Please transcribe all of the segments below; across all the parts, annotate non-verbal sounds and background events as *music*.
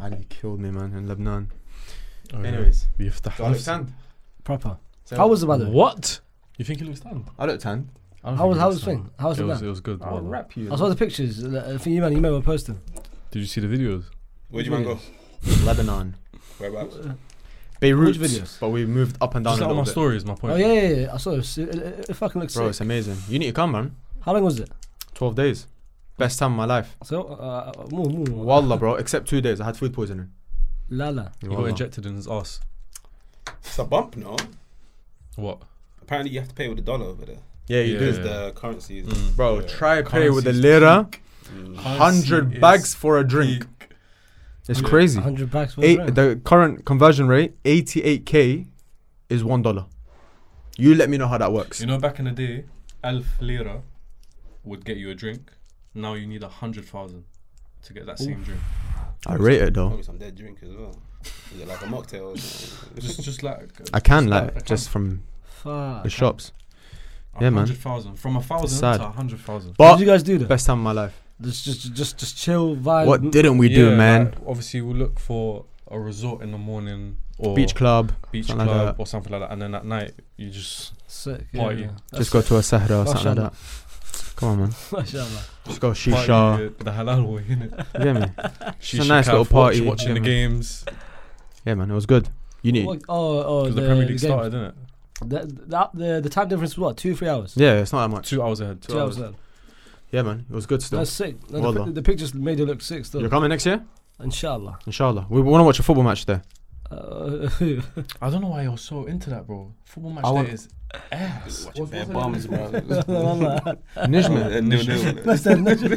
Ali killed me, man, in Lebanon. Oh, yeah. Anyways, بيفتح do I look tanned? Proper. So- How was the weather? What? You think he looks tan? I look tanned. I don't How think was he how looks was the tan. thing? How was It the was, it weather? was good. I'll wallah. rap you. I saw the pictures. uh, I think you man, you man were posting. Did you see the videos? Where'd you man go? Lebanon. Whereabouts? *laughs* Beirut. Which videos? But we moved up and down Just a like all my little bit. stories, my point. Oh yeah, yeah, yeah. I saw it. It, it- it fucking looks Bro, sick. it's amazing. You need to come, man. How long was it? 12 days. Best time of my life. So, uh, more, more. Wallah, bro. Except two days. I had food poisoning. Lala. He got Wallah. injected in his ass. It's a bump, no? What? Apparently, you have to pay with the dollar over there. Yeah, you Yeah. do. Because the currency is. Bro, Yeah. try pay with a Currency's lira. Mm. 100 bags for a drink. It's Yeah. crazy. 100 bucks for a Eight, grand. the current conversion rate, 88k, is one dollar. You let me know how that works. You know, back in the day, elf lira would get you a drink. Now you need a hundred thousand to get that same drink. I rate it though. Probably some dead drink as well. Is it like a mocktail or something? *laughs* Just, just like I can just like I can. just from Fuck. the shops. A yeah, man. Hundred thousand from a thousand sad. to a hundred thousand. What did you But guys do though? best time of my life. Just, just, just, just chill vibe. What didn't we do, Yeah, man? like, obviously, we'll look for a resort in the morning or Beach club. beach something like club that. or something like that, and then at night you just Sick. Party. Yeah. Just go to a sahara or Mashallah. something like that. Come on, man. *laughs* *laughs* Mashallah. Just go party shisha. it the halal way, *laughs* innit? You get me? It's nice little party, watching yeah, the man. games Yeah, man. It was good. You need. What- oh, oh, because the, the, Premier League game. started, didn't it? The, the, the, the time difference was what? Two, three hours? Yeah, it's not that much. Two hours ahead. Two hours. then. Yeah, man. It was good still. That's sick. No, the, Wallah. pi- the pictures made it look sick You're still. coming next year, *laughs* Inshallah. inshallah. We want to watch a football match *laughs* there. Uh, *laughs* I don't know why you're so into that, bro. Football match I want- day is ass. Watching bare bums, *laughs* bro. *laughs* Nijmeh. Uh, nil, nil. *laughs* Who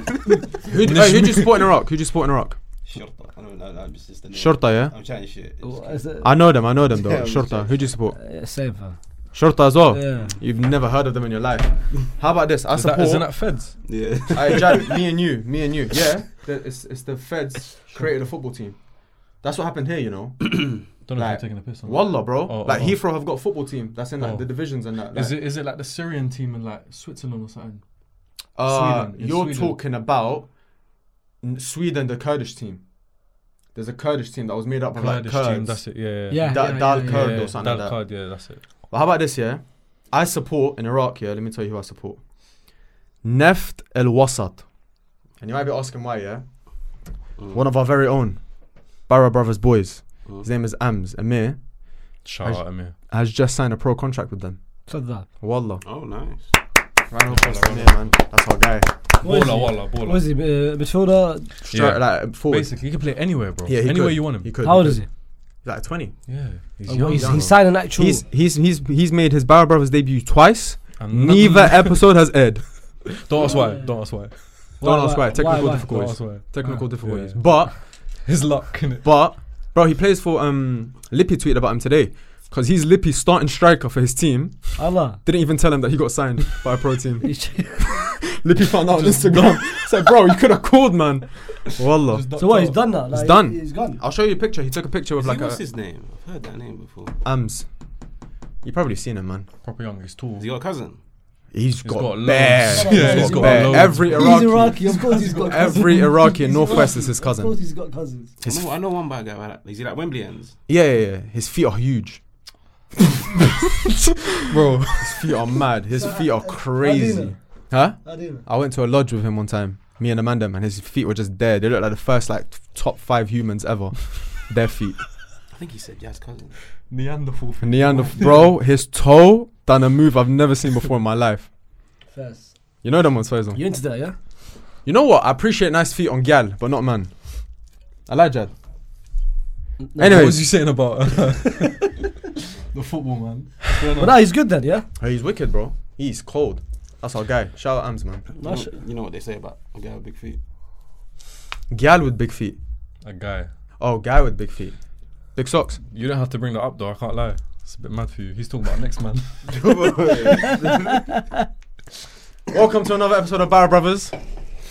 hey, who just sport in Iraq? Who just sport in Iraq? Shorta. I don't know. I'm just- just a nil. Shorta, yeah. I'm chatting shit. It's what is it? I know them. I know them though. Yeah, we Shorta. should. Who do you support? Uh, same fam. Shorta as well. Yeah. You've never heard of them in your life. How about this? I Is support. that, isn't that feds? Yeah. Aye, Jad, me and you, me and you. *laughs* Yeah, the, it's, it's the feds created a football team. That's what happened here, you know. Don't know Like, if you're taking a piss on. Wallah, bro. Oh, like oh, oh. Heathrow have got football team that's in like Oh. the divisions and that. that. Is like- it is it like the Syrian team in like Switzerland or something? Uh, Sweden? In You're Sweden? talking about n- Sweden, the Kurdish team. There's a Kurdish team that was made up of Kurdish like Kurds. team. That's it. Yeah. Yeah. Da- Dal yeah, Kurd yeah, or something Dal like that. Kurd, yeah, that's it. But how about this, yeah? I support in Iraq, yeah. Let me tell you who I support. Neft El Wasat. And you might be asking why, yeah? One of our very own, Barra Brothers boys. His name is Ams Amir. Shout out, Amir. Has just signed a pro contract with them. Said that. Wallah. *laughs* Oh, nice. Round of applause to Amir, man. That's our guy. What is Baller, he? Walla, What is baller. he? Uh, midfielder? Straight like forward. Basically, he can play anywhere, bro. he anywhere could. you want him. He could. How old is he? Like 20. Yeah, he's Oh, young. he's, young. he's signed an actual. He's he's he's he's made his Barra Brothers debut twice. And no- *laughs* Neither episode has aired. Don't ask why. Don't ask why. Don't ask why. Technical Don't difficulties. ask why. Technical Ah, difficulties. yeah. But His luck. innit? But bro, he plays for um Lippy tweeted about him today. Cause he's Lippy's starting striker for his team. Allah. *laughs* Didn't even tell him that he got signed *laughs* by a pro *laughs* team. He's- Lippy found out on Instagram. *laughs* Said, bro, you could have called, man. Wallah. Just so what? He's done now. Like, He's done. He's gone. I'll show you a picture. He took a picture with Is he- like what's a his name? I've heard that name before. Ams. You probably seen him, man. Proper young. He's tall. Has he got a cousin? he's got got loads. bears. Yeah, he's got bear. loads. Every He's Iraqi, Iraqi. Of course, he's got cousins. every Iraqi in He's Northwest Iraqi, is his Of course, cousin. he's got cousins. I His know, I know one bad guy about that. Is he like Wembley ends? Yeah, yeah, yeah. His feet *laughs* are huge. Bro, his feet are mad. His feet are crazy. uh, Adina. Huh? I do. I went to a lodge with him one time. Me and Amanda, man, his feet were just there. They looked like the first like t- top five humans ever. *laughs* Their feet. Oh I think he said Jazz cousin. Neanderthal. Neanderthal, bro, his toe done a move I've never seen before in my life. First. You know them ones, Faisal. You into that, yeah? You know what? I appreciate nice feet on gal, but not man. I like Jad. No, Anyway. What was you saying about the football man? But now he's good then, yeah? Hey, he's wicked, bro. He's cold. That's our guy. Shout out Ams, man. You know, you know what they say about a guy with big feet? Gal with big feet. A guy. Oh, guy with big feet. Big socks. *laughs* You don't have to bring that up though. I can't lie. It's a bit mad for you. He's talking about next man. Welcome to another episode of Barra Brothers.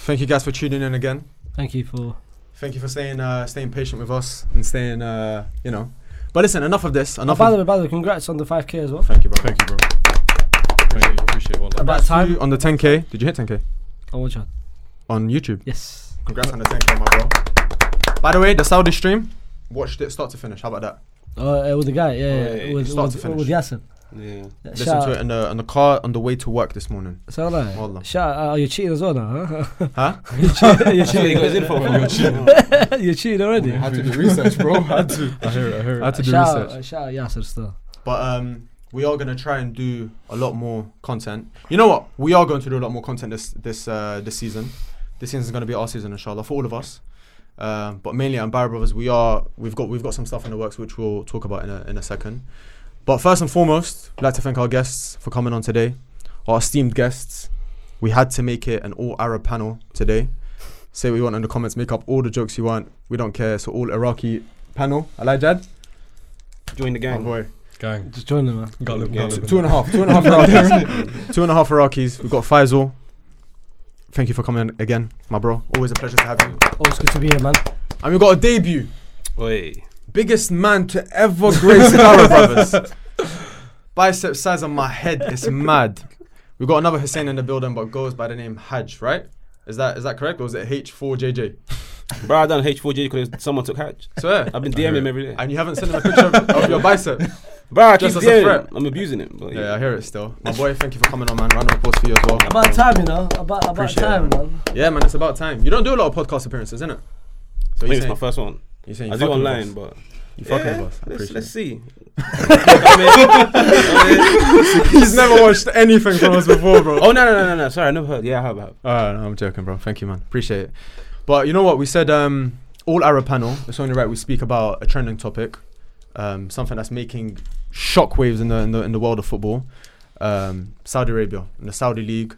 Thank you guys for tuning in again. Thank you for. Oh, Thank you for staying uh, staying patient with us and staying uh, you know. But listen, enough of this. Oh, Enough. by of the way, by the way, congrats on the 5k as well. Thank you, bro. Thank you, bro. Thank you. Appreciate it. Wallah. About time. on the 10k. Did you hit 10k I Oh, watch out. on YouTube? Yes. Congrats on the 10k, my bro. By the way, the Saudi stream, watched it start to finish. How about that? Uh, uh, with the guy, Oh, yeah, Yeah, yeah, yeah, with, start with, to finish. with Yassin. Yeah. Yeah, Listen shout to out- it in the, in the car on the way to work this morning. So like, *laughs* Wallah. shout out, oh, you're cheating as well now, huh? *laughs* Huh? *laughs* you're Actually, he cheating, got his info *laughs* from you. you're cheating already. Had to do *laughs* research, bro. Had to. I hear it. I hear I had to do shout research. Out, uh, shout out Yasser still. But um, we are gonna try and do a lot more content. You know what? We are going to do a lot more content this this uh, this season. This season is gonna be our season, inshallah, for all of us. Um, but mainly on Barra Brothers, we are we've got we've got some stuff in the works which we'll talk about in a in a second. But first and foremost, I'd like to thank our guests for coming on today, our esteemed guests. We had to make it an all Arab panel today. Say what you want in the comments, make up all the jokes you want. We don't care. So all Iraqi panel. Alajad, Join the my gang. Oh, boy. Gang. Just join them, man. Gollum, Yeah, Two- Gollum. two *laughs* and a half, two and a *laughs* half Iraqis. two and a half Iraqis. We've got Faisal. Thank you for coming again, my bro. Always a pleasure to have you. Always good to be here, man. And we've got a debut. Oi. Biggest man to ever *laughs* grace Dara Brothers. Bicep size on my head. It's mad. We've got another Hussein in the building, but goes by the name Hajj, right? Is that is that correct? Or is it H4JJ? Bro, I done H4J because someone took hatch. Swear. I've been I hear DMing him it. every day. And you haven't sent him a picture of, of your *laughs* bicep. Bro, I keep Just as a DMing threat. him. I'm abusing him. But Yeah, I hear it still. My boy, thank you for coming on, man. Round of applause for you as well. About time, you know. About about Appreciate time, it, man. Yeah, man, it's about time. You don't do a lot of podcast appearances, innit? So I you think it's my saying, first one. you saying I you do fucking with online, us. but you fucking Yeah, with us. I let's, appreciate let's it. *laughs* see. oh He's never watched anything from us before, *laughs* bro. no no no no no! Sorry, I never heard. Yeah, I have. I have. Uh, no, I'm joking, bro. Thank you, man. Appreciate it. But you know what? We said um, all Arab panel. It's only right we speak about a trending topic, um, something that's making shockwaves in the in the, in the world of football. Um, Saudi Arabia and the Saudi League.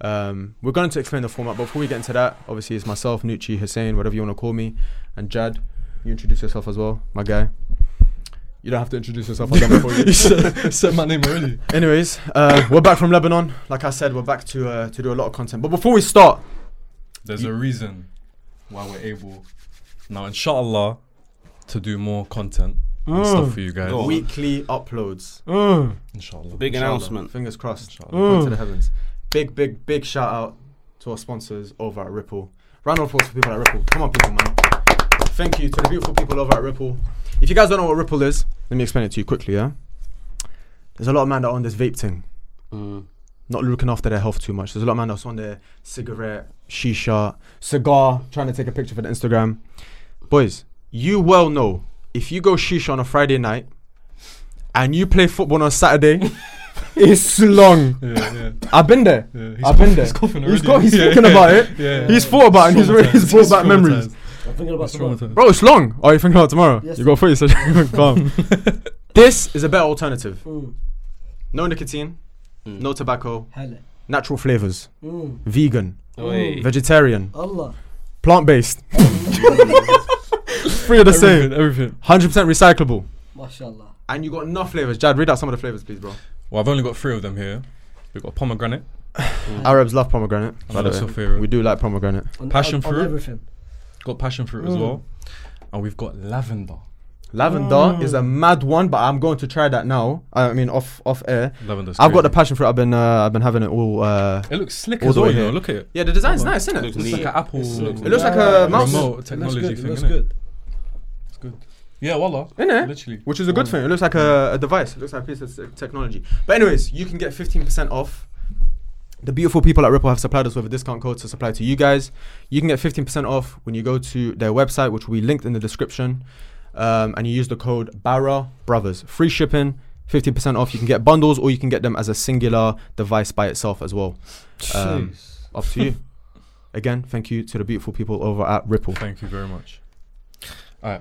Um, we're going to explain the format, but before we get into that, obviously it's myself, Nucci, Hussein, whatever you want to call me, and Jad. You introduce yourself as well, my guy. You don't have to introduce yourself. I've done it for you. *laughs* said, said my name already. Anyways, uh, we're back from Lebanon. Like I said, we're back to uh, to do a lot of content. But before we start, There's a reason why we're able now, inshallah, to do more content and Mm. stuff for you guys. Go on. weekly uploads. Mm. Inshallah. Big Inshallah. announcement. Fingers crossed. Inshallah. Point to Mm. the heavens. Big, big, big shout out to our sponsors over at Ripple. Round of applause for people at Ripple. Come on, people, man. Thank you to the beautiful people over at Ripple. If you guys don't know what Ripple is, let me explain it to you quickly, yeah? There's a lot of man that on this vape thing, Mm. not looking after their health too much. There's a lot of man that's on their cigarette, shisha, cigar, trying to take a picture for the Instagram. Boys, you well know if you go shisha on a Friday night and you play football on Saturday, it's long. Yeah, yeah. I've been there. yeah. He's I've been there. He's coughing already. He's got- he's thinking about it. Yeah. He's thought about it and he's already- he's Traumatized. brought back memories. traumatized. I'm thinking about He's someone. traumatized. Bro, it's long. Oh, you thinking about tomorrow? Yes. You got footy session. *laughs* Calm. this is a better alternative. Mm. No nicotine, Mm. no tobacco, Hella. natural flavors, Mm. vegan, Oi. Mm. vegetarian, Allah. plant *laughs* based. Free of the same. Everything, everything. 100% recyclable. MashaAllah. And you got enough flavors. Jad, read out some of the flavors, please, bro. Well, I've only got three of them here. We've got pomegranate. Arabs love pomegranate. I by know the that's way. your favorite. We do like pomegranate. On, Passion on, fruit. On everything. Got passion fruit as Mm. well. And we've got lavender. Lavender is a mad one, but I'm going to try that now. Uh, I mean, off off air. Lavender's I've got the crazy. passion fruit. I've been uh, I've been having it all. Uh, It looks slick all as the way well, you know. here. Look at it. yeah, the design's nice, isn't Looks it? It's like neat. an apple. It's- It It looks like a mouse. Remote It technology looks good. thing, It looks innit? good. It's good. Yeah, voila. Innit? Literally. Which is a good thing. It looks like a, a device. It looks like a piece of te- technology. But anyways, you can get 15% off. The beautiful people at Ripple have supplied us with a discount code to supply to you guys. You can get 15% off when you go to their website, which will be linked in the description. Um, and you use the code Barra Brothers. Free shipping, 15% off. You can get bundles or you can get them as a singular device by itself as well. Um, Jeez. Up to *laughs* you. Again, thank you to the beautiful people over at Ripple. Thank you very much. All right,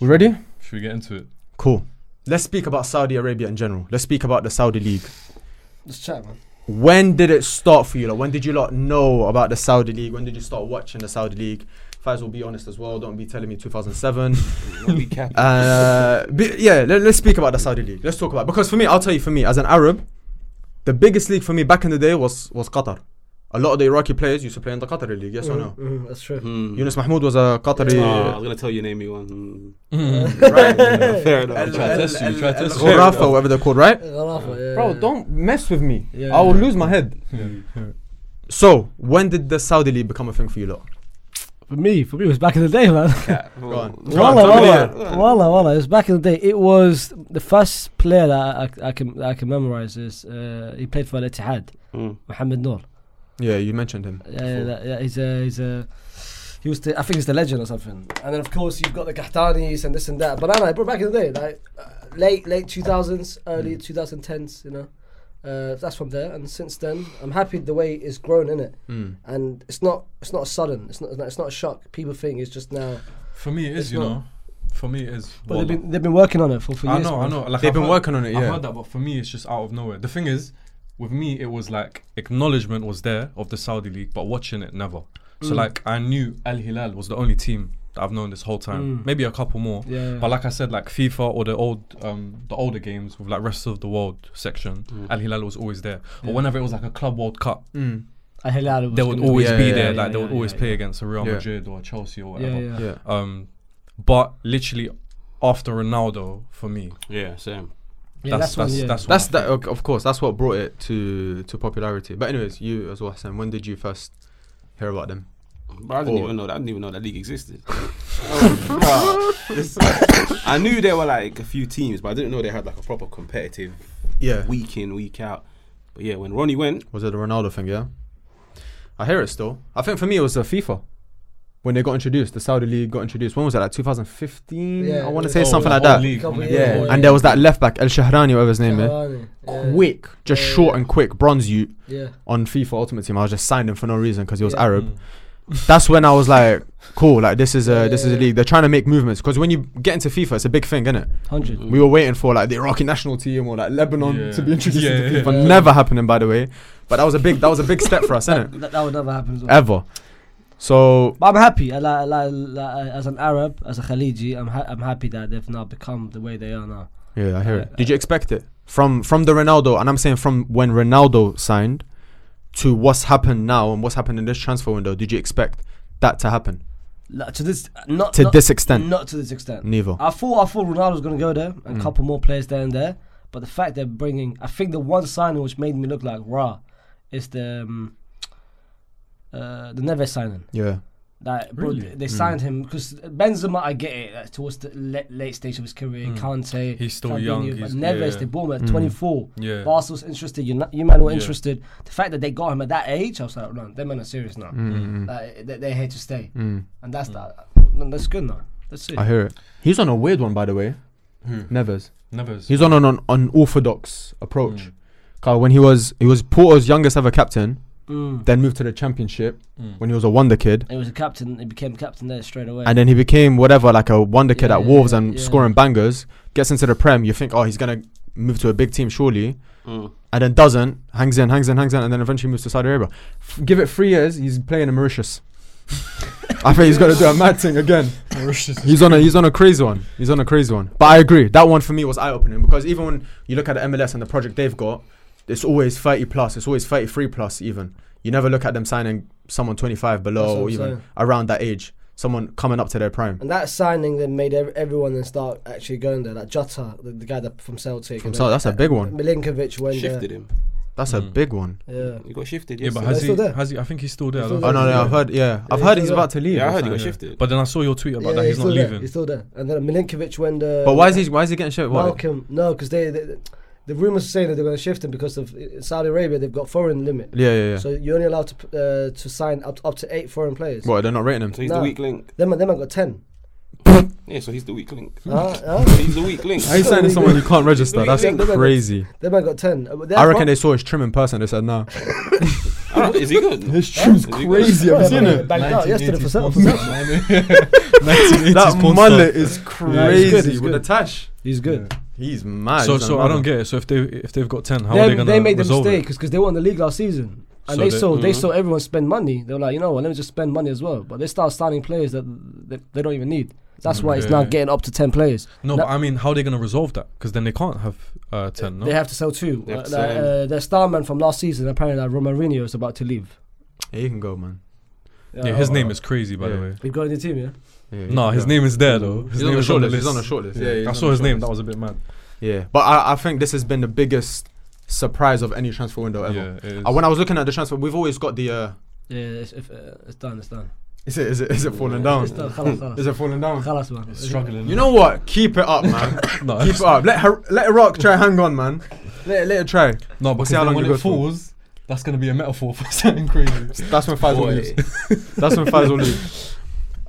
We ready? should we get into it? Cool. Let's speak about Saudi Arabia in general. Let's speak about the Saudi League. Let's chat, man. When did it start for you? Like, when did you lot know about the Saudi League? When did you start watching the Saudi League? Faz will be honest as well. Don't be telling me 2007. Be *laughs* careful. Uh, be- yeah, let, us speak about the Saudi League. Let's talk about because for me, I'll tell you, for me as an Arab, the biggest league for me back in the day was was Qatar. A lot of the Iraqi players used to play in the Qatari league. Yes or no? Mm, that's true. Mm. Yunus Mahmoud was a Qatari. Oh, I was gonna tell you name you one. *laughs* Right. Mm. Fair enough. El- to test you, try to test Al- you. Al- Al- Al- whatever they're called, right? Garafa, yeah, Bro, yeah. don't mess with me. Yeah. I will lose my head. Yeah. So, when did the Saudi League become a thing for you lot? For me, for me, it was back in the day, man. Cat. Go on. Go Walla tell me that. walla, walla walla. It was back in the day. It was the first player that I, I, I can that I can memorize is uh, he played for Al Ittihad, Mm. Mohamed Noor. Yeah, you mentioned him. Yeah, yeah, Cool. that- yeah, he's a he's a He was the, I think he's the legend or something. And then of course you've got the Kahtanis and this and that. But I know, bro, back in the day, like uh, late late two thousands, early two thousand tens, you know. Uh, that's from there, and since then, I'm happy the way it's grown in it, Mm. and it's not it's not a sudden, it's not it's not- it's not a shock. People think it's just now, For me, it It's is, you not- know. For me, it is. but wallah. they've been they've been working on it for for I years. know, I man. know. Like, They've I've been heard- working on it, I've yeah. heard that, but for me, it's just out of nowhere. The thing is, with me, it was like acknowledgement was there of the Saudi league, but watching it never. So like, I knew Al Hilal was the only team that I've known this whole time. Mm. Maybe a couple more, Yeah, yeah. but like I said, like FIFA or the old, um, the older games with like rest of the world section, Al Hilal was always there. Or whenever it was like a club World Cup, Mm. Al Hilal was they would gonna always yeah, be yeah, there. yeah, like they yeah, would always yeah, play yeah. against a Real Yeah. Madrid or Chelsea or Yeah, whatever. yeah. Yeah. Um, but literally after Ronaldo for me. Yeah, same. Yeah, that's one, yeah. what That's I that. think. ok- Of course, that's what brought it to to popularity. But anyways, you as well, Hassan. When did you first hear about them? But I didn't Or- even know. That. I didn't even know that league existed. *laughs* Oh, bruh. This- I knew there were like a few teams, but I didn't know they had like a proper competitive Yeah. week in, week out. But yeah, when Ronnie went, Was it the Ronaldo thing? Yeah. I hear it still. I think for me it was the FIFA when they got introduced. The Saudi league got introduced. When was that? Like 2015. Yeah, I want it to was- say Oh, something the like whole that. league, Couple man. years Yeah. ago, And yeah. there was that left back El Shahrani, whatever his name eh? is. Cavani, yeah, Quick, just Yeah, yeah. short and quick, bronze you yeah, on FIFA Ultimate Team. I was just signed him for no reason because he was Yeah. Arab. that's when I was like, cool, like this is a this is a Yeah. league. They're trying to make movements because when you get into FIFA, it's a big thing, innit? hundred. We were waiting for like the Iraqi national team or like Lebanon Yeah. to *laughs* be introduced Yeah, into yeah, FIFA. yeah. Never happening, by the way. But that was a big that was a big step for *laughs* us, innit? That, that would never happen. As well. Ever. So But I'm happy. I, li- I, li- I, li- as an Arab, as a Khaliji, I'm ha- I'm happy that they've now become the way they are now. yeah, I hear Uh, it. Did you expect it from from the Ronaldo? And I'm saying from when Ronaldo signed to what's happened now and what's happened in this transfer window. Did you expect that to happen Like, to this, not to not, this extent? Not to this extent. Neither. I thought I thought Ronaldo was gonna go there, and Mm. a couple more players there and there. But the fact they're bringing, I think the one signing which made me look like raw is the um, uh, the Neves signing. Yeah. That bro, Really? Mm. they- they signed him because Benzema, I get it, uh, towards the le- late stage of his career, Mm. Kante, He's still Fabinho, young. but He's, Neves, yeah. they bought him at Mm. 24. yeah. Barcel's interested. You, you man were Yeah. interested. The fact that they got him at that age, I was like, no, them men are serious now. Mm, mm, Like, they, they're here to stay, mm. and that's Mm-hmm. Mm. that. no, That's good now. That's it. I hear it. He's on a weird one, by the way. Who? Nevers. Nevers. He's on an un- unorthodox Hmm. approach. Mm, Carl, when he was he was Porto's youngest ever captain, Mm. then moved to the championship Hmm. mm. when he was a wonder kid, He was a captain. He became captain there straight away. and then he became whatever like a wonder kid Yeah, at Wolves and yeah. scoring bangers. Gets into the Prem, you think, oh, he's gonna move to a big team surely, mm, and then doesn't. Hangs in, hangs in, hangs in, and then eventually moves to Saudi Arabia. F- give it three years, he's playing in Mauritius. *laughs* I think he's gonna do a mad thing again. Mauritius. He's on a he's on a crazy one. He's on a crazy one. But I agree. That one for me was eye opening because even when you look at the MLS and the project they've got, it's always thirty plus. It's always thirty three plus even. You never look at them signing someone twenty five That's below what or I'm even saying. around that age. Someone coming up to their prime and that signing then made ev- everyone then start actually going there. Like Jota, the, the guy that from Celtic, from and Saudi. then That's a big one. Milinkovic uh, went shifted him. That's a Mm. big one. there. Yeah, He got shifted. Yeah, but yesterday. They're has still he? there. Has he? I think he's still there. I Still don't Oh know. no, no, I've Yeah. heard. Yeah, I've Yeah, heard he's he's still about to leave. yeah, I or heard he something, got yeah. shifted. But then I saw your tweet about yeah, that. He's, not still there, leaving. He's still there. And then Milinkovic went. Uh, But why is he? Why is he getting shit? What? Malcolm, no, because they, they the rumors are saying that they're going to shift him because of in Saudi Arabia. They've got foreign limit, Yeah, yeah, yeah. so you're only allowed to p- uh, to sign up up to eight foreign players. what? They're not rating him. So he's No. the weak link. Them them I got ten. Ah, Yeah, so he's the weak link. Hmm. huh? So huh? he's the weak link. Are you signing someone you can't register? That's They're not- crazy. Them I got ten. Uh, but they're I reckon pro- they saw his trim in person. They said, "Nah, Oh, is *laughs* he good? his trim's Is he good? crazy. I've seen Yeah, it." but Banged out yesterday for seven. 1980s That porn mullet star. is crazy Yeah, he's good, he's with the good. tash. He's good. He's mad. So, he's so I another. don't get it. So if they if they've got ten, how are They, they gonna they made the resolve mistake it? because they won the league last season, and So they they- Mm-hmm. saw they Mhm. saw everyone spend money. They were like, you know what? Let me just spend money as well. But they start signing players that they, they don't even need. That's why it's now Yeah. getting up to ten players. No, No. but I mean, how are they gonna resolve that? Because then they can't have uh, ten. No. They have to sell two. They have Uh, to like, sell uh, their star man from last season apparently like Romarinho is about to leave. Yeah, you can go, man. yeah, his name is crazy, by Yeah. the way. We've got in the team, yeah. Yeah, you No, can his go. name is there though. His He's name on the is on short the list. He's on the list. short list. Yeah, Yeah, he's I on saw the his short name. list. That was a bit mad. Yeah, but I, I think this has been the biggest surprise of any transfer window ever. Yeah, it is. Uh, when I was looking at the transfer, we've always got the uh, Yeah, it's, if, uh, it's done. It's done. Is it is it is it falling It's not- down? خلاص خلاص Is it falling down? خلاص man. It's struggling. You know what? Keep it up, *laughs* man. no, Keep it up. Let her, let Iraq try. Hang on, man. Let let it try. no, We'll because see how then long when it it goes for. falls, that's gonna be a metaphor for *laughs* something crazy. That's when Faz will Boy. leave. *laughs* That's when Faz will leave.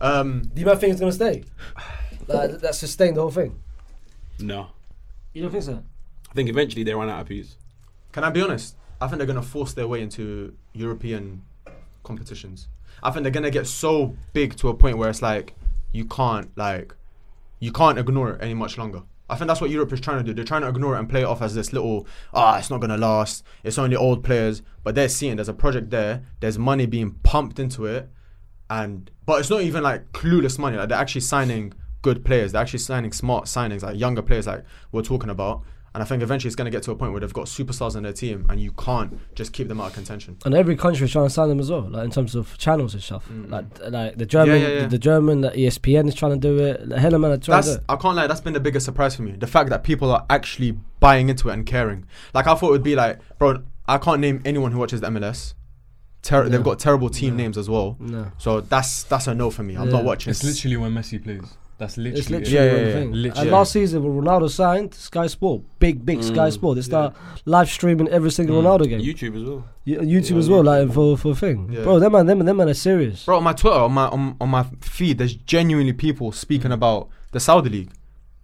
Um, Do you man think it's gonna *sighs* stay? Like, that sustained the whole thing. No. You don't think so? I think eventually they run out of peas. Can I be honest? I think they're gonna force their way into European competitions. I think they're gonna get so big to a point where it's like you can't like you can't ignore it any much longer. I think that's what Europe is trying to do. They're trying to ignore it and play it off as this little ah, it's not gonna last. It's only old players, but they're seeing there's a project there. There's money being pumped into it, and but it's not even like clueless money. Like they're actually signing good players. They're actually signing smart signings, like younger players, like we're talking about. And I think eventually it's gonna get to a point where they've got superstars in their team, and you can't just keep them out of contention. And every country is trying to sign them as well, like in terms of channels and stuff. Like like the German, Mm. yeah, yeah. The, the German, the E ESPN is trying to do it. The Hella man are trying That's to do I can't lie. That's been the biggest surprise for me. The fact that people are actually buying into it and caring. Like I thought it would be like, bro, I can't name anyone who watches the MLS. Ter- Yeah. They've got terrible team names as well. it. No, So that's that's a no for me. I'm Yeah. not watching. It's literally when Messi plays. That's literally. it's it. literally Yeah, yeah, one yeah. thing. Literally. And last season when Ronaldo signed, Sky Sport, big Mm. big Sky Sport, they start live streaming every single Ronaldo game. YouTube as well. Y- YouTube Yeah, as well, YouTube. like for for a thing. Yeah. Bro, them man, them, them man are serious. Bro, on my Twitter, on my on, on my feed, there's genuinely people speaking about the Saudi league,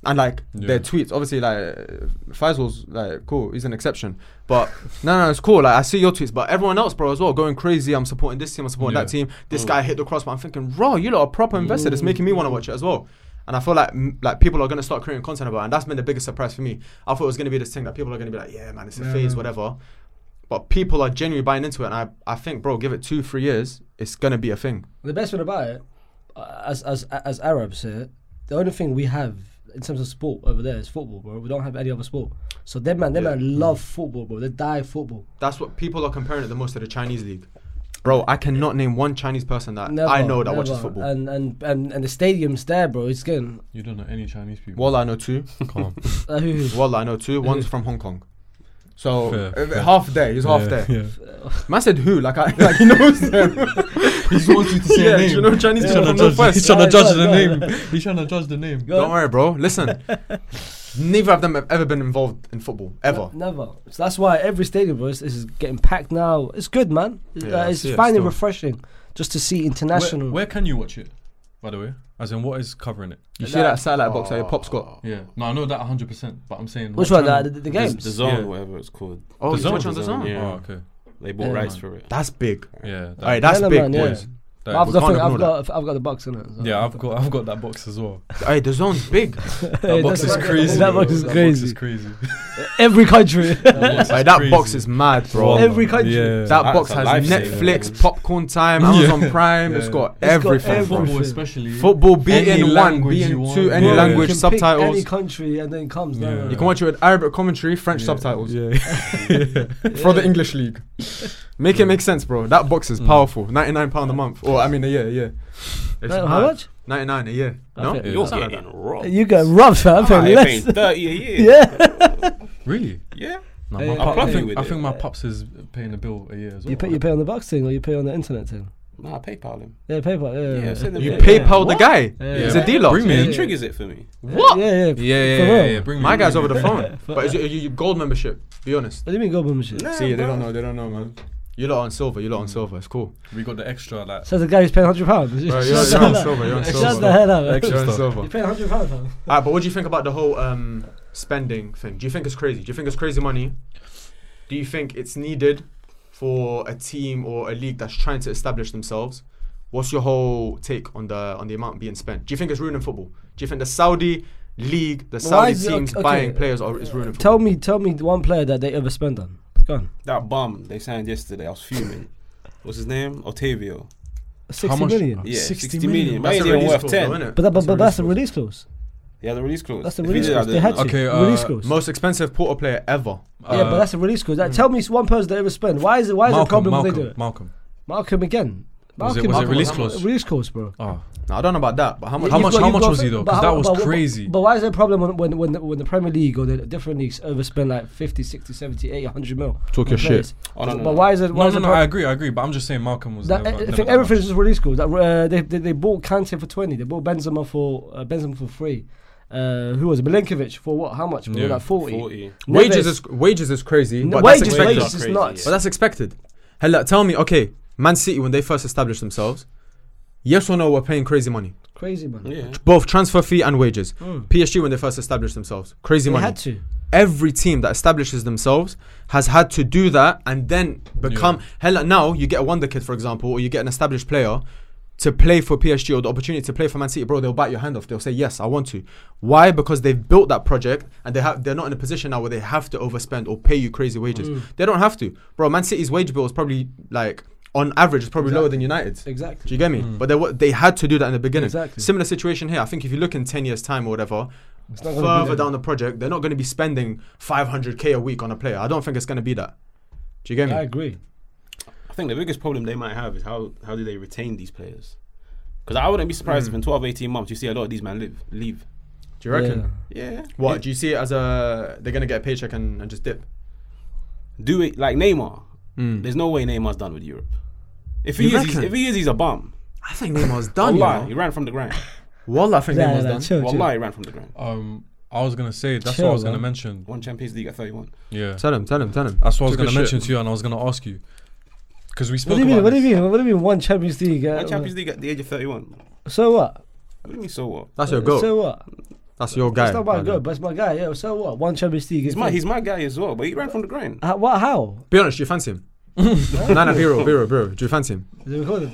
and like their Mm. Yeah. tweets. Obviously, like uh, Faisal's like cool, he's an exception, but *laughs* no, no, it's cool. Like I see your tweets, but everyone else, bro, as well, going crazy. I'm supporting this team, I'm supporting Yeah. Oh. that team. This guy hit the cross, but I'm thinking, bro, you lot are proper invested. It's making me want to watch it as well. And I feel like mm, like people are gonna start creating content about, it. and that's been the biggest surprise for me. I thought it was gonna be this thing that people are gonna be like, yeah, man, it's a Yeah, phase, man. whatever. But people are genuinely buying into it, and I, I think, bro, give it two, three years, it's gonna be a thing. The best thing about it, uh, as as as Arabs here, the only thing we have in terms of sport over there is football, bro. We don't have any other sport. So them man, them Yeah. man love football, bro. They die football. That's what people are comparing it the most to the Chinese league. Bro, I cannot name one Chinese person that I know that watches never. football. And, and and and the stadium's there, bro. It's good. You don't know any Chinese people. Wallah, I know two. Calm. Uh, who- who- Wallah, I know two. One's from Hong Kong. So Fair, uh, fair. half there, he's half Yeah, *laughs* there. yeah. Man said who? Like I, *laughs* like he knows them. He just wants you to say yeah, a name. you know Chinese He's people trying from the to judge. West. He's trying to Go on, judge go the on, go name. He's trying to judge the name. Go Don't worry, bro. Listen, neither of them have ever been involved in football ever. Ne- Never. So that's why every stadium, bro, is, is getting packed now. It's good, man. Yeah, uh, I it's see it finally still. refreshing just to see Where, international. where can you watch it? By the way, as in what is covering it? You see that satellite box that your pop's got? Yeah. No, I know that 100%. But I'm saying. Which what one? The, channel? the, the The, games. the zone, Yeah. whatever it's called. Oh, The you Zone, watch on the the Zone, zone. yeah. Oh, okay. They bought Yeah. rights for it. That's big. Yeah. that- All right, that's Hella big, man, yeah. boys. that- I've, we got, can't I've, ignore got, I've got the box in it. so- yeah, I've got I've got that box as well. Hey, the zone's big. That box that's is right. crazy. That bro. box is That crazy. Box is crazy. *laughs* Every country. Like that box crazy. is mad, bro. Well, Every country. Yeah. That That's box a has lifesaver. Netflix, popcorn time, Yeah. Amazon Prime. Yeah. It's got got everything. everything. bro. football, Everything. especially. Football, be Any it in one, language be it you in want. two, any Yeah. language, you can pick subtitles. Any country and then it comes. No, Yeah. no, no. you can watch it with Arabic commentary, French Yeah. subtitles Yeah. *laughs* for the English *laughs* league. Make it make sense, bro. That box is Mm. powerful. £99 pound a month. Or, I mean, a year, yeah. It's No, mad. how much? 99 a year. I No? think- It You're sound like getting robbed. You got robbed, fam. I'm out Paying here paying less. 30 a year. *laughs* Yeah. Really? Yeah. No, Yeah. my I'm pop, I plugging think with I it. think my pops is paying the bill a year as well. You pay, you *laughs* pay on the box thing or you pay on the internet thing? Nah, PayPal him. Yeah, PayPal. Yeah, Yeah, send that. them You Yeah. PayPal the guy. Yeah. He's Yeah. a dealer. Bring me Yeah, in. he triggers it for me. What? Yeah, yeah. Yeah, yeah, For yeah, real. yeah, Bring me My in, guy's bring over me the in. *laughs* phone. But is it- you, you gold membership? Be honest. What do you mean gold membership? Nah, See, they bro. don't know. They don't know, man. You lot on silver. You lot on silver. It's cool. We got the extra like So the guy who's paying hundred pounds. *laughs* Bro, you're, Shut you're on the hell up. silver. You're on Shut silver. Shut the hell up. Extra You're on stuff. silver. You paying hundred pounds, fam. Alright, but what do you think about the whole um, spending thing? Do you think it's crazy? Do you think it's crazy money? Do you think it's needed for a team or a league that's trying to establish themselves? What's your whole take on the on the amount being spent? Do you think it's ruining football? Do you think the Saudi league, the Saudi is it- teams okay, okay. buying players are is ruining Tell football? me, tell me one player that they overspent on. Go on. That bum they signed yesterday, I was fuming. What's his name? Otavio. How Sixty much? million. Yeah, 60 60, million. million. That's That's a even release worth clause, 10. though, innit? But that, but, but that's a release release clause. He had a release clause. That's a If he release did that, clause. They I had didn't to know. Okay, uh, release clause. clause. Most expensive Porter player ever. yeah, but uh, that's a release clause. Like, tell me one person that overspent. Why is it? Why is it a Malcolm, problem when Malcolm, they do it? Malcolm. Malcolm again. Was it- Malcolm- was it release Malcolm- clause? Release clause, bro. Oh, No, I don't know about that, but how much? How You've much- got- how you've much got was fi- he though? but 'Cause how- that was but- but- crazy. But why is there a problem when when when the, when the Premier League or the different leagues overspend like 50, 60, 70, 80, 100 mil? Talk on your shit. players? Oh, no, no, But no. why is it? Why no, is no, it no. I agree, I agree. But I'm just saying Malcolm was. That, never, I never think that everything's much. just release clause. That, uh, they, they they bought Kante for twenty. They bought Benzema for uh, Benzema for free. Uh, who was it? Milinkovic for what? How much? Yeah, Yeah, like forty. 40. Wages is wages is crazy, No, but wages, that's expected. wages That's is crazy, nuts. But that's expected. Hella, tell me, okay, Man City when they first established themselves, yes or no, were paying crazy money, Crazy man. Yeah. both transfer fee and wages. Hmm. PSG when they first established themselves, crazy They money. had to. Every team that establishes themselves has had to do that and then become hella. Now you get a wonder kid, for example, or you get an established player. To play for PSG or the opportunity to play for Man City, bro, they'll bite your hand off. They'll say yes, I want to. Why? Because they've built that project and they have. They're not in a position now where they have to overspend or pay you crazy wages. They don't have to, bro. Man City's wage bill is probably like on average is probably lower than United's. Do Exactly. you get me? But they wa- they had to do that in the beginning. Mm. Exactly. Similar situation here. I think if you look in ten years time or whatever, not gonna be further that. down the project, they're not going to be spending 500k a week on a player. I don't think it's going to be that. Do you get me? I agree. I think the biggest problem they might have is how how do they retain these players? Because I wouldn't be surprised if in 12, 18 months you see a lot of these men live leave. Do you reckon? Yeah. Yeah. What do you see it as a they're going to get a paycheck and, and just dip? Do it like Neymar. There's no way Neymar's done with Europe. If he You is, he's, reckon? if he is, he's a bum. I think Neymar's done. you Wallah, he know? ran from the ground. Wallah, I think Yeah, Neymar's yeah, done. chill, chill. Wallah, he ran from the ground. Um, I was gonna say that's what Chill, I was gonna man. mention. Won Champions League at 31. Yeah, Tell him, tell him, tell him. that's what I was Took a gonna mention shit. to you, and I was gonna ask you because we What spoke do you about mean? What do this. you mean? What do you mean? One Champions League. Uh, Won Champions League at the age of 31. What So what? do you mean, so what? That's your goal. Uh, So what? That's your guy. That's not my brother. goal, but it's my guy. Yeah. So what? One Champions League. He's my, he's my guy as well, but he ran from the ground. Uh, what? How? Be honest, do you fancy *laughs* him? no, no, Vero, Vero, Vero. Do you fancy him? Is it recorded?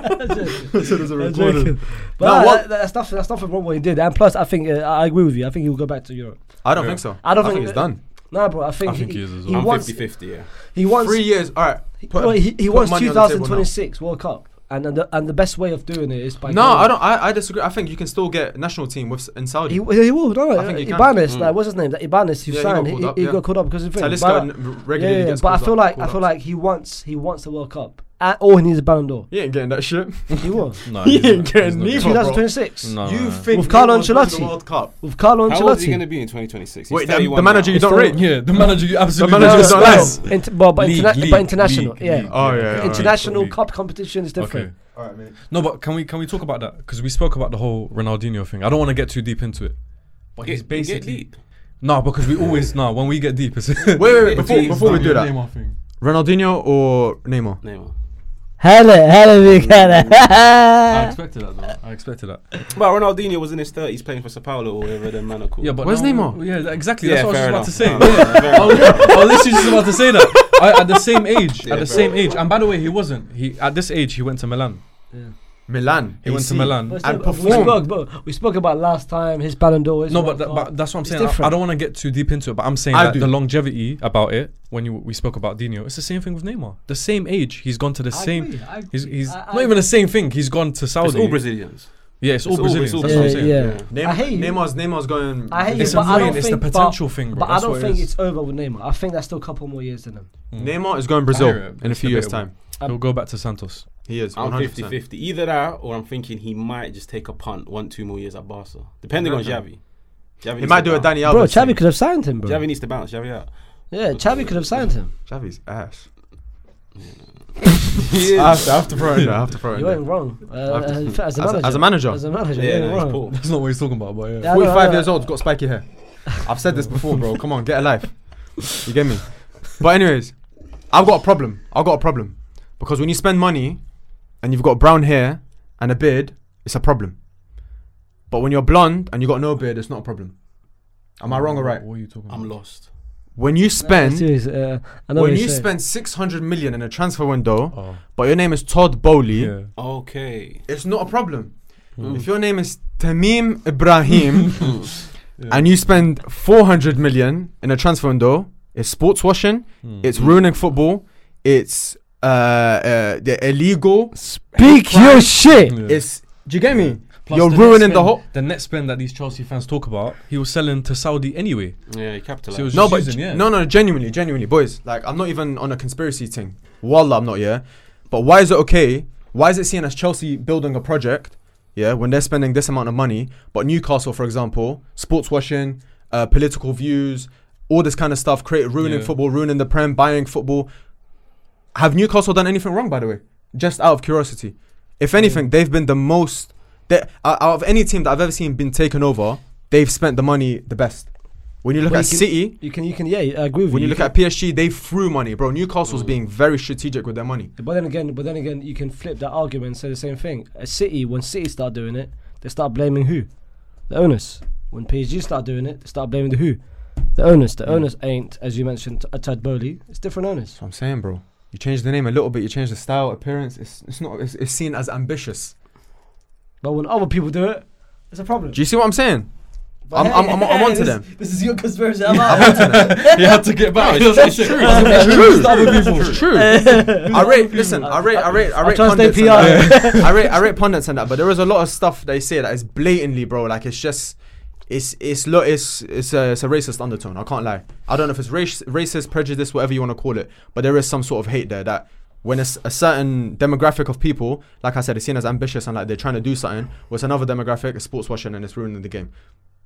I'm joking. But No, no, what- that, that's nothing. That's nothing wrong what he did. And plus, I think uh, I agree with you. I think he'll go back to Europe. I don't think so. I don't think- he's done. Nah, bro. I think, I think he, he is as he well. I'm wants. 50 50, yeah. He wants. Three years. All right. Put- well, he, he put wants money on the table now. 2026 World Cup, and and the, and the best way of doing it is by No, going- I don't. I, I disagree. I think you can still get national team with in Saudi. He, he will. No, no. I think he can. Mm. Ibanez, like, what's his name? That Ibanez, who Yeah, he got signed, he, called he, up, yeah. got called up because of Talisca n- regularly yeah, yeah, gets. but I called feel up- like I called feel up. like he wants he wants the World Cup, and, or he needs a Ballon d'Or. he ain't getting that shit. He will. *laughs* *laughs* No, He he's ain't not- he's getting not neither. gonna- 2026 No, you no, no. think With Carlo Neymar's winning Ancelotti. The World Cup. with Carlo How old is he going to Ancelotti. be in 2026? He's Wait, the, 31 the manager now. you don't rate. Yeah, the manager you absolutely manager don't is not like. nice. Inter- but, but, League, interna- league, but international, league, yeah. league. Oh, yeah, yeah, international League. cup competition is different. Okay. No, but can we can we talk about that? Because we spoke about the whole Ronaldinho thing. I don't want to get too deep into it. But he's Get, basically, basically no, because we always no. When we get deep, it's wait, wait, wait, *laughs* before- before we do that. Thing. Ronaldinho or Neymar? Neymar. Hello, hello, Mm. big *laughs* I hello. expected that though. I expected that. But Ronaldinho was in his 30s playing for Sao Paulo or whatever the man are called. Yeah, but Where's now- Neymar? Yeah, that- exactly. Yeah, That's what I was fair about to say. enough. No, *laughs* Yeah. *laughs* fair I was, I was literally just about to say that. I, at the same age, Yeah, at the fair same age, and by the way, he wasn't. He at this age, he went to Milan. Milan. He went to AC. Milan. But And still, perform. We spoke, but we spoke about last time his Ballon d'Or. is No, but, World that, Cup. but that's what I'm It's saying. I- I, different. don't want to get too deep into it, but I'm saying I that do. the longevity about it when you, we spoke about Dino, it's the same thing with Neymar. The same age, he's gone to the I same. agree, I He's, agree. he's I- not I even the same thing. He's gone to Saudi. It's all Brazilians. Yeah, it's all It's all- Brazilians. it's all That's what I'm saying. yeah, Neym- yeah. I hate you. Neymar's Neymar's going. I hate It's you, but I don't annoying, it's think, the potential but, thing, bro, But I that's don't what it think is. it's over with Neymar. I think that's still a couple more years in him. Neymar is going Brazil I hear it. in a It's few years debatable. time. He'll go back to Santos. He is. I'm 100%. 50 50. Either that or I'm thinking he might just take a punt one, two more years at Barca. Depending on Xavi. He Xavi needs might to do a bounce. Danny Bro, Alves. Chavi thing. could have signed him, bro. Xavi needs to bounce. Xavi out. Yeah, Chavi could have signed him. Xavi's *laughs* ass. He I have to, I have to *laughs* throw it in there. I have to throw it in You there. ain't wrong. Uh, I've uh, just- as, a as a- as manager, a manager. As a manager, Yeah, you ain't no, he's *laughs* wrong. poor. That's not what he's talking about, but yeah. Yeah, I know, I 45 know. years old, got spiky hair. I've said this before, bro. Come on, get a life. You get me? But anyways, I've got a problem. I've got a problem because when you spend money and you've got brown hair and a beard, it's a problem. But when you're blonde and you got no beard, it's not a problem. Am I wrong or right? What are you talking I'm about? lost. When you spend, Serious, uh, I know when what you you're saying. spend 600 million in a transfer window, Oh, but your name is Todd Bowley, yeah. Okay. it's not a problem. Hmm. If your name is Tamim *laughs* Ibrahim and you spend 400 million in a transfer window, it's sports washing, Hmm. it's ruining football, it's uh, uh, the illegal, Speak your shit. uh, Yeah. it's Do you get me? Plus You're the net ruining the spend- whole. the net spend that these Chelsea fans talk about. He was selling to Saudi anyway. Yeah, you So it was capitalized. No, but season, g- yeah. no, no, genuinely, genuinely, boys. Like, I'm not even on a conspiracy thing. Wallah, I'm not. Yeah, but why is it okay? Why is it seen as Chelsea building a project? Yeah, when they're spending this amount of money, but Newcastle, for example, sports washing, uh, political views, all this kind of stuff, create ruining Yeah. football, ruining the prem, buying football. Have Newcastle done anything wrong? By the way, just out of curiosity, if anything, they've been the most. They, out out of any team that I've ever seen been taken over, they've spent the money the best. When you look Well, at you can- City, You can, you can, yeah, I agree with when you. you look can- at PSG, they threw money, bro. Newcastle's being very strategic with their money. But then again, but then again, you can flip that argument and say the same thing. A City, when City start doing it, they start blaming who? The owners. When PSG start doing it, they start blaming the who? The owners. The owners ain't, as you mentioned, a Tad Bowley. It's different owners. That's what I'm saying, bro. You change the name a little bit, you change the style, appearance. It's it's not it's, it's seen as ambitious. But when other people do it, it's a problem. Do you see what I'm saying? But I'm- I'm- I'm- *laughs* I'm onto this- them. This is your conspiracy. I'm *laughs* out. I'm onto that. you had to get *laughs* *laughs* back. it's true. It's true. other people. It's true. *laughs* I rate. Listen, I rate. I rate. I I'm rate trying to pundits. stay And *laughs* that. I rate. I rate pundits and that. But there is a lot of stuff they say that is blatantly, bro. Like it's just. It's it's lo- it's it's a, it's a racist undertone. I can't lie. I don't know if it's race, racist, prejudice, whatever you want to call it, but there is some sort of hate there that when it's a certain demographic of people, like I said, it's seen as ambitious and like they're trying to do something. What's another demographic? It's sports washing and it's ruining the game.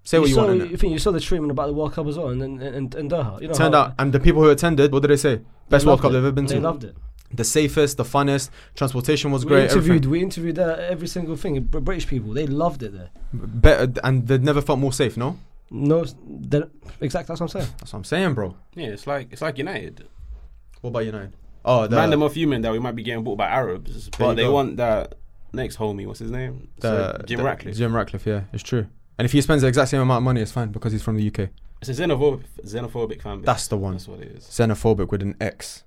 Say what you, saw, want in You think you saw the treatment about the World Cup as well, and and, and, and Doha. You know Turned how- out, and the people who attended, what did they say? Best World they loved Cup it. they've ever been They to. loved it. the safest, the funnest. Transportation was we great. interviewed. everything. We interviewed uh, every single thing. Br- British people, they loved it there. better and they never felt more safe. No, No, s- the- exact. That's what I'm saying. that's what I'm saying, bro. Yeah, it's like it's like United. What about United? Oh, the, Random of human that we might be getting bought by Arabs, but you they go. want that next homie. What's his name? the- So, Jim the- Ratcliffe. Jim Ratcliffe, yeah, it's true. And if he spends the exact same amount of money, it's fine because he's from the UK. It's a xenophobic, xenophobic fan base. That's the one. That's what it is. Xenophobic with an X.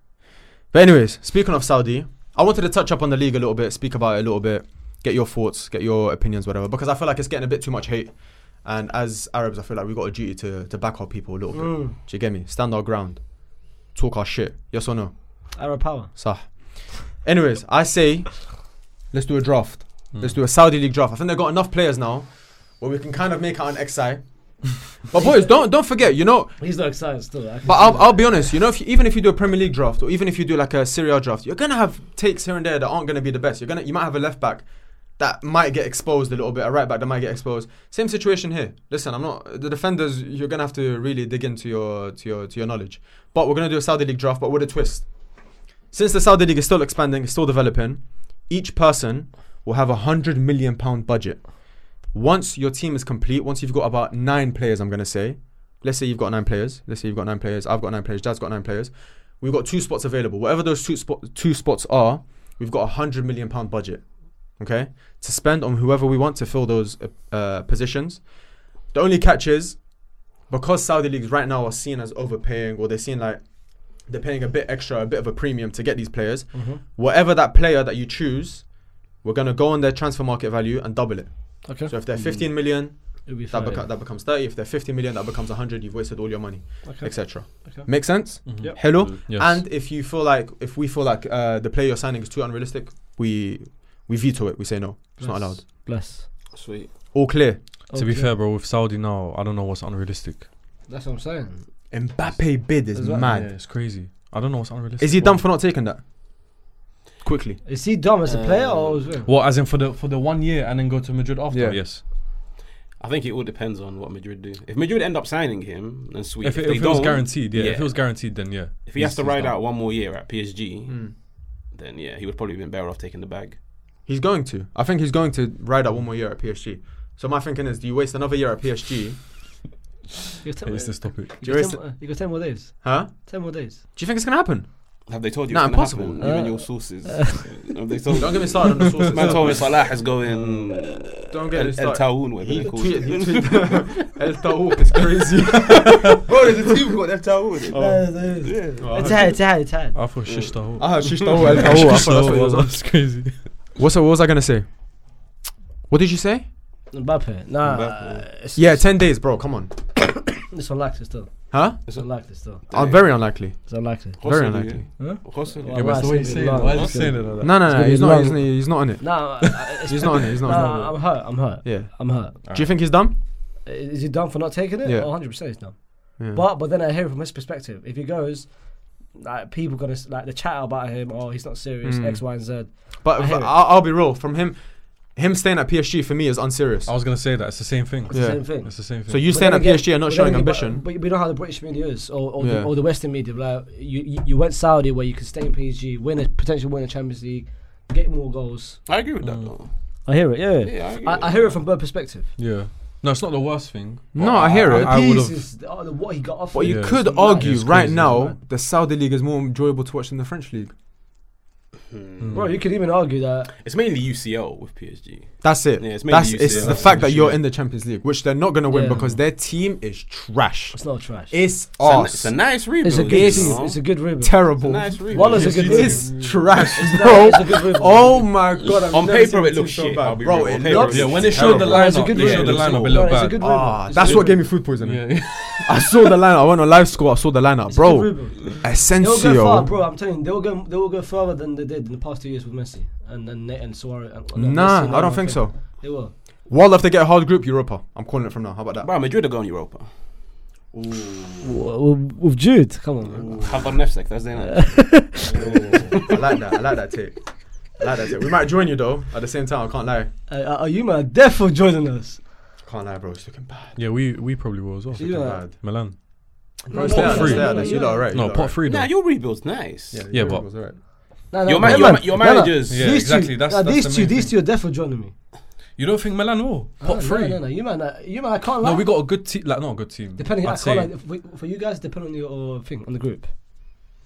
But anyways, speaking of Saudi, I wanted to touch up on the league a little bit, speak about it a little bit, get your thoughts, get your opinions, whatever, because I feel like it's getting a bit too much hate. And as Arabs, I feel like we've got a duty to, to back our people a little bit. Do you get me? Stand our ground. Talk our shit. Yes or no? Arab power. Sah. Anyways, I say let's do a draft. Mm-hmm. Let's do a Saudi League draft. I think they've got enough players now where we can kind of make out an XI. but boys, don't don't forget, you know. He's not excited still. I can But see I'll, that. I'll be honest, you know, if you, even if you do a Premier League draft or even if you do like a Serie A draft, you're gonna have takes here and there that aren't gonna be the best. You're gonna you might have a left back that might get exposed a little bit, a right back that might get exposed. Same situation here. Listen, I'm not the defenders. You're gonna have to really dig into your to your to your knowledge. But we're gonna do a Saudi League draft, but with a twist. Since the Saudi League is still expanding, it's still developing, each person will have a hundred million pound budget. Once your team is complete, once you've got about nine players, I'm gonna say, let's say you've got nine players. Let's say you've got nine players. I've got nine players. Dad's got nine players. We've got two spots available. Whatever those two spot two spots are, we've got a hundred million pound budget. Okay, to spend on whoever we want to fill those uh, uh, positions. The only catch is because Saudi leagues right now are seen as overpaying, or they're seen like they're paying a bit extra, a bit of a premium to get these players. Mm-hmm. Whatever that player that you choose, we're gonna go on their transfer market value and double it. Okay. So if they're 15 million, It'll be that, fine. beco- that becomes 30. If they're 50 million, that becomes 100. You've wasted all your money, Okay. etc. Okay. Make sense? Mhm. Yep. Hello. Mm. Yes. And if you feel like, if we feel like uh, the player you're signing is too unrealistic, we we veto it. We say no. It's not Bless. allowed. Bless. Sweet. All clear. to be Okay. fair, bro, with Saudi now, I don't know what's unrealistic. that's what I'm saying. Mbappe bid is Is that- mad. Yeah, it's crazy. I don't know what's unrealistic. Is he done dumb? for not taking that? Quickly. Is he dumb Uh, as a player or? Is What, as in for the for the one year and then go to Madrid after? Yeah. Yes. I think it all depends on what Madrid do. If Madrid end up signing him, then sweet. If, If, it, they if it don't, was guaranteed, yeah, If yeah. it was guaranteed, then yeah. if he has to ride out one more year at PSG, then yeah, he would probably have been better off taking the bag. He's going to. I think he's going to ride out one more year at PSG. So my thinking is, do you waste another year at PSG? You got ten more- It's this *laughs* topic. you got Jurist- ten more- you got ten more days. Huh? Ten more days. Do you think it's gonna happen? Have they told you? Nah, it's gonna impossible. happen? you and Uh, *laughs* your sources. Have they told Don't get me started on the sources. *laughs* Man told me Salah is going El, Don't get me El started. Taoun, whatever He they call tweeted, he it. tweeted, *laughs* El Taouk is *laughs* crazy. Bro, there's a team called El Taoun. It's had. It's had. It's *laughs* had. I thought shish the *laughs* whole. *laughs* I Ah, heard Shish Taouk, El Taouk. I thought that's what it was. *laughs* That's crazy. What's what was I gonna say? What did you say? Mbappe. Nah. Mbappe. It's, Yeah, ten days, bro. Come on. It's unlikely still. Huh? It's unlikely still. Uh, very unlikely. It's unlikely. Very unlikely. Yeah, Well, but it's that's the way gonna he's be saying it. long. Why is he That's saying it gonna- like that? No, no, It's no. gonna He's be not, long. he's, not- he's not on it. *laughs* Nah, He's not on it. He's not. on it. Nah, I'm hurt. I'm hurt. Yeah. I'm hurt. Do you think he's dumb? I- Is he done for not taking it? Yeah. Yeah. 100% he's done. Yeah. But but then I hear it from his perspective. If he goes, like people gonna s- like the chat about him. Oh, he's not serious. Mm. X, Y, and Z. But I hear it. I'll, I'll be real. From him, him staying at PSG for me is unserious. I was gonna say that. It's the same thing. It's Yeah. the same thing. It's the same thing. So you Oh, But staying then at again- PSG and not but showing then again, ambition. But, but we know how the British media is, or, or, Yeah. the, or the Western media. Like you, you, you went Saudi where you could stay in PSG, win a potential win a Champions League, get more goals. I agree with that. though. I hear it. Yeah. Yeah, I agree. with I, I that. hear it from both perspective. yeah. No, it's not the worst thing. no, I hear I- it. I- The would've- pieces, the- oh, the- what he got off. but it, you Yeah, could it's mad. argue it's right crazy, now man. the Saudi league is more enjoyable to watch than the French league. bro. You could even argue that. It's mainly UCL with PSG. That's it. Yeah, it's mainly that's UCL. it's the That's fact that the you're shit. in the Champions League, which they're not gonna win Yeah. because their team is trash. It's not trash. It's It's a, arse. it's a nice rebuild. It's a good. It's- team. you know? It's a good ribbon. terrible. nice rebuild. Wallace is a good It's *laughs* trash, No, bro. it's a good ribbon. *laughs* Oh my god! I've On never paper seen it a team looks so shit, bad. I'll be bro. real. it On paper looks it Yeah, when they It's showed the terrible. Yeah, it's a lineup, good they rule. showed the Yeah, it's lineup all- it looked Bro, it's a bad. good ribbon. Ah, It's a that's good what ribbon. gave me food poisoning. Yeah, *laughs* I saw the lineup. I went on live score. I saw the lineup, It's a good bro. ribbon. They'll go far, Essential. bro. I'm telling you, they'll go they'll go further than they did in the past two years with Messi and and and Suarez. And, and Messi and Nah, I don't everything. think so. They will. Well, if they get a hard group, Europa. I'm calling it from now. How about that? Bro, Madrid are going Europa. With Jude, come on, man. Have on Nefsek Thursday night. I like that. I like that take. I like that take. We might join you though. At the same time, I can't lie. Uh, are you man? Death for joining us. Can't lie, bro. It's looking bad. yeah, we we probably will as well. You know, Bad. Milan. No, Pot stay out there, three. stay out there. Yeah, You yeah. lot alright. you No, lot pot alright. three. nah, though. your rebuild's nice. Yeah, Yeah, Europa but- was alright. Nah, nah, Your, ma- nah, your, man. ma- your Nah, nah. managers. Yeah, These exactly, Two, that's- nah, that's these the two, main these thing. two are death for joining me. You don't think Milan will? Nah, Pot three. No, no, no. You man, uh, you man. I can't lie. No, we got a good team. Like, not a good team. Depending, I I'd can't say. lie. For, for you guys, depend on your uh, thing on the group.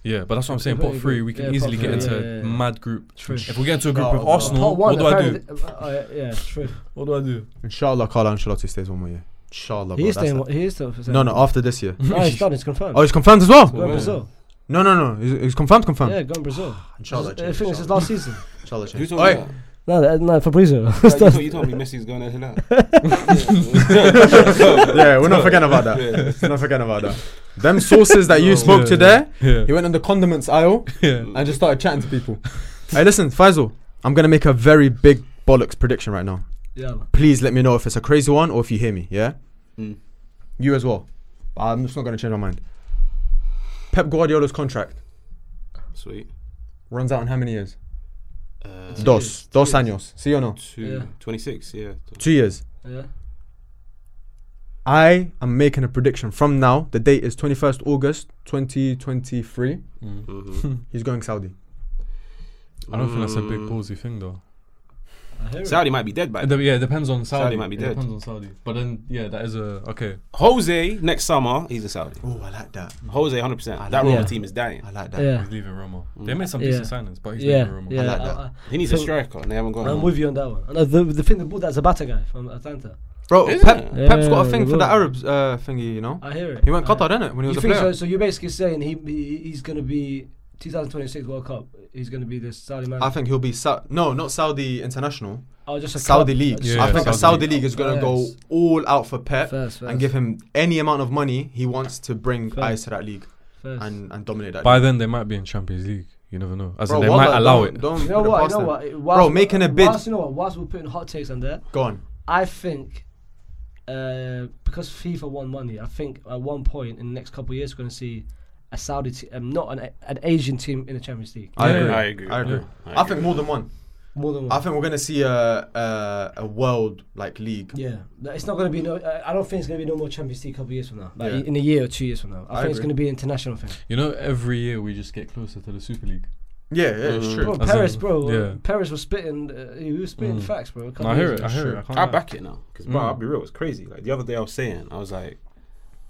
Yeah, but that's what I'm saying. Very Pot three, good. we can Yeah, easily pot get three, into yeah, yeah, yeah. mad group. True. If we get into a group No, with no. Arsenal, Part one, what do I do? apparently- uh, uh, yeah, true. What do I do? Inshallah, Carlo Ancelotti stays one more year. Inshallah. He bro, is Oh, that's staying. Mm. that. He is still. for No, no. After this year. No, he's done. It's confirmed. Oh, he's confirmed as well. He's going Brazil. No, no, no. He's, he's confirmed. Confirmed. Yeah, going Brazil. Inshallah. I think this is Inshallah. last season. Inshallah. Who change. told you Oi, that? *laughs* No, that- no, *laughs* Fabrizio. Like, you, told, you told me Messi's going to Hilal. yeah, we're not forgetting *laughs* about that. We're not forgetting about that. Them sauces that you spoke to there, *laughs* Yeah. he went on the condiments aisle *laughs* Yeah. and just started chatting to *laughs* people. hey, listen, Faisal, I'm gonna make a very big bollocks prediction right now. yeah. Please let me know if it's a crazy one or if you hear me. Yeah. Mm. You as well. I'm just not gonna change my mind. Pep Guardiola's contract Sweet. runs out in how many years? Uh, Dos, dos años. Sí o no? two, Yeah. 26, yeah. Two years. Yeah. I am making a prediction from now. The date is 21st August 2023. Mhm. *laughs* He's going Saudi. I don't think that's a big ballsy thing though. I hear it. Saudi might be dead by Mm. Uh, then. de- yeah, it depends on Saudi. might be It dead. Depends on Saudi. But then, yeah, that is a okay. Jose, next summer, he's in Saudi. Oh, I like that. Jose, 100%. That Roma Yeah. team is dying. I like that. Yeah. He's leaving Roma. Mm. They made some Yeah. decent signings, but he's Yeah. leaving Roma. Yeah. like I- that. I, He needs a So- striker, and they haven't got am one. with you on that one. And uh, the the thing that bought that Zabata guy from Atlanta. Bro, Is Pep, it? Pep's got a Yeah, thing for bro. the Arabs uh, thingy, you know? I hear it. He went I- Qatar, didn't it? When he You was a think so? player. So you're basically saying he, he he's gonna be 2026 World Cup. He's gonna be the Saudi man. I think he'll be Sa- no, not Saudi international, oh, just a Saudi club. league. Just- Yeah, I think a Saudi Saudi league. league is gonna go Facts. all out for Pep Facts, facts. and give him any amount of money he wants to bring Facts. eyes to that league First. and, and dominate that. By league. then, they might be in Champions League. You never know. As Bro, in, they what might the- allow don't- it. Don't you know put it what? You past know them. what? Whilst- making a bid- Whilst, you know what? Whilst we're putting hot takes on there, Go on. I think uh, because FIFA won money, I think at one point in the next couple of years we're going to see a Saudi team, um, not an, an Asian team in the Champions League. I Yeah, agree. yeah, I agree. I agree. Yeah, I I agree. think more than one. More than I one. think we're gonna see a a, a world like league. Yeah, Like, it's not going to be no. I I don't think it's going to be no more Champions League a couple of years from now. Like Yeah. in a year or two years from now, I, I think it's agree. going to be an international thing. You know, every year we just get closer to the Super League. Yeah, yeah, it's true. Bro, As Paris, in- bro, yeah. Paris was spitting. Uh, he was spitting Mm. facts, bro. a couple No, I hear years it. I ago. hear it. I can't I lie. back it now. Because, bro, Mm. I'll be real, it's crazy. Like, the other day I was saying, I was like,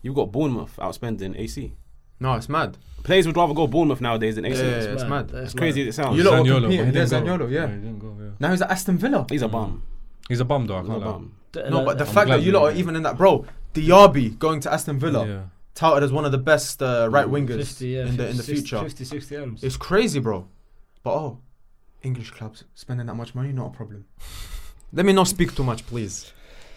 you've got Bournemouth outspending AC. No, it's mad. Players would rather go Bournemouth nowadays than Yeah, AC. yeah, yeah, it's mad. mad. That's As crazy as it sounds. You lot were Zaniolo, but he competing. Yeah, didn't go. Zaniolo, yeah. he didn't go, yeah. Now he's at Aston Villa. He's a bum. He's a bum though. I He's a can't lie. bum. D- uh, No, like- but the I'm fact that glad you you lot are did. even in that, bro. Diaby going to Aston Villa, Yeah. Mm, touted as one of the best uh, right wingers 50, yeah, in the in the 50, future. 50, 60 M's. It's crazy, bro. But oh, English clubs spending that much money, *laughs* not a problem. Let me not speak too much, please.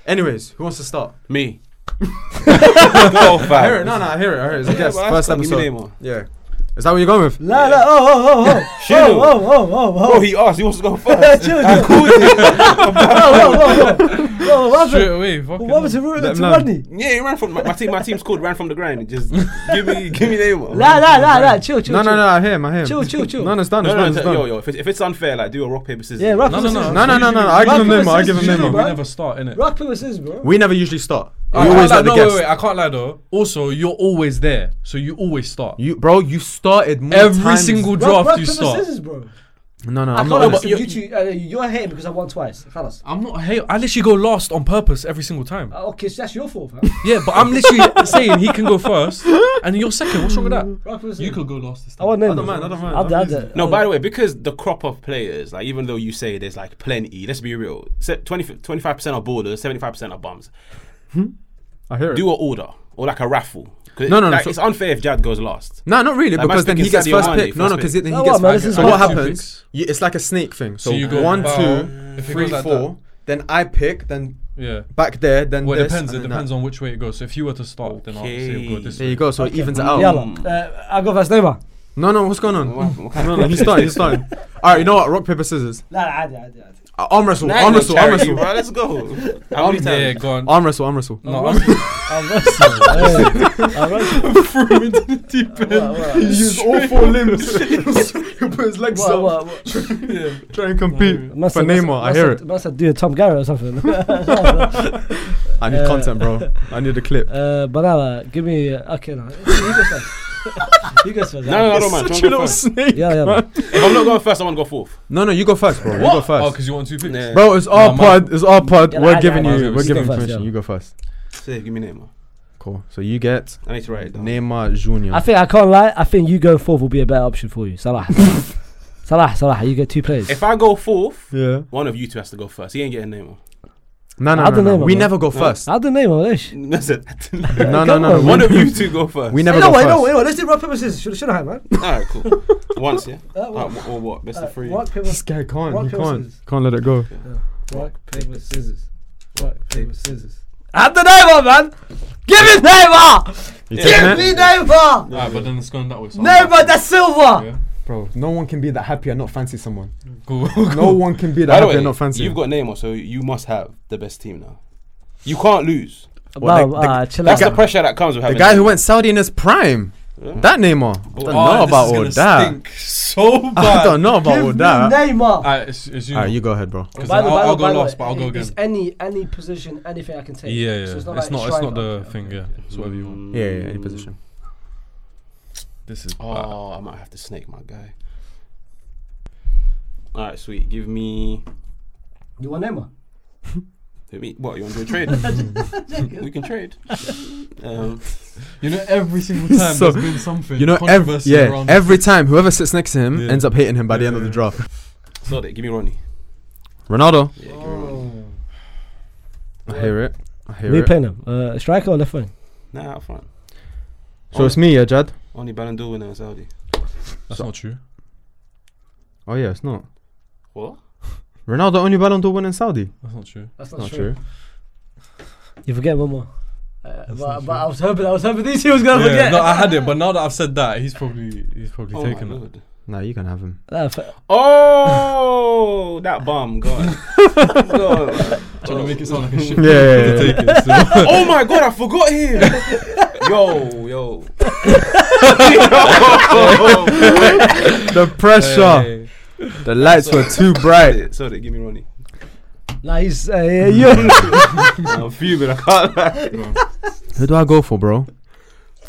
Anyways, who wants to start? Me. *laughs* no, I hear it. fam. No, no, I hear it. I hear it. *laughs* It's a guess. well, First that's- give me episode. Neymar. Yeah. Is that what you're going with? La la, oh, oh, oh, *laughs* oh. Chill. Oh, oh, oh, oh, oh. Bro, he asked. He wants to go first. Chill, I dude. called him. Whoa, whoa, whoa, whoa. Whoa, what Straight happened? away, fucking What happened hell. to Ru- Let to him Rodney? Yeah, he ran from my, my team. My team's called. Ran from the ground. Just *laughs* give me, give me Neymar. La la la la, chill, chill. No, no, chill. no. I hear him. I hear him. Chill, chill, *laughs* chill. No, no, it's done. No, It's no, done. It's no, yo, done. yo. If it's, if it's unfair, like do a rock paper scissors. Yeah, rock No, paper no, scissors. no. No, no, no, no. I give him Neymar. I give him Usually Neymar. We bro. never start, innit? Rock paper scissors, bro. We never usually start. We I can't always lie- let the no, wait, wait, guests. I can't lie though. Also, you're always there, so you always start. You, bro, you started more Every times- single Rock, draft rock you paper start. scissors, bro. No, no, I I'm can't not. lie, honest. but honest. you two, uh, you're hating because I won twice. Fellas. I'm not. Hey, I literally go last on purpose every single time. Uh, okay, so that's your fault, fam. Yeah, but I'm literally *laughs* saying he can go first and you're second. What's wrong with that? rock paper scissors. You could go last this I time. want Neymar. don't mind, I don't mind, I'll I'm do- I'll easy. do- No, I'll- by the way, because the crop of players, like even though you say there's like plenty, let's be real, se- 25 percent are ballers, seventy five percent are bums. I hear it. Do an order or like a raffle. 'Cause No, no, no, like, so- it's unfair if Jad goes last. No, not really, Like, because imagine then he picking gets Sadio first Mane pick. No, no, first because pick. then he No, gets what, man, first pick. this is So what hard. Two happens? picks. You, it's like a snake thing. So, So you go one, bow, two, if it three, goes like four. Then I pick. Then Yeah. back there. Then Well, it this. depends. It and then depends that. on which way it goes. So if you were to start, then I'll say it'll go Okay. this There way. you go. So it evens it out. Oh. Yalla. Uh, I'll go first, Neymar. No, no, what's going on? Oh, What- what kind No, of- no, he's starting. He's starting. *laughs* All right, you know what? Rock paper scissors. La la, I do, I do, I do. Uh, arm wrestle. Nah, Arm no wrestle. Arm charity, wrestle. bro, Let's go. *laughs* How many Yeah, times? go on. Arm wrestle. Arm wrestle. No, I'm I'll *laughs* rest. I'll *laughs* rest. threw into the deep end. What, what? used all four limbs. *laughs* he put his legs What, what, what? Yeah. Try and compete Must for have- must- Neymar. I must hear have- it. Must have do a Tom Garrett *laughs* or something. *laughs* I need Uh, content, bro. I need a *laughs* clip. uh, but now, uh, give me. Uh, okay, no. *laughs* You go first. you go first. No, no, I don't mind. Such Don't a go little first. snake. Yeah, yeah. *laughs* Man. If I'm not going first, I want to go fourth. No, no, you go first, bro. You go first. Oh, because you want two picks. Yeah. Bro, it's our No, mine- pod. It's our pod. Yeah, we're I- I- giving you. I- I- we're you giving go first, permission. yeah. You go first. Say, give me Neymar. Cool. So you get I need to write it down. Neymar Junior. I think I can't lie. I think you going fourth will be a better option for you, *laughs* Salah. Salah, Salah, you get two players. If I go fourth, yeah. one of you two has to go first. He ain't getting Neymar. No, no, I'll no. do no. Neymar, We bro. never go first. I'll do Neymar, *laughs* Lish. That's it. No, no, Come no. on. we- One of you two go first. We No, never no, go wait, first. no, wait, no. Let's do rock paper scissors. Should should I, man? All right, cool. Once, yeah. Uh, All rock, right, or what? Best uh, of three. rock paper, This guy can't. Rock, He paper, can't. scissors. Can't let it go. rock paper scissors. Rock paper Paper. scissors. I'll do Neymar, man. Give me Neymar. You Yeah. taking it? Give me Neymar. Alright, but then it's going that way. So Neymar, that's silver. Yeah. Bro, no one can be that happy and not fancy someone. *laughs* Cool. No one can be that By the happy way, and not fancy. you've got Neymar, so you must have the best team now. You can't lose. Well, the- uh, chill out. That's the pressure that comes with the having guy who went Saudi in his prime. Yeah. That Neymar. I don't know Oh, ah, this about is all gonna that. Stink so *laughs* bad. I don't know about Give all me that. Neymar. Alright, it's, it's you. Alright, you go ahead, bro. 'Cause By I'll, the- by the- I'll go by the way, last, but I'll go again. It's any any position, anything I can take. Yeah, yeah. So it's not. like it's not, striker. the Okay, thing. okay, Yeah, okay. it's whatever you want. Yeah, yeah, any position. This is. bad. Oh, I might have to snake my guy. All right, sweet. Give me. You want Neymar? Give me what? You want to do a trade? we can trade. Um, You know, every single time So- there's been something. You know, every, controversy yeah, around every time whoever sits next to him Yeah. ends up hating him by the Yeah, end of the yeah. draft. sod it. Give me Ronnie. Ronaldo, Yeah, give me Ronnie. I hear it. I hear Who you it. playing him? Uh, striker or left wing? Nah, out front. So it's me, yeah, Jad. Only Ballon d'Or winner in Saudi. That's not true. Oh yeah, it's not. What? Ronaldo only Ballon d'Or win in Saudi. That's not true. That's Not true. You forget one more. Uh, That's but, not true. but I was hoping I was hoping these two was gonna Yeah, forget. no, I had it, but now that I've said that, he's probably he's probably Oh, my taken it. Lord. Nah, you can have *laughs* him. Nah, fa- oh that *laughs* bomb gone. gone. Trying to make it sound *laughs* like a shit. Yeah, yeah, to yeah, take Oh. it. So. Oh my god, I *laughs* forgot him. yo, *laughs* yo. the pressure. Hey. The lights were too *laughs* bright. Sod it. Give me Ronnie. nah, he's uh, yeah, you. I'm fuming. I can't lie. Who do I go for, bro?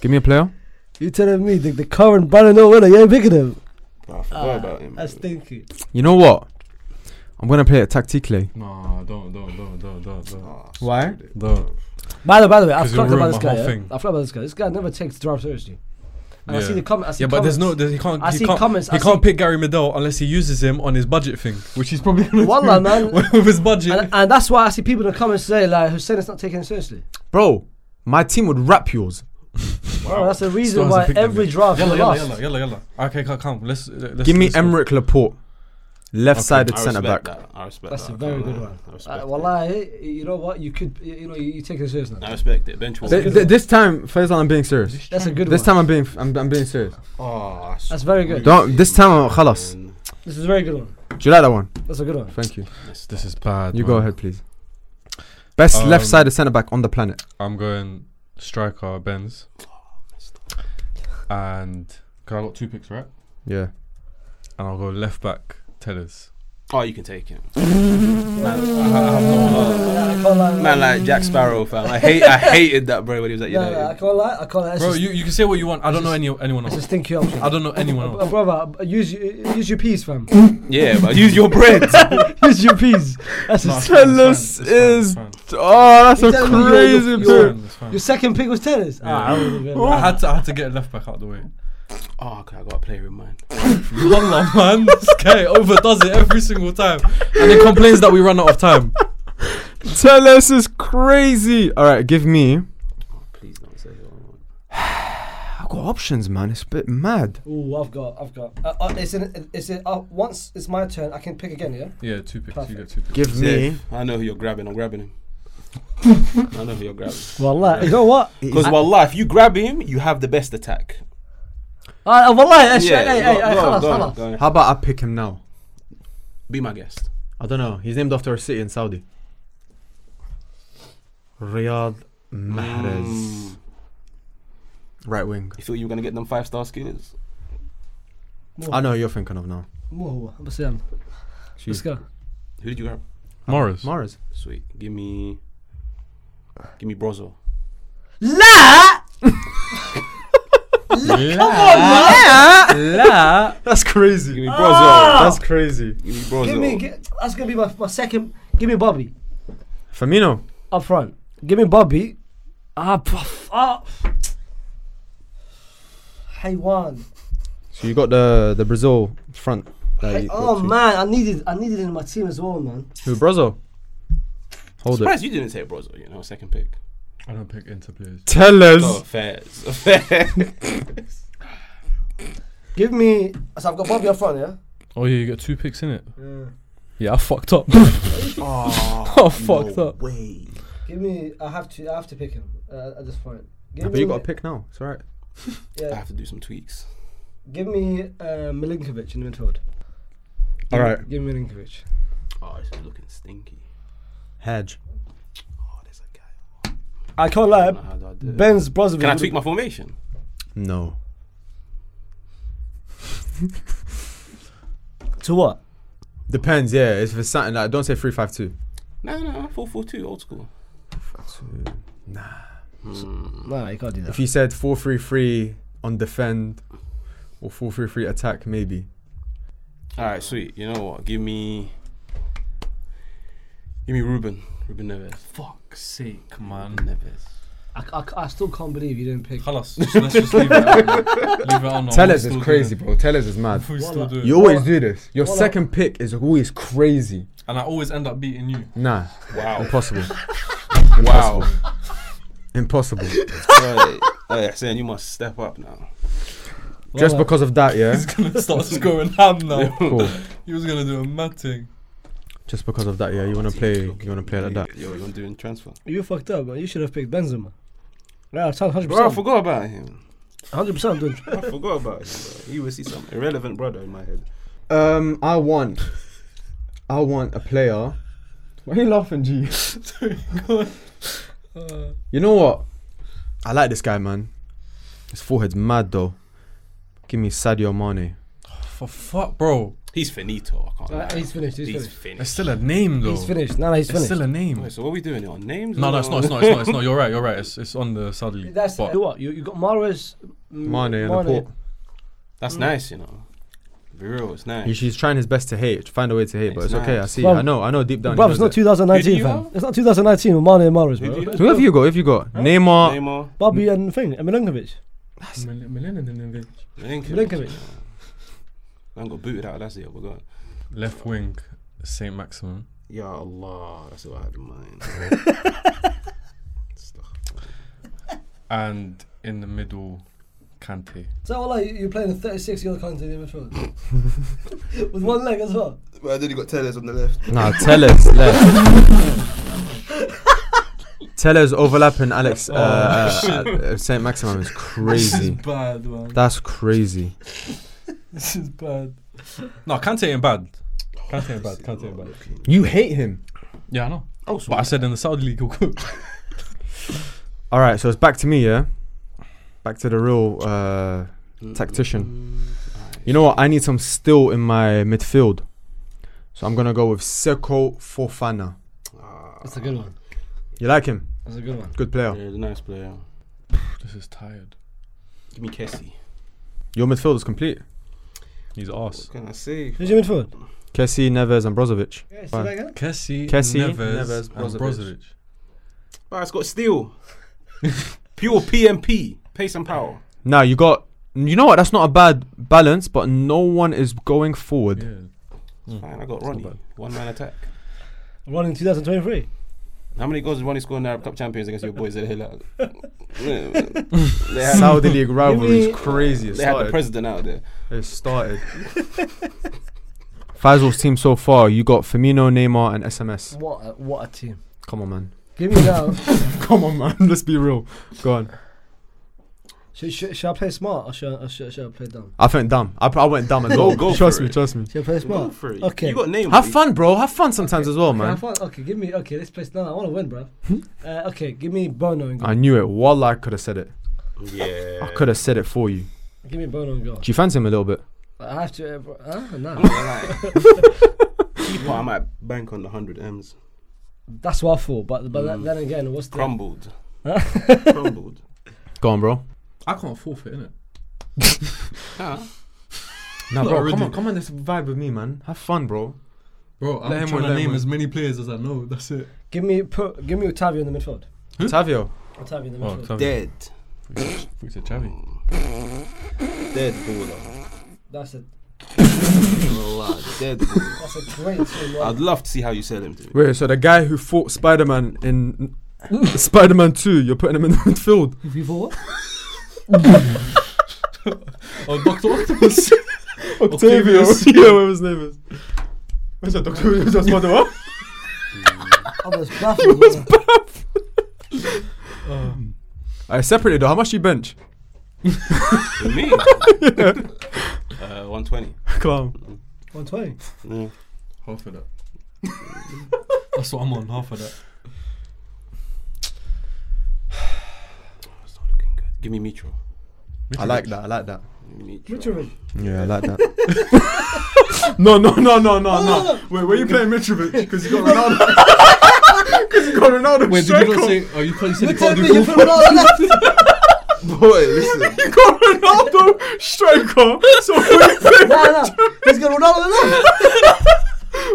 Give me a player. you telling me the, the current Ballon d'Or winner? You ain't picking him. Bro, I forgot about him. Uh, Ah, That's stinky. You know what? I'm gonna play it tactically. Nah, don't, don't, don't, don't, don't, don't. Oh, Why? don't. By the by the way, I've 'Cause it talked about ruined this my guy. whole Yeah? thing. I've talked about this guy. This guy never takes draft seriously. And I Yeah. see the com- I see Yeah, but there's no, comments. there's, he can't. I he see can't, comments. I He see- can't pick Gary Medell unless he uses him on his budget thing, which he's probably gonna Wallah, do *laughs* man. with his budget. And, and that's why I see people in the comments say like Hussein is not taking it seriously. Bro, my team would rap yours. Bro, that's the reason Stones why have picked him, every yeah. draft Yalla, you yalla, lost. yalla, yalla, yalla. Okay, come, come. Let's, let's Give me let's go. Emmerich Laporte. Left-sided I centre back. respect that. I respect That's that. a very I can't good lie. one. I respect Uh, it. wallahi, you know what? You could, you you know, you, you take it serious now. I respect it. Bench Th- warmers. th- this time, Faisal, I'm being serious. That's a good This one. time I'm being I'm, I'm being serious. Oh, That's very good. Don't- this time, uh, خلاص. man. This is a very good one. Do you like that one? That's a good one. Thank you. This- This is bad. You man. go ahead, please. Best Um, left-sided centre back on the planet. I'm going striker Benz. And cause I got two picks right, Yeah. and I'll go left back Tellers. Oh, you can take him. I can't lie. Man, like Jack Sparrow, fam. I hate, I hated that bro when he was at No, no, I United. can't lie. I can't lie. It's Bro, just- you, you can say what you want. I don't know just- any anyone it's a else. stinky option. I don't know anyone Uh, *laughs* else. brother, uh, use your use your *laughs* piece, fam. *laughs* Yeah, but use your bread. use your piece. That's No, a it's fine, it's Tellers fine, it's fine, it's Oh, that's You a tell me you're- you're- crazy fine, pick. it's fine, Your it's second pick was tennis. Ah, I would've been fine. I like- had to I had to get left back out of the way. oh, okay, I got a player in mind. Wallah, man, *laughs* this guy overdoes it every single time, and he complains that we run out *laughs* of time. Tellers is crazy. All right, give me. Please don't say it. I got options, man. It's a bit mad. Ooh, I've got, I've got. Uh, uh, it's in, it's in, uh, once it's my turn, I can pick again, yeah? Yeah, two picks. You Perfect. get two Give picks. me. I know who you're grabbing. I'm grabbing him. I know who you're grabbing. Wallah, you know what? Because wallah, if you grab him, you have the best attack. Ah, wallah, actually, Yeah, hey, hey, go- hey, go on, خلاص, go on, خلاص. go on. How about I pick him now? Be my guest. I don't know. He's named after a city in Saudi. Riyadh Mahrez. Mm. Right wing. You thought you were gonna get them five star skinners? I know who you're thinking of now. مو هو بس يلا She's um, let's go Who did you grab? Morris. Mahrez. Sweet. Give me. Give me Brozo. لا La. *laughs* That's Give crazy. Ah! me Brozo. That's crazy. Give me Brozo. give me gi- that's gonna be my, my second give me Bobby Firmino. up front give me Bobby ah puff ah حيوان So you got the the Brazil front. that you oh got to. man I needed I needed it in my team as well man Who Brazil? Hold it. Surprised you didn't say Brozo. You know, second pick. I don't pick inter players. Tell *laughs* Oh, us. fair. Fair. give me so I've got Bobby up front yeah Oh yeah, you get two picks in it. Yeah. Yeah, I fucked *laughs* up. *laughs* oh, I fucked up. Way. give me I have to I have to pick him uh, at this point give But me you got a pick now. It's alright. I yeah have to do some tweaks. give me uh, Milinkovic in the midfield Give me- Alright. give me Milinkovic Oh, this is looking stinky. Hedge. Oh, there's a guy. I can't I lie don't know how do I do it. Ben's Brozovic Can I tweak my formation? No. *laughs* to what Depends, yeah. If it's something like don't say three five two. No, no, four four two, old school. Hmm. No, you can't do If you said four three three on defend or four three three attack, maybe. All right, sweet. You know what? Give me, give me Ruben, Ruben Neves. Fuck's sake, man. Ruben Neves. I, I, I still can't believe you didn't pick. Halas, just- let's just leave it. out, man. leave it on. no, Tell Oh, we're us still is doing crazy, it. bro. Tell us is *laughs* mad. We still do it. You always Well, do this. Your well, second pick is always crazy. and I always end up beating you. Nah, *laughs* *laughs* Wow. impossible. wow. impossible. Right. oh yeah, saying you must step up now. Just Well, because of that, *laughs* yeah. Start scoring ham now. Cool. He was gonna do a mad thing. Just because of that, yeah. You wanna play. You wanna play like that. Yo, you're doing transfer. You fucked up, man. You should have picked Benzema. Yeah, I tell 100%. Bro, I forgot about him. 100% I'm *laughs* doing. I forgot about him. Bro. He was see some irrelevant brother in my head. Um, I want. I want a player. Why are you laughing, G? *laughs* You know what? I like this guy, man. His forehead's mad though. Give me Sadio Mane. For fuck, bro. He's finito. I can't. Uh, lie. he's finished, he's He's finished. It's finished. still a name though. He's finished. No, no, he's It's finished. still a name. Wait, so what are we doing? here? On names? No, or- no, it's not. It's not. It's not. It's not. You're right. You're right. It's it's on the Saudi League. That's But you what you, you got Mahrez, mm, m- Mane and the port. That's nice, you know. Be real, it's nice. He- He's trying his best to hate, to find a way to hate, but it's It's okay. nice. I see. Bro, I know. I know deep down. he Bro, it's knows not it. 2019, Who do you fam. have? It's not 2019 with Mane and Mahrez, Who do you bro. have? Who have you got? If you got Neymar, Neymar, Bobby and thing, and Milinkovic. Mil- Milena- Lincoln. Milinkovic. Man got booted out last year, but God. left wing, Saint Maximum. Ya Allah, that's what I had in mind. Stuff. and in the middle, Kante. So Allah, you- you're playing a 36 year old country in midfield *laughs* with one leg as well. *laughs* But then you got Tellers on the left. Nah, *laughs* Tellez left. Tellez overlapping Alex uh, uh, uh, Saint Maximum is *laughs* crazy. Bad man. That's crazy. This is bad. No, Kante ain't bad. Kante ain't bad. Kante ain't bad. Mm-hmm. You hate him. Yeah, I know. Oh, But I said in the Saudi league, *laughs* he'll cook. All right, so it's back to me, yeah. Back to the real. Uh, tactician. you know what? I need some still in my midfield, so I'm gonna go with Seko Fofana. That's a good one. You like him? That's a good one. Good player. Ah, Yeah, the nice player. this is tired. Give me Kessie. Your midfield is complete. He's What ass. can I *laughs* say? Who's your midfield? Kessie, Neves, and Brozovic. Fine. Kessie, Kessie, Neves, Neves, and Brozovic. Brozovic. But it's got *laughs* steel. Pure PMP. Pace and power. Now you got. You know what? That's not a bad balance, but no one is going forward. Yeah. Fine, I got Ronnie. bad. One man attack. Running 2023. How many goals did Ronnie score in the Arab Cup Champions against your boys at Hilal? they had, *laughs* Saudi *laughs* league rivalry Give is me- crazy. It they had the started. president out there. It started. *laughs* Faisal's team so far, you got Firmino, Neymar, and SMS. What a, what a team. Come on, man. Give me now. Come on, man. *laughs* Let's be real. Go on. should, should, should I play smart or should, I- or should, should I play dumb? I went dumb. I, pr- I went dumb as Go- well. go trust for me, it. trust me. Should I play Go smart? for it. Okay. You got name. Have fun, bro. Have fun sometimes as well, Okay, I man. thought- okay, give me. Okay, let's play. No, no, I want to win, bro. uh, okay, give me Bono and goal. I knew it. Wallah, I could have said it. Yeah. I could have said it for you. Give me Bono and goal. Do you fancy him a little bit? I have to. Uh, bro- huh? I'm Nah. not gonna *laughs* lie. Well, I might bank on the 100 M's. That's what I thought. But but Mm. then again, what's the Crumbled. Crumbled. Go on, bro. I can't forfeit, innit? Ah. No, Not bro. already. Come on, come on. This vibe with me, man. Have fun, bro. Bro, I'm Let him trying win, to let him name win. as many players as I know. That's it. Give me put. Give me Otavio in the midfield. Tavio. Otavio in the Oh, midfield. Dead. We said Chavi. Dead baller. that's a Allah, *laughs* dead baller. that's a great team. right? I'd love to see how you sell him to me. Wait, so the guy who fought Spider Man in *laughs* Spider Man 2, you're putting him in the *laughs* midfield? You thought what? Oh, Dr. *laughs* Octopus. Octavio. *laughs* Octavius. yeah, whatever his name is. What's that, Doctor? Who's that, Spider Man? I was baffled. bro. *laughs* Alright, separately though, how much do you bench? *laughs* For me? *laughs* uh, 120. Clown. 120. Yeah. half of that. *laughs* That's what I'm on, half of that. It's not looking good. Give me Mitro. I like that, I like that. Give me Mitro. Mitrovic. Yeah, I like that. *laughs* no, no, no, no, no, no. Wait, where you playing Mitrovic? Because you got Ronaldo. Because you got Ronaldo. *laughs* Wait, did you not say? Oh, you probably said you can't do goal. You put Ronaldo left. Boy, listen. You got Ronaldo striker. So where you playing? Nah, nah. He's got Ronaldo left.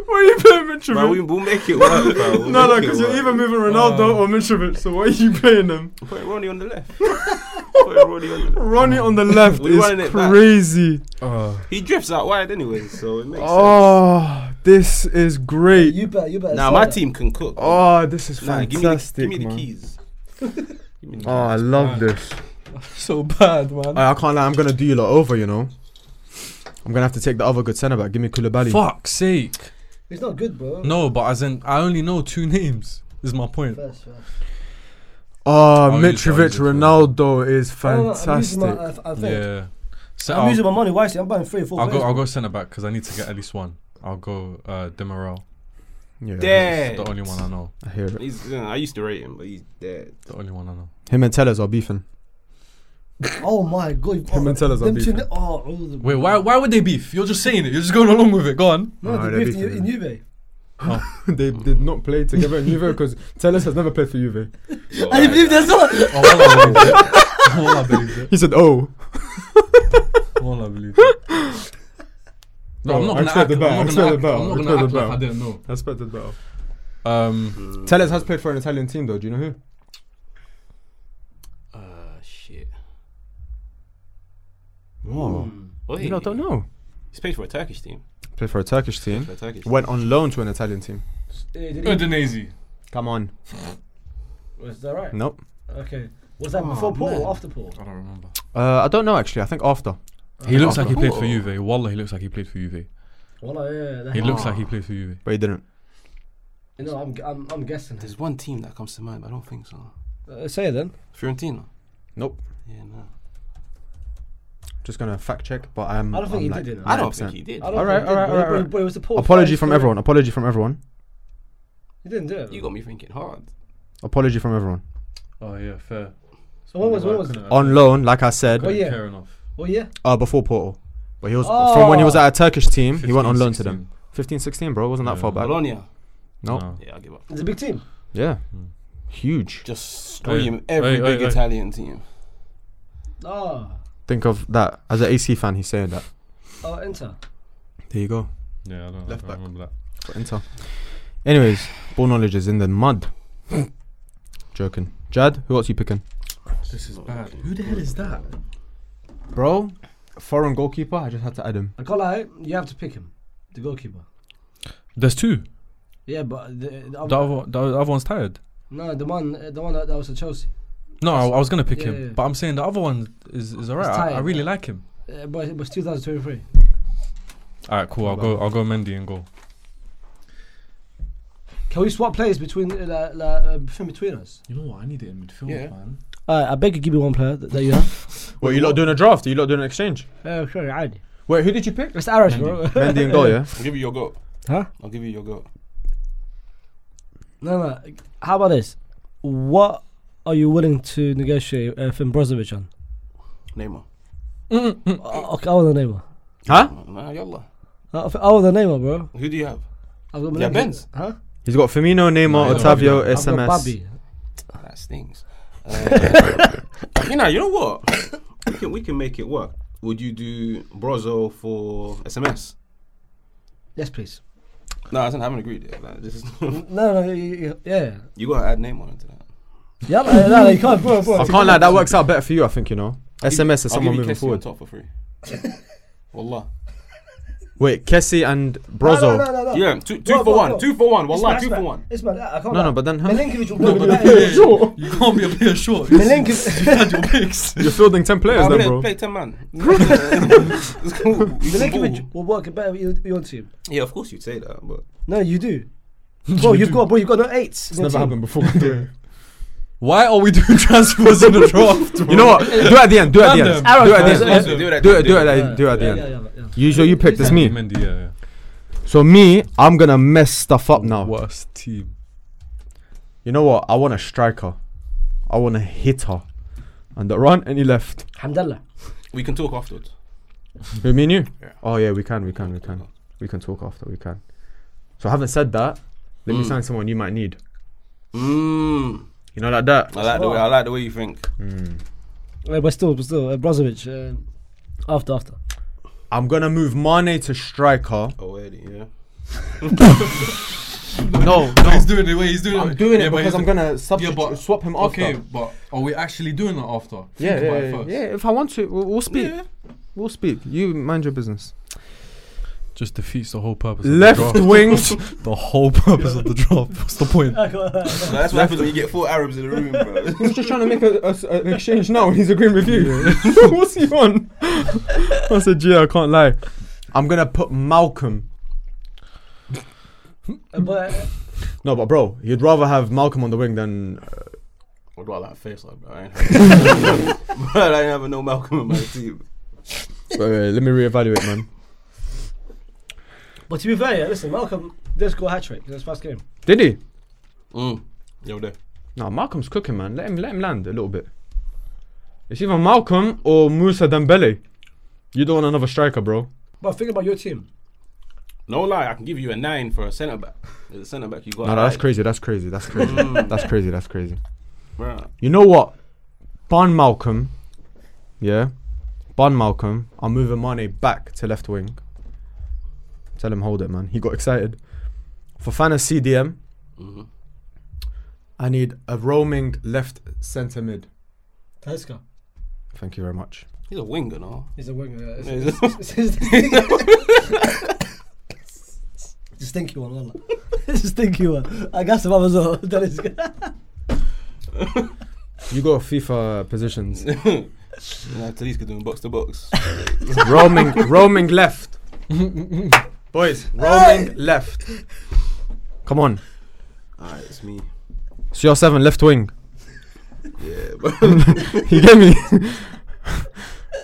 Where you playing Mitrovic? Bro, we, we'll make it *laughs* work, bro. We'll no, no, make it because you're work. either moving Ronaldo Uh. or Mitrovic. So why are you playing them? Put Ronnie on *laughs* the left. Put Ronnie on the left. Ronnie on *laughs* the left We're running is it back. crazy. *laughs* Oh, He drifts out wide anyway, so it makes Oh, this is great. You better. You better. sense. Now, sell my that. team can cook. Oh, this is nah, give me the, fantastic, give me the man. *laughs* keys. give me the Oh, I love this. so bad, man. I, I can't lie, I'm gonna do you lot over, you know. I'm gonna have to take the other good centre back. Give me Koulibaly. Fuck's sake. He's not good, bro. No, but as in, I only know two *laughs* names. Is my point. First, first. Oh, I'll use it, I'll Mitrovic use it for you. Ronaldo Oh, is I don't know, I'm fantastic. using my, uh, I think. Yeah. So I'm I'll, using my money wisely. I'm buying three or 4 I'll go. players. I'll go centre back because I need to get at least one. I'll go uh, Demarel. yeah, Dead. The only one I know. I hear it. He's, uh, I used to rate him, but he's *laughs* dead. The only one I know. Him and Tellers are beefing. Oh my god. Him and Tellers are Them two. beefing. Oh, oh, the- Wait, why? Why would they beef? You're just saying it. You're just going along with it. Go on. No, Oh, they they're beefed beefing, in in Juve. *laughs* *laughs* they did not play together in Juve because Tellers has never played for Juve. I believe that's not. Oh, all I believe it. All I believe it. *laughs* He said, "Oh, All I believe it. No, Bro, I'm not Oh, I gonna expect act. the I'm battle, I not gonna expect act. the I'm battle, not I expect the gonna act like I battle. didn't know. I expected better." Um, Tellers has played for an Italian team though. Do you know who? Uh, shit. Wow. Oi. You lot don't know. Hmm? He's played for a Turkish team. Played for a Turkish Played team. for a Turkish team. Went on loan to an Italian team. Oh, Eh, did he- Udinese. Come on. Was that right? Nope. Okay. Was that Oh, before Paul man. or after Paul? I don't remember. Uh, I don't know actually. I think after. He looks like he played for Cool. Juve. Wallah, he looks like he played for Juve. Wallah, uh, yeah, yeah, that He happened. looks like he played for Juve. But he didn't. You know, I'm, I'm, I'm guessing. There's one team that comes to mind, but I don't think so. Uh, say it then. Fiorentina. Nope. Yeah, no. Just gonna fact check, but I'm. I don't think I'm he like did it. I don't 90%. think he did. I don't All right, think all he right, did, all right, but- all right. But it was the Paul. Apology fight, from so everyone. Apology from everyone. He didn't do it. You got me thinking hard. Apology from everyone. Oh yeah, fair. So when was, when was, On loan, like I said, Oh, yeah. Fair enough. oh yeah. uh, before Porto. But he was from when he was Oh. at a Turkish team. he went on 15, loan to them. 15, 16. 16, bro. Wasn't that Yeah. far back? Bologna. No. No. Yeah, I'll give up. It's a big team. Yeah. Huge. Just scream Hey, every hey, big hey, hey. Italian team. Ah, Think of that as an AC fan. He's saying that. oh, Inter. There you go. Yeah, I don't, Left I don't back. remember that. For Inter. Anyways, ball knowledge is in the mud. *coughs* Joking. Jad, who else you picking? This is bad. Who the hell is that? Bro, foreign goalkeeper. I just had to add him. I can't lie. You have to pick him, the goalkeeper. There's two. Yeah, but the, the The other, other, one- the other one's tired. no, the one, uh, the one that, that was at Chelsea. No, I, I was gonna pick Yeah, him, yeah. but I'm saying the other one is is alright. I, I tired, really yeah. like him. Uh, but it was 2023. Alright, cool. I'll go. I'll go Mendy and go. Can we swap players between uh, la- la- uh, between between us? You know what? I need it in midfield, Yeah. man. Uh, I beg you, give me one player that, that you have. What, you lot doing a draft? Are you lot doing an *laughs* exchange? Oh, sure, Adi. Wait, who did you pick? It's Arash, bro. *laughs* Mendy and goal, yeah? I'll give you your goat. Huh? I'll give you your goat. No, no. How about this? What are you willing to negotiate uh, Finn Brozovic on? Neymar. Uh, okay, I want the Neymar. Huh? Nah, yalla. Uh, I want the Neymar, bro. Who do you have? I've got Yeah, Milenkovic. Benz. Huh? He's got Firmino, No, Neymar, he's not Otavio, really. I've got SMS. Babi. Oh, That stings. Uh, *laughs* you know, you know what? We can, we can make it work. Would you do Brozo for SMS? Yes, please. No, I haven't agreed yet. Like, this is *laughs* No, no, no, you- you- yeah. you gotta add Neymar into that. Yeah, no, no, you can't, bro, bro. I can't lie, that works out better for you, I think, you know. SMS is I'll give someone you moving Kessie on forward. top for free. *laughs* Wallah. Wait, Kessie and No, no, no, Brozo. no, no. Yeah, two, two No, for no, one, no. two for one. Wallah, Ismail, two for Ismail, one. Ismail, I can't No, lie. no, but then huh? *laughs* Milinkovic will play with but that. the- yeah, sure. You can't be a player *laughs* short. Milinkovic, Had your picks. You're fielding 10 players I'm then, gonna bro. play *laughs* ten man. *laughs* It's cool. We can ball. Milinkovic will work better with your, with your team. Yeah, of course you'd say that, but No, you do. Bro, you've got, bro, you've got no eights. in It's your never happened team. before. you Why *laughs* are we doing transfers in the draft? bro? know what? Do it at the end. Do it at the end. Random. Do it at Random. the end. Do it, do it, Do it, do do it, it. at- do it at the Yeah, end. yeah, yeah, yeah. Usually you picked, it's Exactly. me. Mendy, yeah, yeah. So me, I'm gonna mess stuff up now. Worst team. You know what? I want a striker. I want a hitter. And the run and he left. Hamdallah. we can talk afterwards. Who me and you? Yeah. Oh yeah, we can, we can, we can. We can talk after, we can. So having said that, let me sign someone you might need. Mmm. You know like that? I like the way I like the way you think. Uh, but still, but still, uh, Brozovic. Uh, after, *laughs* after. I'm gonna move Mane to striker. Oh, Eddie, yeah. No, He's doing it. Wait, he's doing it. I'm doing Yeah, it but because he's- I'm gonna substitute, Yeah, but- swap him after. Okay, but are we actually doing that after? Think Yeah, yeah, about it yeah, first. yeah. If I want to, we'll, we'll speak. We'll speak. You mind your business. Just defeats the whole purpose. Left wing. *laughs* the whole purpose of the draft. What's the point? Uh, So that's what happens when you get four Arabs in the room, bro. He's just trying to make a, a s- an exchange now. and He's agreeing with you. *laughs* What's he on? I said, yeah, I can't lie. I'm gonna put Malcolm. Uh, but uh, No, but bro, you'd rather have Malcolm on the wing than *laughs* What about that face like, bro? I ain't having- *laughs* bro, I ain't having no Malcolm in my team. Wait, wait, let me reevaluate, man. but to be fair, yeah, listen, Malcolm did score a hat trick in his first game. Did he? Mm. Yo, there. No, Malcolm's cooking, man. Let him let him land a little bit. It's either Malcolm or Musa Dembele. You don't want another striker, bro. But think about your team. No lie, I can give you a nine for a centre back. There's a centre back you got. No, I no, that's like. crazy. That's crazy. That's *laughs* crazy. that's crazy. That's crazy. Bro. You know what? Ban Malcolm. Yeah. Ban Malcolm. I'm moving Mane back to left wing. Tell him hold it, man. He got excited. For Fana CDM, Mhm. I need a roaming left centre mid. Talisca. Thank you very much. He's a winger, *laughs* no? He's a winger. yeah, *laughs* it's- He's it's- it's- It's a stinky one, *laughs* wallah. *laughs* It's a stinky one. I got some others all. Talisca. You got FIFA *laughs* positions. *laughs* Nah, Talise could do box to box. roaming, roaming left. Boys, roaming left. Come on. Alright, it's me. So you're seven, left wing. Yeah, but *laughs* You get *laughs* me?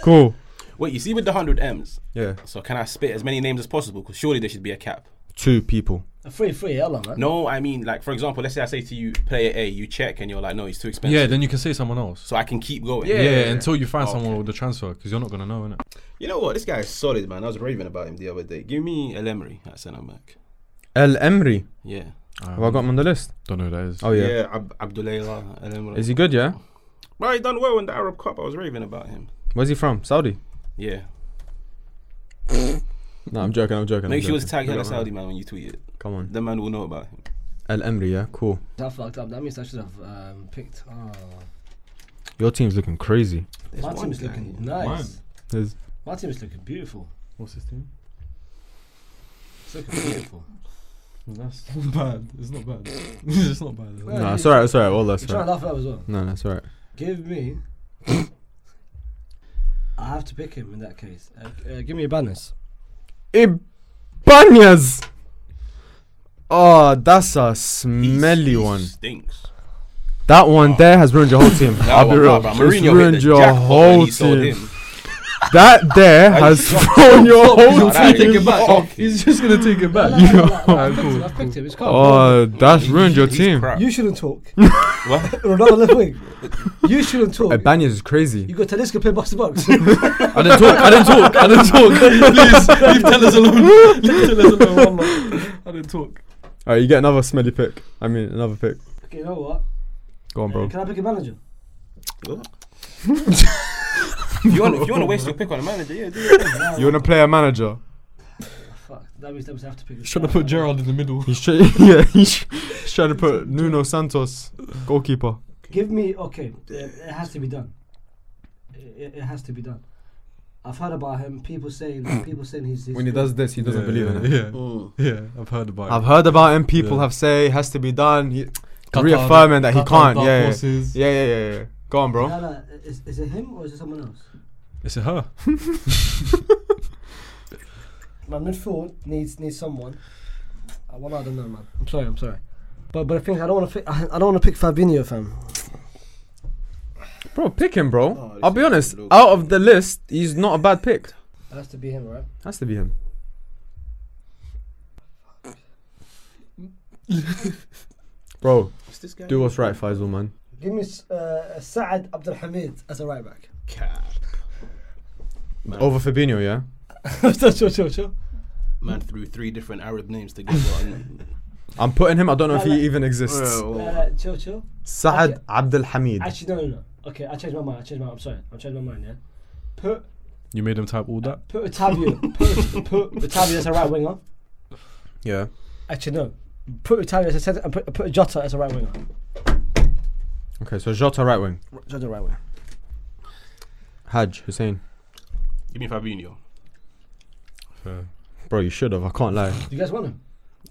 cool. wait, you see with the hundred M's. Yeah. So can I spit as many names as possible? Because surely there should be a cap. Two people. Free, free, hello, man. No, I mean like for example, let's say I say to you, player A, you check, and you're like, no, he's too expensive. Yeah, then you can say someone else. so I can keep going. Yeah, Yeah, yeah, yeah. until you find Oh, someone okay. with a transfer, because you're not gonna know, innit? You know what? This guy is solid, man. I was raving about him the other day. Give me El Emery at centre back. El Emri. Yeah. Have I got him on the list? Um, Don't know who that is. Oh yeah. Ab- Abdullah El Emery. Is he good? Yeah. Bro, he done well in the Arab Cup. I was raving about him. Where's he from? Saudi. Yeah. No, I'm joking. I'm joking. Make I'm sure it's joking. tag Hella Saudi man when you tweet it. Come on. The man will know about him. El Emri. Yeah. Cool. That fucked up. That means I should have um, picked. Oh. Your team's looking crazy. There's My one team is guy looking here. nice. There's- My team is looking beautiful. What's his team? It's *coughs* looking beautiful. That's not bad. *laughs* It's not *laughs* bad. it's not bad. Well, No, it's alright. It's alright. Well, that's You're trying right. to laugh at that as well. No, that's alright. Give me. *coughs* I have to pick him in that case. Uh, uh, give me a *coughs* banners. Ibanez. Oh, that's a smelly He one. Stinks. That one there has ruined your whole team. *laughs* That I'll be one, real. nah, bro. It's Mourinho hit ruined the your jackpot when whole he sold team. him. That there has *laughs* thrown your whole Nah, that team. nigga back. *laughs* off. He's just gonna take *laughs* it No, back. no, no, no, no, no, I've picked him. I've picked him. It's calm. Oh, uh, that's He's- ruined your he's team. crap. You shouldn't talk. What? Another left wing. You shouldn't talk. Ibanez Uh, is crazy. You got Talisca play box to box. *laughs* I didn't talk. I didn't talk. I didn't talk. *laughs* Please *laughs* leave Tellers *laughs* alone. leave Tellers alone. wallah. I didn't talk. All right, you get another smelly pick. I mean, another pick. okay, you know what? Go on, bro. Can I pick a manager? If you want, if you *laughs* want to waste your pick on a manager, yeah, do it. You want to play a manager? Fuck. That means that means I have to pick. a Should have striker. put Gerald in the middle. He's, try- *laughs* yeah, he's, he's trying to put Nuno Santos, goalkeeper. Give me okay. It, it has to be done. It, it has to be done. I've heard about him. People saying people saying he's. he's good. this, he yeah, yeah, Mm. Yeah, yeah, I've heard about I've heard about him. People Yeah. have say has to be done. He, reaffirming that he can't. Yeah, yeah. yeah. yeah, yeah, yeah, yeah. Go on, No, bro. no, is, is it him or is it someone else? Is it her? My midfield needs needs someone. I want. I don't know, man. I'm sorry. I'm sorry. But but I think I don't want to. I, I don't want to pick Fabinho, fam. Bro, pick him, bro. No, this I'll be is honest. low. Out of the list, he's not a bad pick. It has to be him, right? Has to be *laughs* him. bro, What's this guy? do what's right, Faisal, man. Give me uh, Saad Abdelhamid as a right *laughs* back. Cap. Oh. Over Fabinho, yeah. sure, sure, sure, sure. Man threw three different Arab names to get one. *laughs* I'm putting him. I don't know if Alright. he even exists. Bro, Uh, chill, chill. Saad Okay. Abdel Hamid. Actually, no, no, no. Okay, I changed my mind. I changed my mind. I'm sorry. I changed my mind. Yeah. Put You made him type all that. Put *laughs* Otavio. put put Otavio as a right winger. Yeah. Actually, no. Put Otavio as a centre and put, put Jota as a right winger. Okay, so Jota right wing. Jota right winger. Haj Hussein. Give me Fabinho. Fair. Bro, you should have. I can't lie. You guys want him?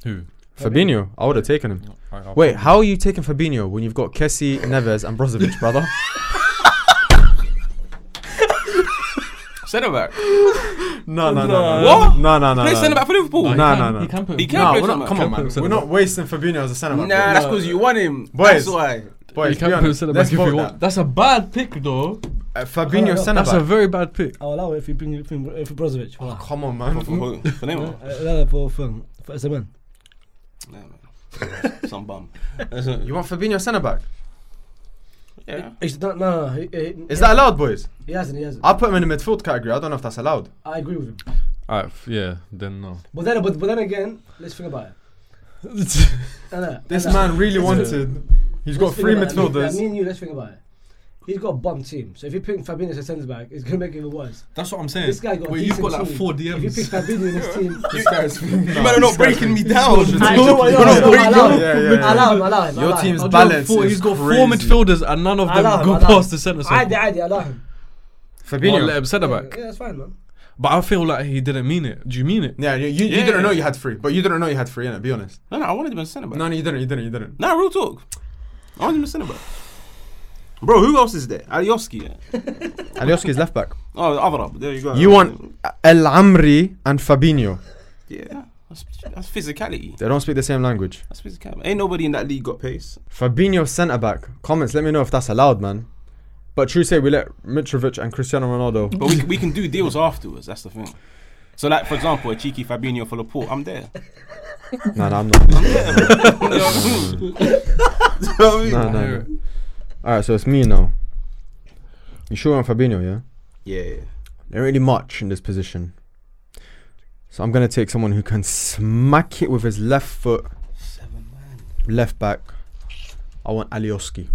Who? Fabinho, I would have taken him. I- I'll Wait, how are you taking Fabinho when you've got Kessie, Neves, and Brozovic, brother? Centre back. *laughs* No, no, no. Nah. no. What? No, no, no. Play no. centre back for Liverpool. No, he nah, can- nah, nah. He can put. He him. can No, play we're centre not. back. Come on, Can't man. put him We're centre not wasting Fabinho as a centre Nah, back. that's because you want him. Boys. That's *laughs* why. Boys, He be can put him honest. centre Let's back if vote you want. that. That's a bad pick, though. Uh, Fabinho That's centre That's a back. very bad pick. I'll allow it if you bring if you bring Brozovic. Wow. Come on, man. For who? For Neymar. Uh, no, no, for for for as a man. Nah, man. *laughs* Some bum. That's not- You want Fabinho centre back? Yeah. He's not, no, no, no. He, he, Is that Ah. allowed, boys? He hasn't. He hasn't. I'll put him in the midfield category. I don't know if that's allowed. I agree with him. Alright, f- yeah. Then no. But then, but, but then again, let's think about it. *laughs* No, no, This no, no. man really Let's- wanted. He's got let's three think about it. Me- Me midfielders. and you, let's think about it. He's got a bomb team, so if you pick Fabinho as a centre back, it's gonna make it even worse. That's what I'm saying. This guy got. a Wait, you've decent got like team. four If you pick DMs. Fabinho in his team, *laughs* *laughs* This guy's. You better not breaking me down. I know, I know, I know, I allow him. Yeah, yeah, yeah. I allow him, I allow him, I Your allow him. team's I'll do like balance. Four, is he's got crazy. four midfielders and none of I allow them him, I go allow past him. the centre I'd, circle. I'd allow him. Well, let Fabinho. him centre Yeah, back. yeah, that's fine, man. But I feel like he didn't mean it. Do you mean it? Yeah, you, you, you Yeah. didn't know you had three, but you didn't know you had three in it. Be honest. No, no, I wanted him in centre back. No, no, you didn't. You didn't. You didn't. Nah, real talk. I wanted him in centre back. Bro, who else is there? Alioski. Alioski is left back. Oh, Avrab. There you go. You want El Amri and Fabinho. Yeah. That's, that's physicality. They don't speak the same language. That's physicality. Ain't nobody in that league got pace. Fabinho centre back. Comments, let me know if that's allowed, man. But true say we let Mitrovic and Cristiano *laughs* Ronaldo. But we, we can do deals afterwards. That's the thing. So, like, for example, a cheeky Fabinho for Laporte, I'm *laughs* there. no, no, I'm not. You know what I mean? No, no, no. Alright, so it's me now. You sure on Fabinho, yeah? *laughs* Yeah, yeah. There ain't really much in this position. So I'm gonna take someone who can smack it with his left foot. Left back. I want Alioski.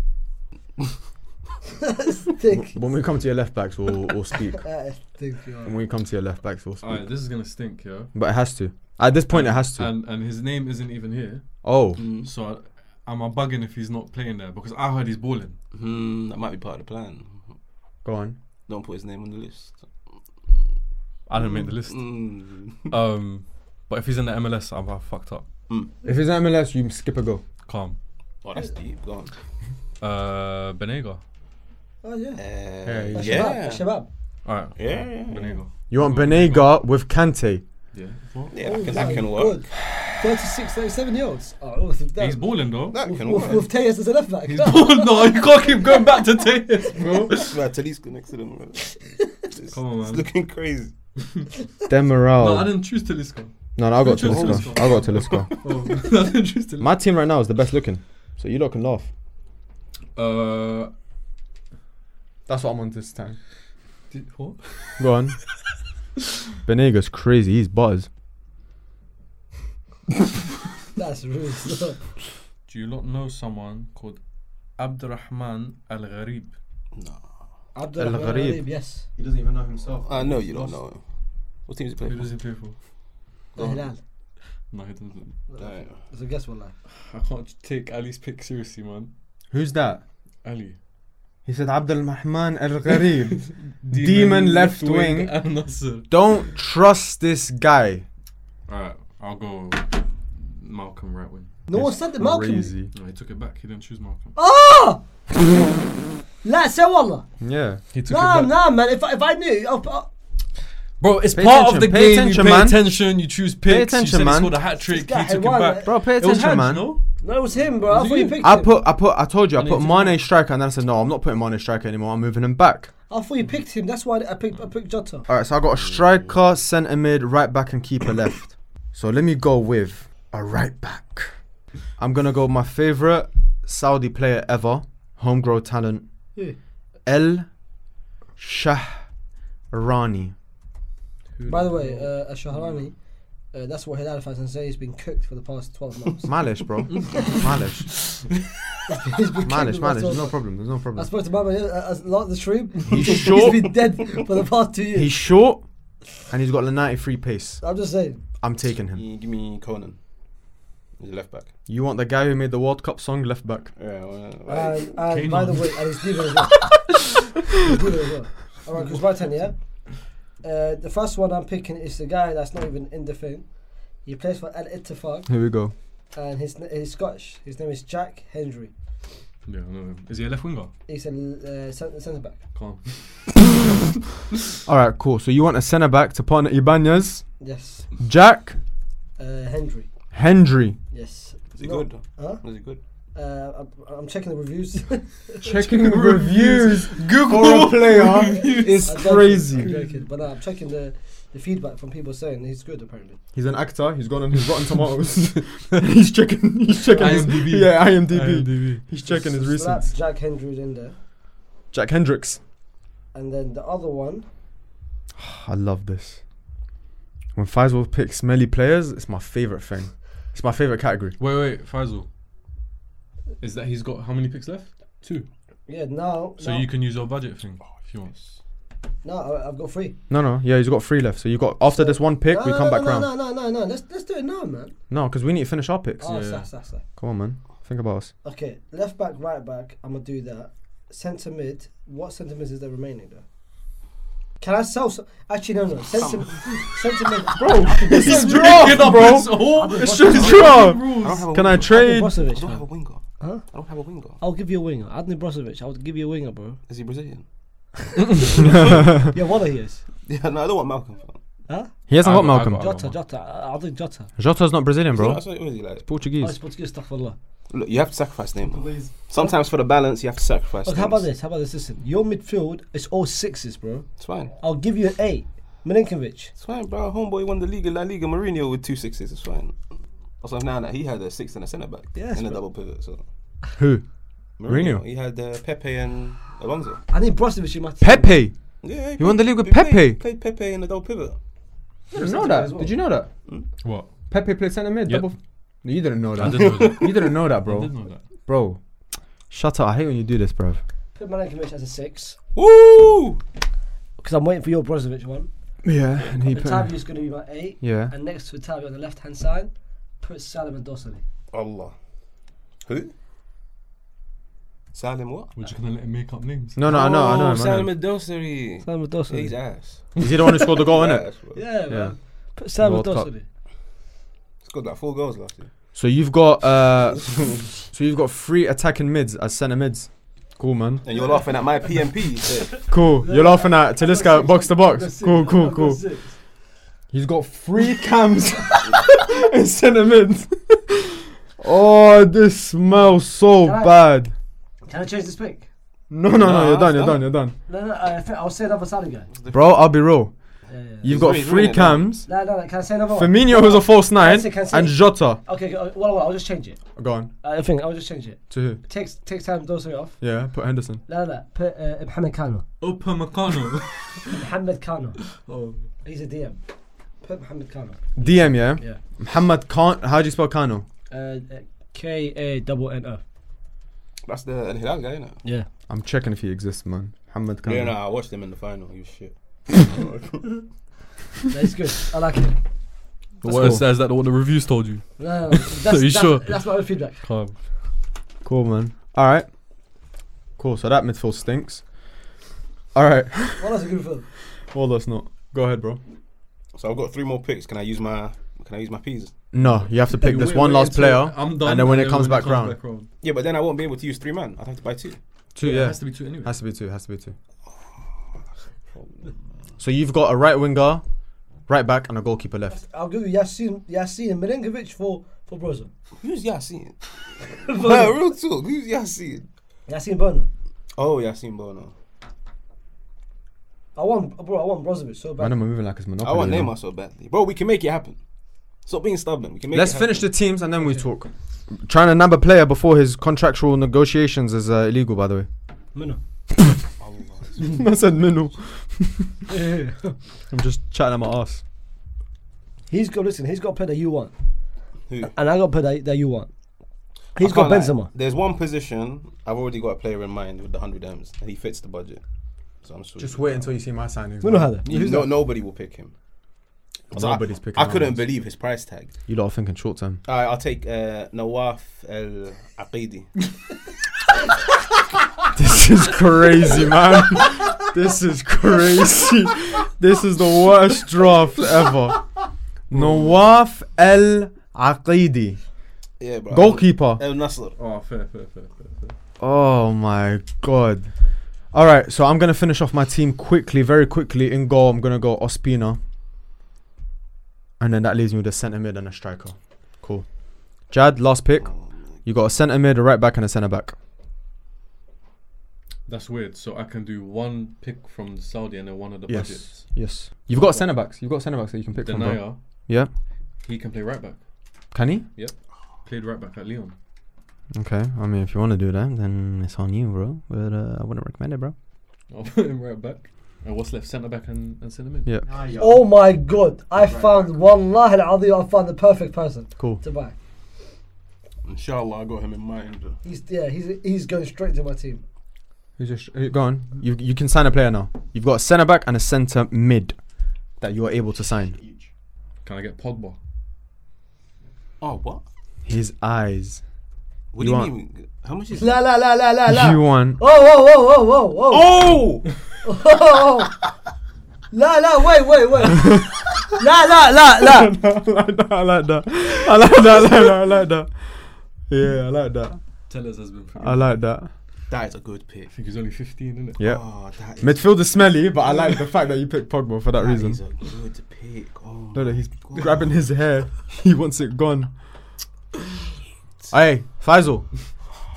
think. When we come to your left backs, we'll, we'll speak. I think you are. When we come to your left backs, we'll speak. Alright, Uh, this is gonna stink, yeah. But it has to. At this point, it has to. And and his name isn't even here. oh, Mm. So I, am I bugging if he's not playing there? Because I heard he's balling. Hmm, that might be part of the plan. go on. Don't put his name on the list. I didn't make *laughs* the list. Mm. Um, but if he's in the MLS, I'm, i fucked up. If it's MLS, you skip a goal. Calm. *laughs* Oh, that's deep. Go on. Uh, Benega. Oh yeah. Yeah, Uh, Yeah. Shabab. All right. Yeah, yeah, yeah. Benega. You want Benega with Kante. Yeah. Yeah, that can, Oh, that can work. 36, 37 year olds. Oh, with He's balling though. That can with, work. *laughs* with Tejas as a left back. He's balling. No, you can't keep going back *laughs* to Taylor, bro. Right, Talisca next to *laughs* them. man. It's, Come on, it's man. looking crazy. No, I Demaral. didn't choose Talisco. No, no, I got You chose Talisca. Talisca. I got Talisca. Oh, *laughs* I didn't choose Talisco. My team right now is the best looking, so you lot can laugh. Uh, That's what I'm on this time. did, what? Go *laughs* on. Benega's crazy. He's buzz. *laughs* That's rude. Do you not know someone called Abdurrahman Al Gharib? Abdul Al Gharib. Yes. He doesn't even know himself. Uh, I know you don't know him. What team is he Who playing does he play for? Al Hilal. No, he doesn't. It's a guess one lie. I can't take Ali's pick seriously, man. Who's that? Ali. He said Abdul Mahman Al Gharib. Demon left wing. Al Nasser. *laughs* Don't trust this guy. Alright, I'll go Malcolm right wing. No one said the Malcolm. Crazy. No, he took it back. He didn't choose Malcolm. Ah! *laughs* لا سوى والله Yeah. He took نعم نعم man if I, if I knew I'll, I'll, Bro, it's Pay part of the attention, pay game. attention, you pay man. attention, you choose picks. attention, you said man. He scored a hat trick. guy He took it won, back. right? Bro, pay It was attention, Haj, man. no? no it was him bro I Was thought you you? picked I him put, I put, I told you, I And put he took- Mane striker, and then I said, no, I'm not putting Mane striker anymore. I'm moving him back. I thought you picked him that's why I picked I picked Jota All right, so I got a striker, centre mid, right back, and keeper left. So let me go with a right back. I'm gonna go with my favorite Saudi player ever, homegrown talent, Who? El Shahrani. by the way uh, Shahrani uh, that's what Hilal fans and say he's been cooked for the past 12 months Malish, bro. Malish. He's been cooked Malish, for Malish. the past 12 There's no months. problem. There's no I problem. spoke to Mama uh, a lot of the stream He's *laughs* he's short. been dead for the past two years He's short, and he's got a 93 pace. I'm just saying I'm taking him. Give me Conan. He's a left back. You want the guy who made the World Cup song left back? Yeah, well, like, and, and by the Kane. way and he's leaving as well he's leaving as well alright because my turn yeah uh, the first one I'm picking is the guy that's not even in the thing he plays for Al Ittifaq Here we go. and his na- he's Scottish. His name is Jack Hendry. Yeah, I know him. Is he a left winger? He's a l- uh, centre centre back. Calm. All right, cool. So you want a centre back to partner Ibanez, Yes, Jack uh, Hendry. Hendry. Yes. is he No. good? Huh? Is he good? Uh, I'm, I'm checking the reviews. Checking reviews. *laughs* Google player is I don't- I'm crazy. joking, but no, I'm checking the, the feedback from people saying he's good apparently. He's an actor. He's gone on his Rotten Tomatoes. *laughs* he's checking. He's checking. His, IMDb. yeah, IMDb. IMDb. He's checking his So recent. that's Jack Hendry's in there, Jack Hendricks. *sighs* and then the other one. I love this. When Faisal picks smelly players, it's my favorite thing. It's my favorite category. Wait, wait, Faisal. Is that he's got how many picks left? Two. Yeah, now. So now, you can use your budget thing if you want. now I, I've got three. No, no, yeah, he's got three left. So you got after this one pick, no, we no, come no, back no, round. No, no, no, no. Let's let's do it now, man. No, because we need to finish our picks. Oh, Yeah. sah, sah, sah. Come on, man. Think about us. Okay, left back, right back. I'm gonna do that. Centre mid. What centre mids is there remaining though? Can I sell some? Actually, no, no. Send some. *laughs* send some. in- Bro, This is draw, bro. Oh. It's just draw. I don't have a Can I winger. trade? I Brozovic, don't have a man. winger. Huh? I don't have a winger. I'll give you a winger. Adnan Brozovic, I'll give you a winger, bro. Is he Brazilian? yeah, what he is. *laughs* Yeah, no, I don't want Malcolm. fam. Huh? He hasn't I got got- I Malcolm. got- Jota, Jota. I I think Jota. Jota's not Brazilian, So bro. That's what it was. he Like, Oh, it's Portuguese. Portuguese, astaghfirullah. look, you have to sacrifice names. Sometimes for the balance, you have to sacrifice. Look, how about names. this? How about this? Listen, your midfield is all sixes, bro. It's fine. I'll give you an eight. Milinkovic. It's fine, bro. Homeboy won the league in La Liga. Mourinho with two sixes. It's fine. Also now that he had a six and a centre back Yes, and a bro. double pivot. So Who? Mourinho. He had uh, Pepe and Alonso. I need Brozovic in my team. Pepe. Yeah, he, won the league with he played- Pepe. Played Pepe in a double pivot. You didn't know that. Did you know that? What? Pepe played centre mid. Yep. Double. No, you didn't know I that. didn't know *laughs* that. you didn't know that, I bro. didn't know that. Bro, shut up. I hate when you do this, bro. Put Milinkovic as a six. Woo! Because I'm waiting for your Brozovic one. Yeah, and he put. Otavio's going to be my eight. Yeah. And next to Otavio on the left hand side, put Salim and Dossali. Allah. Who? Salim what? We're just gonna let him make up names. No, no, I Oh, know, I know. him, I know Salim him. Adosari. Salim and Yeah, he's Dossali. ass. Is he the one who scored the goal, He's innit? ass, bro. *laughs* Yeah, Yeah. man. Put Salim and World Cup. Dossali. Scored like four goals last year. So you've got *laughs* uh, so you've got three attacking mids as centre mids. Cool, man. And you're laughing at my PMP. you said. Cool. You're laughing at Talisca box to box. Cool, cool, cool. He's got three *laughs* cams *laughs* in centre mids. *laughs* Oh, this smells so Guys. bad. Can I change this pick? No, no, no. Nah, You're done. You're it's done. You're done. No, no, I think I'll say another Salim guy. Bro, I'll be real. Yeah, yeah. You've He's got really three doing it now. cams. No, no, no, can I say another one? Firmino was a false nine, Can I say- can I say- and Jota. Okay, okay, well, well, I'll just change it. Go on. I think I'll just change it. To who? Takes takes time Dossali off. Yeah, put Henderson. No, no, put uh, Mohamed Kano. Upamecano. Mohamed Kano. Oh. He's a DM. Put Mohamed Kano. DM, yeah? Yeah. Muhammad Khan. How do you spell Kano? Uh, K A double N O. That's the Al Hilal guy, you know. Yeah. I'm checking if he exists, man. Muhammad Kano. Yeah, no, I watched him in the final. He was shit. That's good. I like it. Cool. What is that? Is that what the reviews told you? *laughs* No, no, no. That's, that's, you sure? That's my own feedback. Calm. Cool, man. All right. Cool. So that midfield stinks. All right. Well, that's a good film. Well, that's not. Go ahead, bro. *laughs* So I've got three more picks. Can I use my Can I use my peas? No, you have to pick Hey, this wait- one wait last until player. I'm and then when it comes back round. Yeah, but then I won't be able to use three man. I'd have to buy two. Two, It yeah. has to be two anyway. Has to be two. Has to be two. So you've got a right winger, right back, and a goalkeeper left. I'll give you Yasin, Yasin and Milinkovic for, for *laughs* Brozo. Who's *laughs* Yasin? no, real talk. Who's Yasin? Yasin Bono. Oh, Yasin Bono. I want, bro, I want Brozovic so Man, bad. I'm moving like it's I Monopoly. want you know. Neymar so badly, bro. We can make it happen. Stop being stubborn. We can make. Let's it finish the teams and then we talk. Trying to number player before his contractual negotiations is uh, illegal, by the *laughs* way. Mino. I said minimal. Yeah. I'm just chatting my ass. *laughs* he's got, listen, he's got to play that you want. Who? And I got to play that, that you want. I He's got can't lie. Benzema. There's one position I've already got a player in mind with the hundred M's, and he fits the budget. So I'm sure. Just wait until you see my signings. Mino had it. You know, nobody will pick him. So I- Nobody's picking I that couldn't one. believe his price tag. You lot are thinking short term. Alright, I'll take uh, Nawaf El *laughs* Aqidi. *laughs* This is crazy, man. this is crazy. This is the worst draft *laughs* ever. Nawaf El Aqidi, Yeah, bro. goalkeeper. El Nasser. Oh, fair, fair, fair, fair, fair. Oh my god. All right, so I'm gonna finish off my team quickly, very quickly. In goal, I'm gonna go Ospina, and then that leaves me with a centre mid and a striker. Cool. Jad, last pick. You got a centre mid, a right back, and a centre back. That's weird. So I can do one pick from Saudi and then one of the Yes. budgets. Yes. You've got centre backs. You've got centre backs that you can pick from. Bro. Denaya, Yeah. he can play right back. Can he? Played right back at *laughs* Leon. Okay. I mean, if you want to do that, then it's on you, bro. But uh, I wouldn't recommend it, bro. I'll Oh, put him right back. And what's left? Centre back and, and centre mid. Yeah. Oh my god, I found, wallahi al I found the perfect person Cool. to buy. Inshallah, I got him in mind. He's, yeah, he's, he's going straight to my team. Who's your? Sh- go on. You you can sign a player now. You've got a centre back and a centre mid that you are able to sign. Can I get Pogba? Oh, what? His eyes. What You do you want- mean? How much is La la la la Oh, la la. You Oh! won. Oh, *laughs* whoa, whoa, whoa, whoa, whoa. Oh! Oh! La la, wait, wait, *laughs* wait. la la la la. *laughs* I like that. I like that. I like that. Yeah, I like that. Tellers has been. Pretty I like that. *laughs* That is a good pick. I think he's only 15, isn't it? Yeah. Oh, that is, Midfield is smelly, but I like the fact that you picked Pogba for that that reason. is a good pick. Oh, No, *laughs* *laughs* no, he's God. grabbing his hair. *laughs* He wants it gone. hey, Faisal.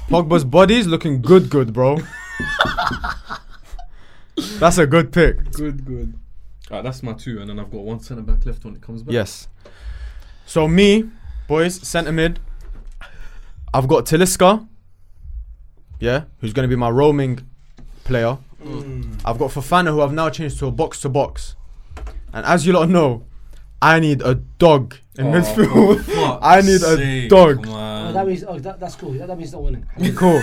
Pogba's body's looking good, good, *laughs* bro. That's a good pick. Good, good. Alright, that's my two, and then I've got one centre back left when it comes back. Yes. So me, boys, centre mid. I've got Taliska. Yeah, who's going to be my roaming player. I've got Fofana, who I've now changed to a box to box. And as you lot know, I need a dog in Oh, midfield. *laughs* for fuck's I need a sake, dog. man. Oh, that means oh, that, that's cool. That, that means not winning. That *laughs* cool.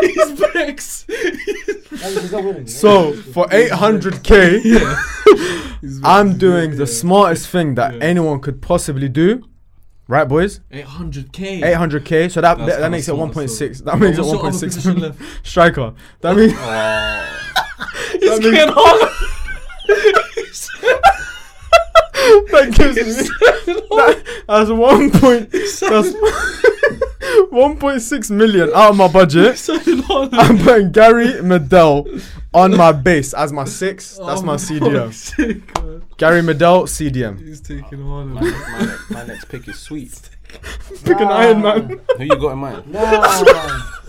He's Bex. means he's not winning. So for 800k, He's I'm Bex. doing Yeah. the smartest thing that Yeah. anyone could possibly do. Right, boys? 800k. 800k. So that that, That's kinda that makes it small, 1.6. so- That makes it What's your other 1.6 position million. *laughs* left? Striker. That *laughs* means He's means- getting on. *laughs* that gives me *laughs* that, that's one point. That's *laughs* 1.6 million out of my budget. I'm putting Gary Medell on my base as my six. Oh That's *laughs* my CDM. Gary Medell CDM. He's taking on. My, ne- my, ne- my next pick is sweet. Pick an Iron Man. Who you got in mind? Nah, nah,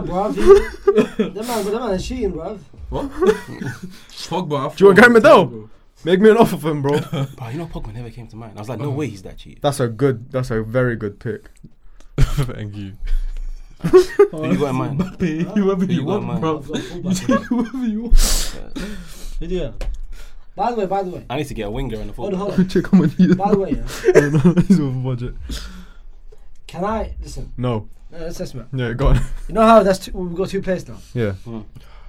bruv. That man, that man is cheating, bruv. Pogba. Do you want Gary Medell? Make me an offer for him, bro. Bro, you know Pogba never came to mind. I was like, no way he's that cheap. That's a good. That's a very good pick. *laughs* Thank you. Who you got in mind? Whoever you you want, want, man. bro. I've got a *laughs* *laughs* fullback. Whoever you want. Yeah. By the way, by the way. I need to get a winger and a Hold on, fullback. *laughs* hold on. Check how much he By the way, yeah. He's over budget. Can I listen? No. Uh, let's just man. Yeah, *laughs* go on. You know how that's two, we've got two players now. Hmm. Yeah.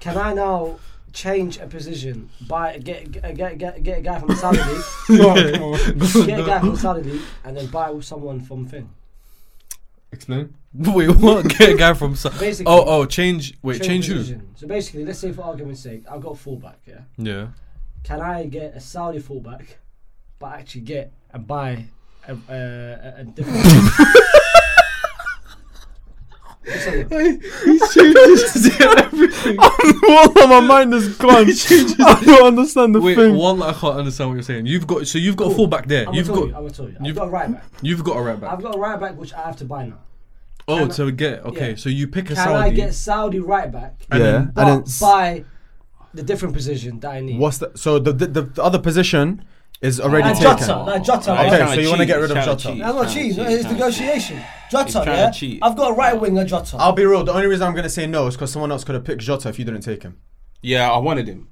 Can I now change a position by get get get, get, get a guy from the Saudi *laughs* league, *laughs* get a guy from the Saudi league, and then buy someone from Finn? Explain. *laughs* Wait, what? Get a guy from. Sa- Basically- oh, oh, change. Wait, change, who? position. So basically, let's say for argument's sake, I've got fullback. Yeah. *laughs* Yeah. Can I get a Saudi fullback, but actually get and buy a, a, a, *laughs* a different? Listen, He's changes *laughs* everything. Wallah, my mind *laughs* is gone. I don't understand the Wait, thing. wallah, I can't understand what you're saying. You've got so you've got a fullback there. I'm you've gonna got tell you. I'm gonna tell you. I've you've- got a right back. you've got a right back. I've got a right back which I have to buy now. Oh, can I- so get okay. yeah. So you pick a Can Saudi. I get Saudi right back? and yeah, then- but and then buy the different position that I need. what's the so the the, the, the other position is already Like taken. Jota, like Oh, Jota. Okay, right? so you wanna get rid of Jota? That's not cheese. no, It's negotiation. He's Jota, trying to yeah. cheat. I've got a right winger, Jota. I'll be real. The only reason I'm gonna say no is because someone else could have picked Jota if you didn't take him. Yeah, I *laughs* wanted him.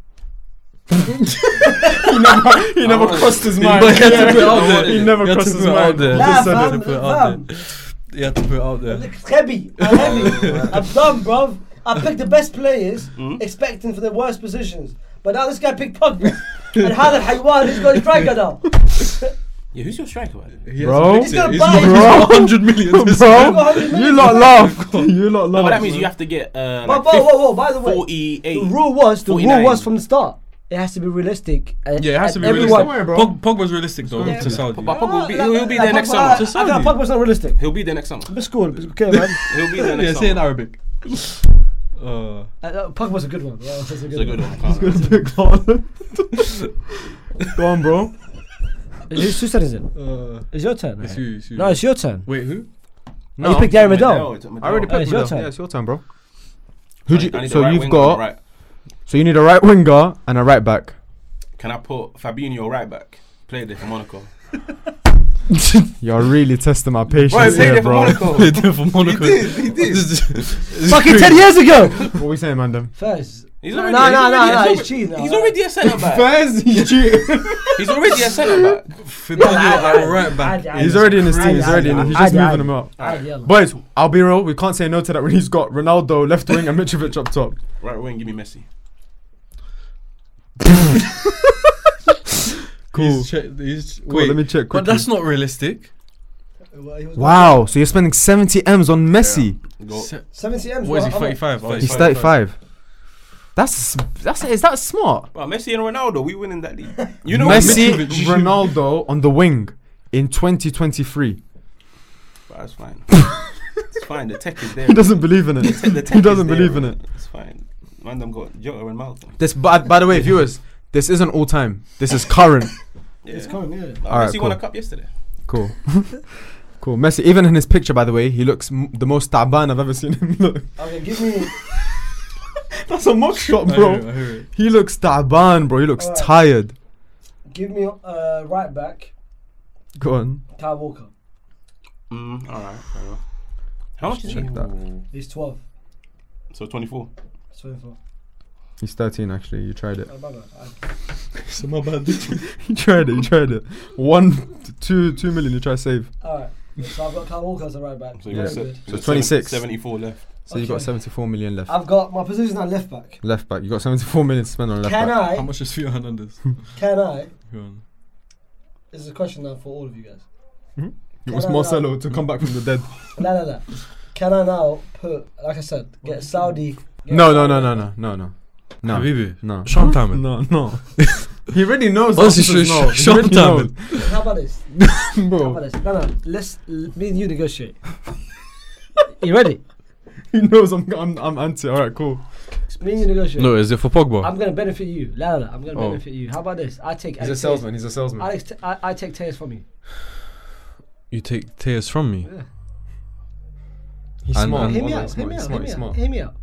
He never crossed his mind. *laughs* But Oh. *laughs* you had to put it out there. He never You had to crosses put it my out there. mind. Just Nah, had to fam, put it *laughs* out fam. there. You had to put it out there. Look, it's heavy. I'm *laughs* heavy. I'm done, bruv. I picked the best players, Mm-hmm. expecting for the worst positions. But now this guy picked Pogba. and how the Haywan is going to striker now? Yeah, who's your striker? by the way? He Bro. hasn't He's picked it. gonna He's buy got- it. he's got 100 *laughs* million. this time. Bro, got 100 you million. lot laugh. You lot No, laugh. but that means you have to get uh, Whoa, like whoa, whoa, fif- whoa. By the way, forty-eight. the rule was the rule 49. was from the start. It has to be realistic. and- Yeah, it has to and be everyone- realistic. Pog, Pogba's realistic though Yeah, to Saudi. But Pogba will be, Nah, he'll be nah, there next Pogba- summer. I- I- Saudi. Pogba's not realistic. He'll be there next summer. It's cool. It's okay, man. He'll be there Yeah, next say in *laughs* summer. Arabic. Uh, Uh, uh, Pogba's a good one. Yeah, that's a It's a good good one. one. can't lie. Pick Haaland. Go on, bro. Whose whose turn is it? *laughs* uh, It's your turn. it's right? you, it's you. No, it's your turn. Wait, *laughs* who? you picked Gary Medel. it's Medel. I already Oh, picked it's your Medell. turn. Yeah, it's your turn, bro. Who I need you, a so right you've winger and a got right. so you need a right winger and a right back. Can I put Fabinho right back? Played there for Monaco. You're really testing my patience Right, played here, there for bro. *laughs* Monaco. He did for Monaco. He *laughs* did. *laughs* Fucking ten years *laughs* ago. What we saying, man? Them. First. He's No, already- no, he's no, no, no, already- he's he's already- cheating. He's already a centre *laughs* back. First, you cheat. He's already a centre back. Fabinho at right back. I- I- He's already in his team. He's already in. it. He's just Adi, moving Adi. him up. Alright, yeah, man. Boys, I'll be real. We can't say no to that when he's got Ronaldo left wing and Mitrovic up top. Right wing, give me Messi. Cool. He's che- he's- Cool, wait, let me check But quickly. that's not realistic. Wow. So you're spending 70 m's on Messi. Go. Se- Seventy M's. What is he? I'm not- Thirty-five. He's Sorry, 35. That's that's is that smart? Bro, Messi and Ronaldo, we winning that league. You know what, Messi, Mitrovic- Ronaldo on the wing in 2023. Bro, that's fine. it's fine. The tech is there. He doesn't believe in it. The tech He is doesn't there, believe in bro. it. It's fine. Man, them got Jota and Malcolm. This, by, by the way, viewers, this isn't all time. This is current. Yeah. It's coming, yeah. Messi Alright, won a cool. cup yesterday. Cool. *laughs* cool. Messi, even in his picture, by the way, he looks m- the most taban I've ever seen him *laughs* look. Okay, give me. That's a mug shot, I hear it, bro. I hear it. *laughs* He looks taban, bro. He looks Alright. tired. Give me uh, right back, Go on. Kyle Walker. Mm, all right, fair enough. How much is he? Check that. He's 12. So 24. It's 24. He's 13, actually. You tried it. *laughs* Oh, my bad. I- It's my bad. You tried it. You tried it. One, two, two million. You try to save. Alright. So I've got Kyle Walker as a right back. So you Yeah. got Very se- good. you So got seven- 26. 74 left. So you got Okay. 74 million left. I've got my position at left back. left back. You got 74 million to spend on left can back. *laughs* How I? much is Theo Hernandez? Can I? Go on. This is a question now for all of you guys. It was Can I- Marcelo to come back from the dead. No, no, no. Can I now put, like I said, get a Saudi? Get No, no, a Saudi no, no, no, no, no, no, Habibi. no. Sean Tamman. No, *laughs* no. he already knows. the Honestly, answers, Sean- no. He Sean already Tamman. knows. How about this? How Bro, about this? No, no. Let's l- me and you *laughs* negotiate. you ready? he knows I'm, I'm, I'm anti. All right, cool. Me and you negotiate. No, is it for Pogba? I'm gonna benefit you. No, no, no. I'm gonna Oh. benefit you. How about this? I take. He's a Alex Telles- salesman. He's a salesman. Alex, t- I, I take tears from you. you take tears from me. Yeah. He's And- smart. and- Hear He's me smart. out. Hear me He's out. smart. Hear He's me out. smart. Hear me out.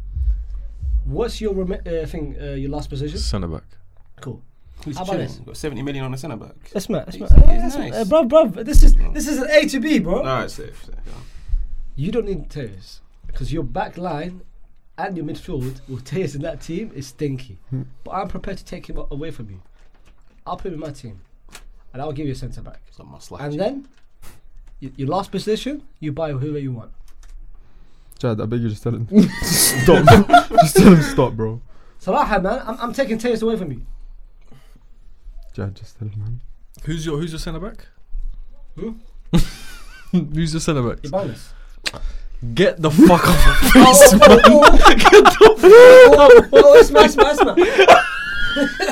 What's your remi- uh, thing? Uh, your last position? Centre back. Cool. Who's How about chilling? this? Got 70 million on the centre back. That's mad. That's He's- mad. Uh, he's that's mad. nice. Uh, bro, bro, this is this is an A to B, bro. All right, safe. safe yeah. You don't need tears because your back line and your midfield with tears in that team is stinky. Hmm. But I'm prepared to take him a- away from you. I'll put him in my team, and I'll give you a centre back. So I must like And you. then y- your last position, you buy whoever you want. Chad, I beg you, just tell him. *laughs* stop. *laughs* just tell him stop, bro. Salah, man, I'm, I'm taking tears away from you. Chad, just tell him, man. Who's your Who's your centre back? Who? *laughs* who's your centre back? *laughs* Ibanez. Get the fuck off. oh, oh, *laughs* oh, oh, oh, oh, it's nice, nice, nice.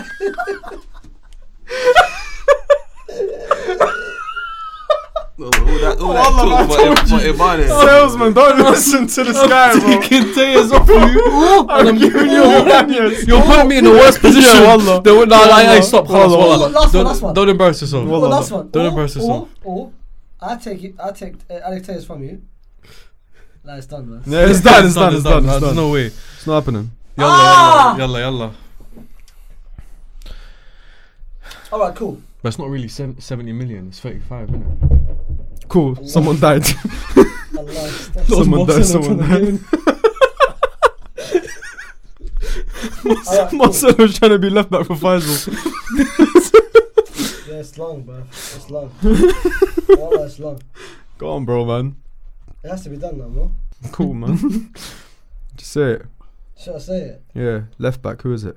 All that, all that talk about Im- about Ibanez. Salesman, *laughs* don't listen to this guy, bro. Taking tears off you. *laughs* I'm giving you all *laughs* You're putting me in the worst position. Yeah, wallah. They would- nah, nah, Wallah. nah, stop. Hold Wallah, on, wallah. Last one, don't, last one. don't embarrass yourself. Wallah. Well, last one. Don't Or- embarrass yourself. Or, or I take it. I take uh, Alex Tejas from you. That is done, man. Yeah, it's done. It's done. It's done. It's There's done. no way. It's not happening. Yalla, Ah! yalla, yalla, yalla. All *laughs* right, cool. But it's not really sev- 70 million, it's 35, isn't it? Cool. Someone died. *laughs* Allah is- someone died. Someone *laughs* died. All right, cool. Marcelo's trying to be left back for Faisal. Yeah, it's long, bro. *laughs* It's long. Allah, it's long. Go on, bro, man. It has to be done now, bro. Cool, *laughs* man. Just say it. Should I say it? Yeah, left back. Who is it?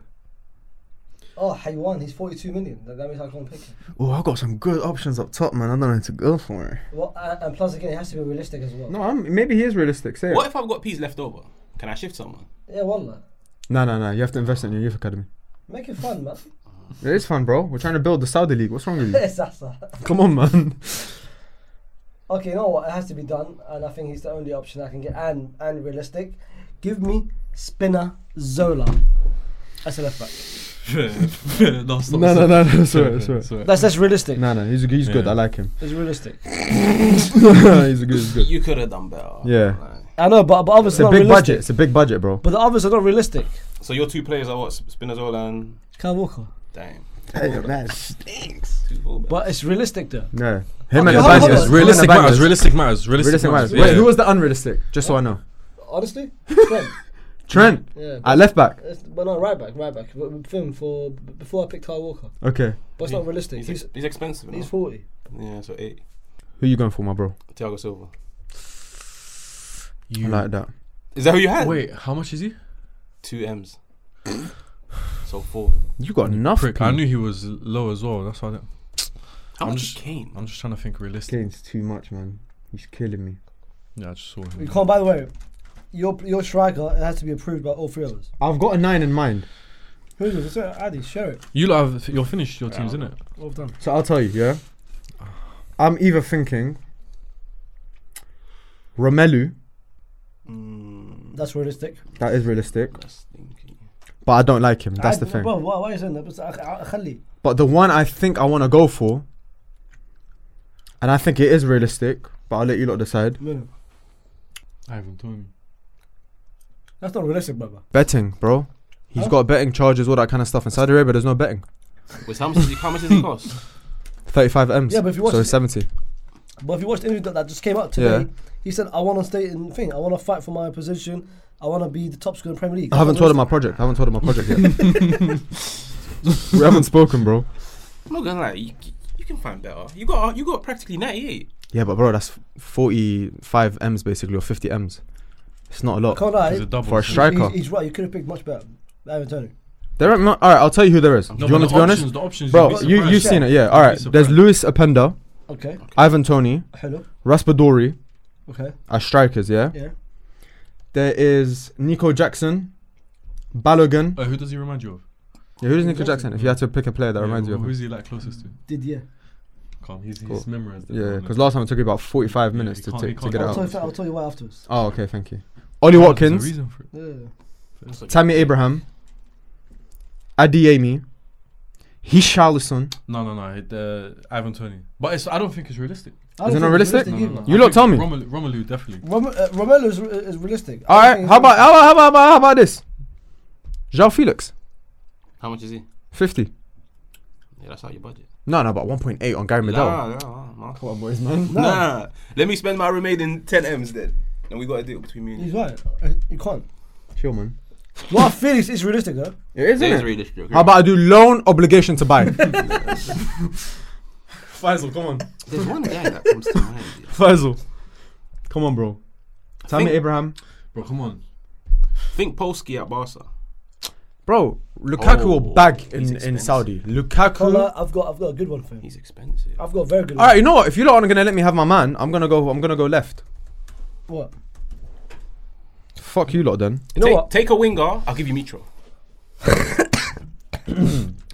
Oh, Haywan, he's 42 million. That that means I can't pick him. Oh, I've got some good options up top, man. I don't know who to go for. Well, and, and plus again, it has to be realistic as well. No, I'm, maybe he is realistic. Say What it. if I've got peas left over? Can I shift someone? Yeah, wallah. No, no, no. You have to invest in your youth academy. Make it fun, man. *laughs* It is fun, bro. We're trying to build the Saudi league. What's wrong with you? Yes, that's that. *laughs* Come on, man. Okay, you know what? It has to be done, and I think he's the only option I can get, and and realistic. Give me Spinner Zola as a left back. *laughs* no, stop, No, no, stop. no, no. It's alright. Sorry, It's sorry, alright. sorry. That's that's realistic. No, no. He's he's good. Yeah. I like *laughs* him. *laughs* It's realistic. he's good. He's good. You could have done better. Yeah. Like, I know, but but others It's are a not big realistic. budget. It's a big budget, bro. But the others are not realistic. So your two players are what? Spinazzola and Kyle Walker. damn. man. Two fullbacks. But it's realistic though. Yeah. Him and Okay, hold Ibanez. on, hold It's on. Him realistic and Ibanez. matters, realistic matters, realistic, Realistic matters. matters. Wait, yeah. who was the unrealistic? Just so I know. *laughs* Honestly, Trent. Trent. Yeah. At left back. It's- But no, right back, right back. But with Him for b- before I picked Kyle Walker, Okay. but it's not realistic. He's, He's he's expensive. he's He's forty. yeah, so eight. Who you going for, my bro? Thiago Silva. I like that. Is that who you had? Wait, how much is he? Two M's. *sighs* so four. You got enough. Prick. I knew he was low as well. That's why I didn't- How I'm much just- is Kane? I'm just trying to think realistic. Kane's too much, man. He's killing me. Yeah, I just saw You him. can't. By the way, your your striker it has to be approved by all three of us. I've got a nine in mind, Who's it? It's uh, Adi. Share it. You lot have you're finished your teams, innit? Well done. so I'll tell you. Yeah, I'm either thinking Romelu. Mm, That's realistic. That is realistic, that's thinking. but I don't like him. That's I- the thing. Bro, why, why are you saying that? Because I- I- Khali. But the one I think I want to go for, and I think it is realistic, but I'll let you lot decide. No, no. I haven't told me. That's not realistic, brother. Betting, bro. He's got betting charges, all that kind of stuff. In Saudi Arabia, there's no betting. *laughs* Wait, so how much does he, how much does he cost? 35 M's. Yeah, but if you watch So it- it's 70. But if you watched the interview that, that just came out Yeah. today, he said, "I want to stay in thing. I want to fight for my position. I want to be the top scorer in Premier League." I haven't told him my project. I haven't told him my *laughs* project yet. we haven't spoken, bro. I'm not gonna lie, you, you can find better. You got you got practically 98. Yeah, but bro, that's 45 M's basically, or 50 M's. It's not a lot. Can't lie. It's a double. For a isn't it? strike- He's, Striker. he's right. You could have picked much better. Ivan Tony. There are no, all right, I'll tell you who there is. Do you No, but want me the to be honest? options, the options, you'd Bro, be you, you've surprised. seen it, yeah. All right. You'd be There's surprised. Luis Appenda, Okay. Ivan Tony, Hello. Raspadori Okay. as strikers, yeah? Yeah. There is Nico Jackson, Balogun. Uh, who does he remind you of? Yeah, who is Nico Jackson? If you had to pick a player that Yeah, reminds you of who- him. Who's he like closest to? Did yeah. Calm. He's, Cool. he's memorized. it. Yeah, Can't because he? last time it took you about 45 Yeah, minutes he to, can't- t- he to can't get it I'll help. tell, out. you, I'll tell you why afterwards. Oh, okay, thank you. Ollie There's a Watkins, reason for it. Yeah, yeah, yeah. Tammy Abraham, Adiemi, Hishalisson. No, no, no. It, uh, Ivan Tony. But it's, I don't think it's realistic. I Is don't it not think it's realistic? No, no, either. no. You I lot think tell me. Romelu, Romelu definitely. Rom- uh, Romelu is, re- is realistic. All I right, think how about, he's- how about how about how about this? João Felix, How much is he? 50. Yeah, that's how you budget. No, no, but 1.8 on Gary Medel. Nah, nah, nah. Come on, boys, man. No. Nah. Let me spend my remaining 10 M's then. And we got a deal between me and He's you. right. Uh, You can't. Chill, man. Well, Felix is realistic though. It is, That isn't is it? realistic. okay? How about I do loan obligation to buy? *laughs* Faisal, come on. There's one guy that comes to mind. yeah. Faisal. Come on, bro. Tammy think- Abraham. Bro, come on. Think Polski at Barca. Bro, Lukaku will Oh, bag he's in, in expensive. Saudi. Lukaku. Colour, I've got, I've got a good one for him. He's expensive. I've got a very good. All right, you know what? If you lot aren't gonna let me have my man, I'm gonna go. I'm gonna go left. One. What? Fuck you lot, then. You know take, what? Take a winger. I'll give you Mitro.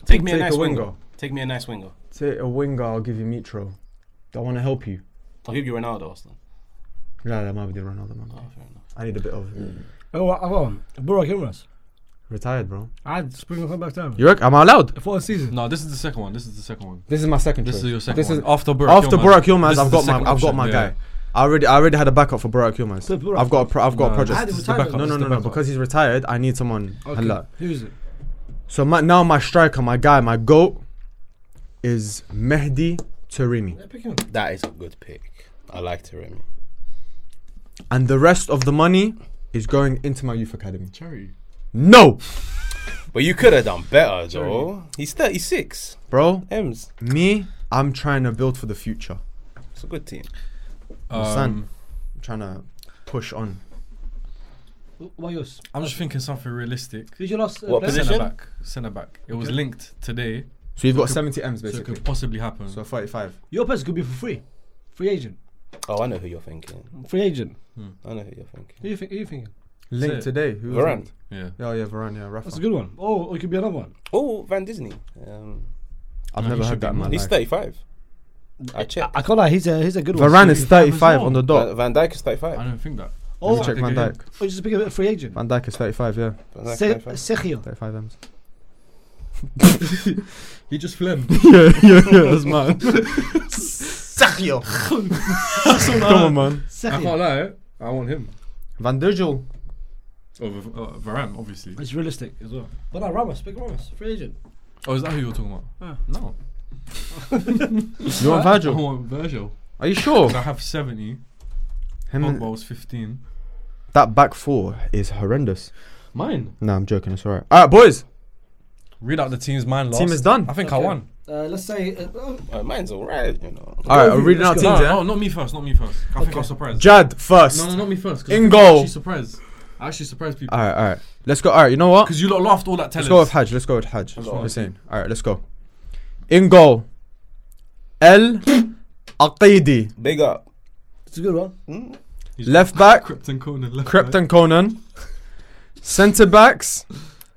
take me a Take nice a winger. winger. Take me a nice winger. Say a winger. I'll give you Mitro. I want to help you. I'll give you Ronaldo. Arsenal. No, that might be the Ronaldo man. Oh, Mm. fair enough. I need a bit of Oh, I've got one. Burak Yilmaz. retired, bro. I had to bring him back down. You reckon? Am I allowed? For a season. No, this is the second one. This is the second one. This is my second. This choice. is your second This one. is after Burak after Burak This Yilmaz. is I've the got my. second I've got option, my yeah. guy. I already. I already had a backup for Burak Yilmaz. So Burak- I've got. A pro, I've got a No, project. I had this is it the retired. backup, No, this no, is no, the no. backup. Because he's retired, I need someone. Hello. Who is it? So my, now my striker, my guy, my goat, is Mehdi Taremi. Yeah, pick him. That is a good pick. I like Teremi. and the rest of the money is going into my youth academy. Cherry. No, But you could have done better, though. He's 36. bro, M's. me, I'm trying to build for the future. It's a good team. Um, son. I'm trying to push on. What yours? I'm just thinking something realistic. Who's your last? Uh, What player? position? Centre back. Centre back. It was linked today, So you've got could- 70 M's so it basically. could possibly happen. So 45. Your person could be for free. Free agent. Oh, I know who you're thinking. Free agent. I know who you're thinking. Who you think? Who you thinking? Linked So- today. Who was Varane. linked? yeah. Yeah, yeah, Varane, yeah, That's a Rafa. good one. Oh, or it could be another one. Oh, Van Disney. Um, I've No, never he heard should that be in my more. he's life. 35. I I, checked. I can't lie. He's a he's a good one. Varane is 35 as 35 well. on the Van, dot. Van Dijk is I 35. don't think that. Let Oh, me check Van Dijk. oh, just become a free agent. Van Dijk is 35, yeah. Van Dijk is Se- 35. Sergio. 35 M's. He just phlegmed. *laughs* *laughs* yeah, yeah, yeah, *laughs* that's mine. Sachio. Come on, man. I Sergio. can't lie. I want him. Van Dijl. Over uh, Varane, obviously. It's realistic as well. But no, Ramos. Pick Ramos. Free agent. Oh, is that who you're talking about? No. You want I Virgil? want Virgil. Are you sure? 'Cause I have 70. Him and- Pogba was 15. that back four is horrendous. Mine. Nah, I'm joking. It's alright. All right, boys. Read out the team's mine last. Team is done. I think I Okay. won. Uh, let's say. Uh, oh, Uh, mine's alright, you know. All right, I'm reading out Let's teams. No, Yeah? no, not me first. Not me first. I think I was surprised. Jad first. no, no, not me first. 'cause In I think I goal. Uh, Actually surprised. I actually surprised people. All right, all right. Let's go. All right, you know what? Because you lot laughed all that Let's tellers. go with Hajj. Let's go with Hajj. Go on. Hussein. All right, let's go. In goal, El Aqidi, Big up. it's a good one. He's Left back, Krypton Conan. Left back. Krypton Conan. Centre backs,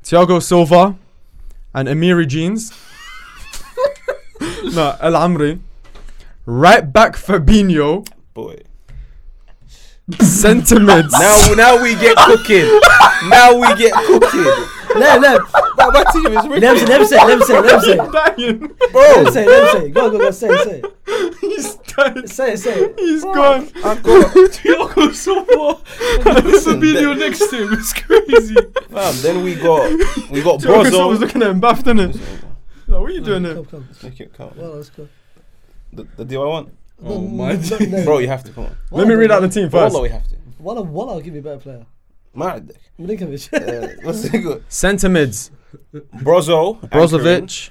Thiago Silva and Amiri Jeans. no, El Amri. Right back, Fabinho. Boy. Centre mids. *laughs* *laughs* Now, now we get cooking. now we get cooking. No, no. That my team is Let me say, ripping. let me say, let me say, let me say. Let dying. me say, let me say. Go, go, go. Say, it, say. He's dying. it. Say, it, say. it. He's gone. *laughs* I've got, Thiago Silva. Listen, Fabinho that- next to him. It's *laughs* crazy. fam, then we got we got Thiago Silva was Brozo. looking at him baffed, didn't it? Let's Like, what are you doing there? Come, come. make it count. Well, let's go. The, the deal I want, *laughs* Oh my *laughs* No, days. Mm, no. bro. You have to come on. Let me read out the team first. Wallah, we have to. Walla Walla will give you a better player. Mad. *laughs* Milinkovic. Uh, what's it good? Centre mids. Brozo. anchoring. Brozovic,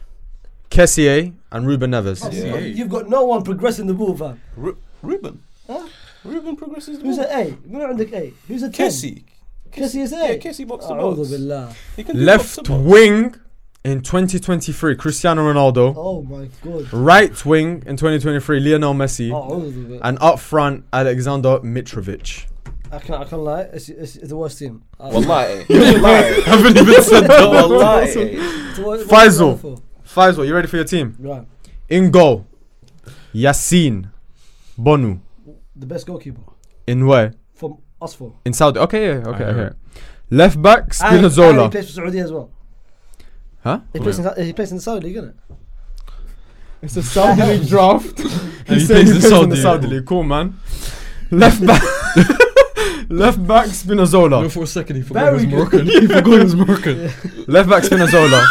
Kessier and Ruben Neves. Yeah. You've got- You've got no one progressing the ball, fam. Ru- Ruben. Huh? Ruben progresses. the Who's ball. at eight? We're on the eight. Who's at ten? Kessie. Kessie is Yeah, eight. Kessie box to Oh, box. billah. He can do box Left to box. wing in 2023, Cristiano Ronaldo. Oh my god. Right wing in 2023, Lionel Messi. Oh, Odegaard. And up front, Alexander Mitrovic. I can't. I can't lie. It's, it's, *laughs* it's the worst team. Uh, Wallahi. Wallahi. *laughs* Haven't even said that. Wallahi. it's the wor- worst Faisal. team for- Faisal, you ready for your team? Right. In goal, Yassine Bonu. The best goalkeeper In where? from us four. In Saudi. Okay, yeah, okay, hear okay. it. Left back, And- and He Spinazzola. plays for Saudi as well. Huh? Oh, He plays, in, he plays in the Saudi League, isn't it? It's a Saudi *laughs* League draft. And he he said plays he in plays in Saudi. the Saudi League. Cool, man. Left back. *laughs* Left back No, Spinazzola. for a second he forgot he was Very Moroccan. *laughs* He forgot he was Moroccan. Left back Spinazzola.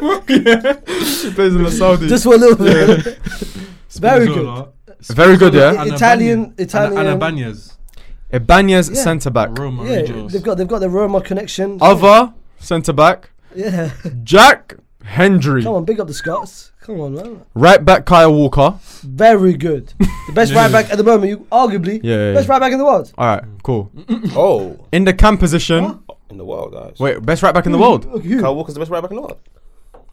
he plays in the Saudi. Just for a little bit. *laughs* Very good. Spinazzola, Very good, yeah. Anabanya- Italian, Ana- Italian. Anabanez. Ibanez Yeah. centre back. Roma yeah, Regions. they've got they've got the Roma connection. Other centre back. Yeah. Jack Hendry. Come on, big up the Scots. Come on, man. Right back Kyle Walker. Very good. The *laughs* best Yeah. right back at the moment, you arguably Yeah. yeah, best yeah. right back in the world. All right, cool. Oh, In the camp position. in the world, guys. Wait, best right back in the world. Okay, who? Kyle Walker's the best right back in the world.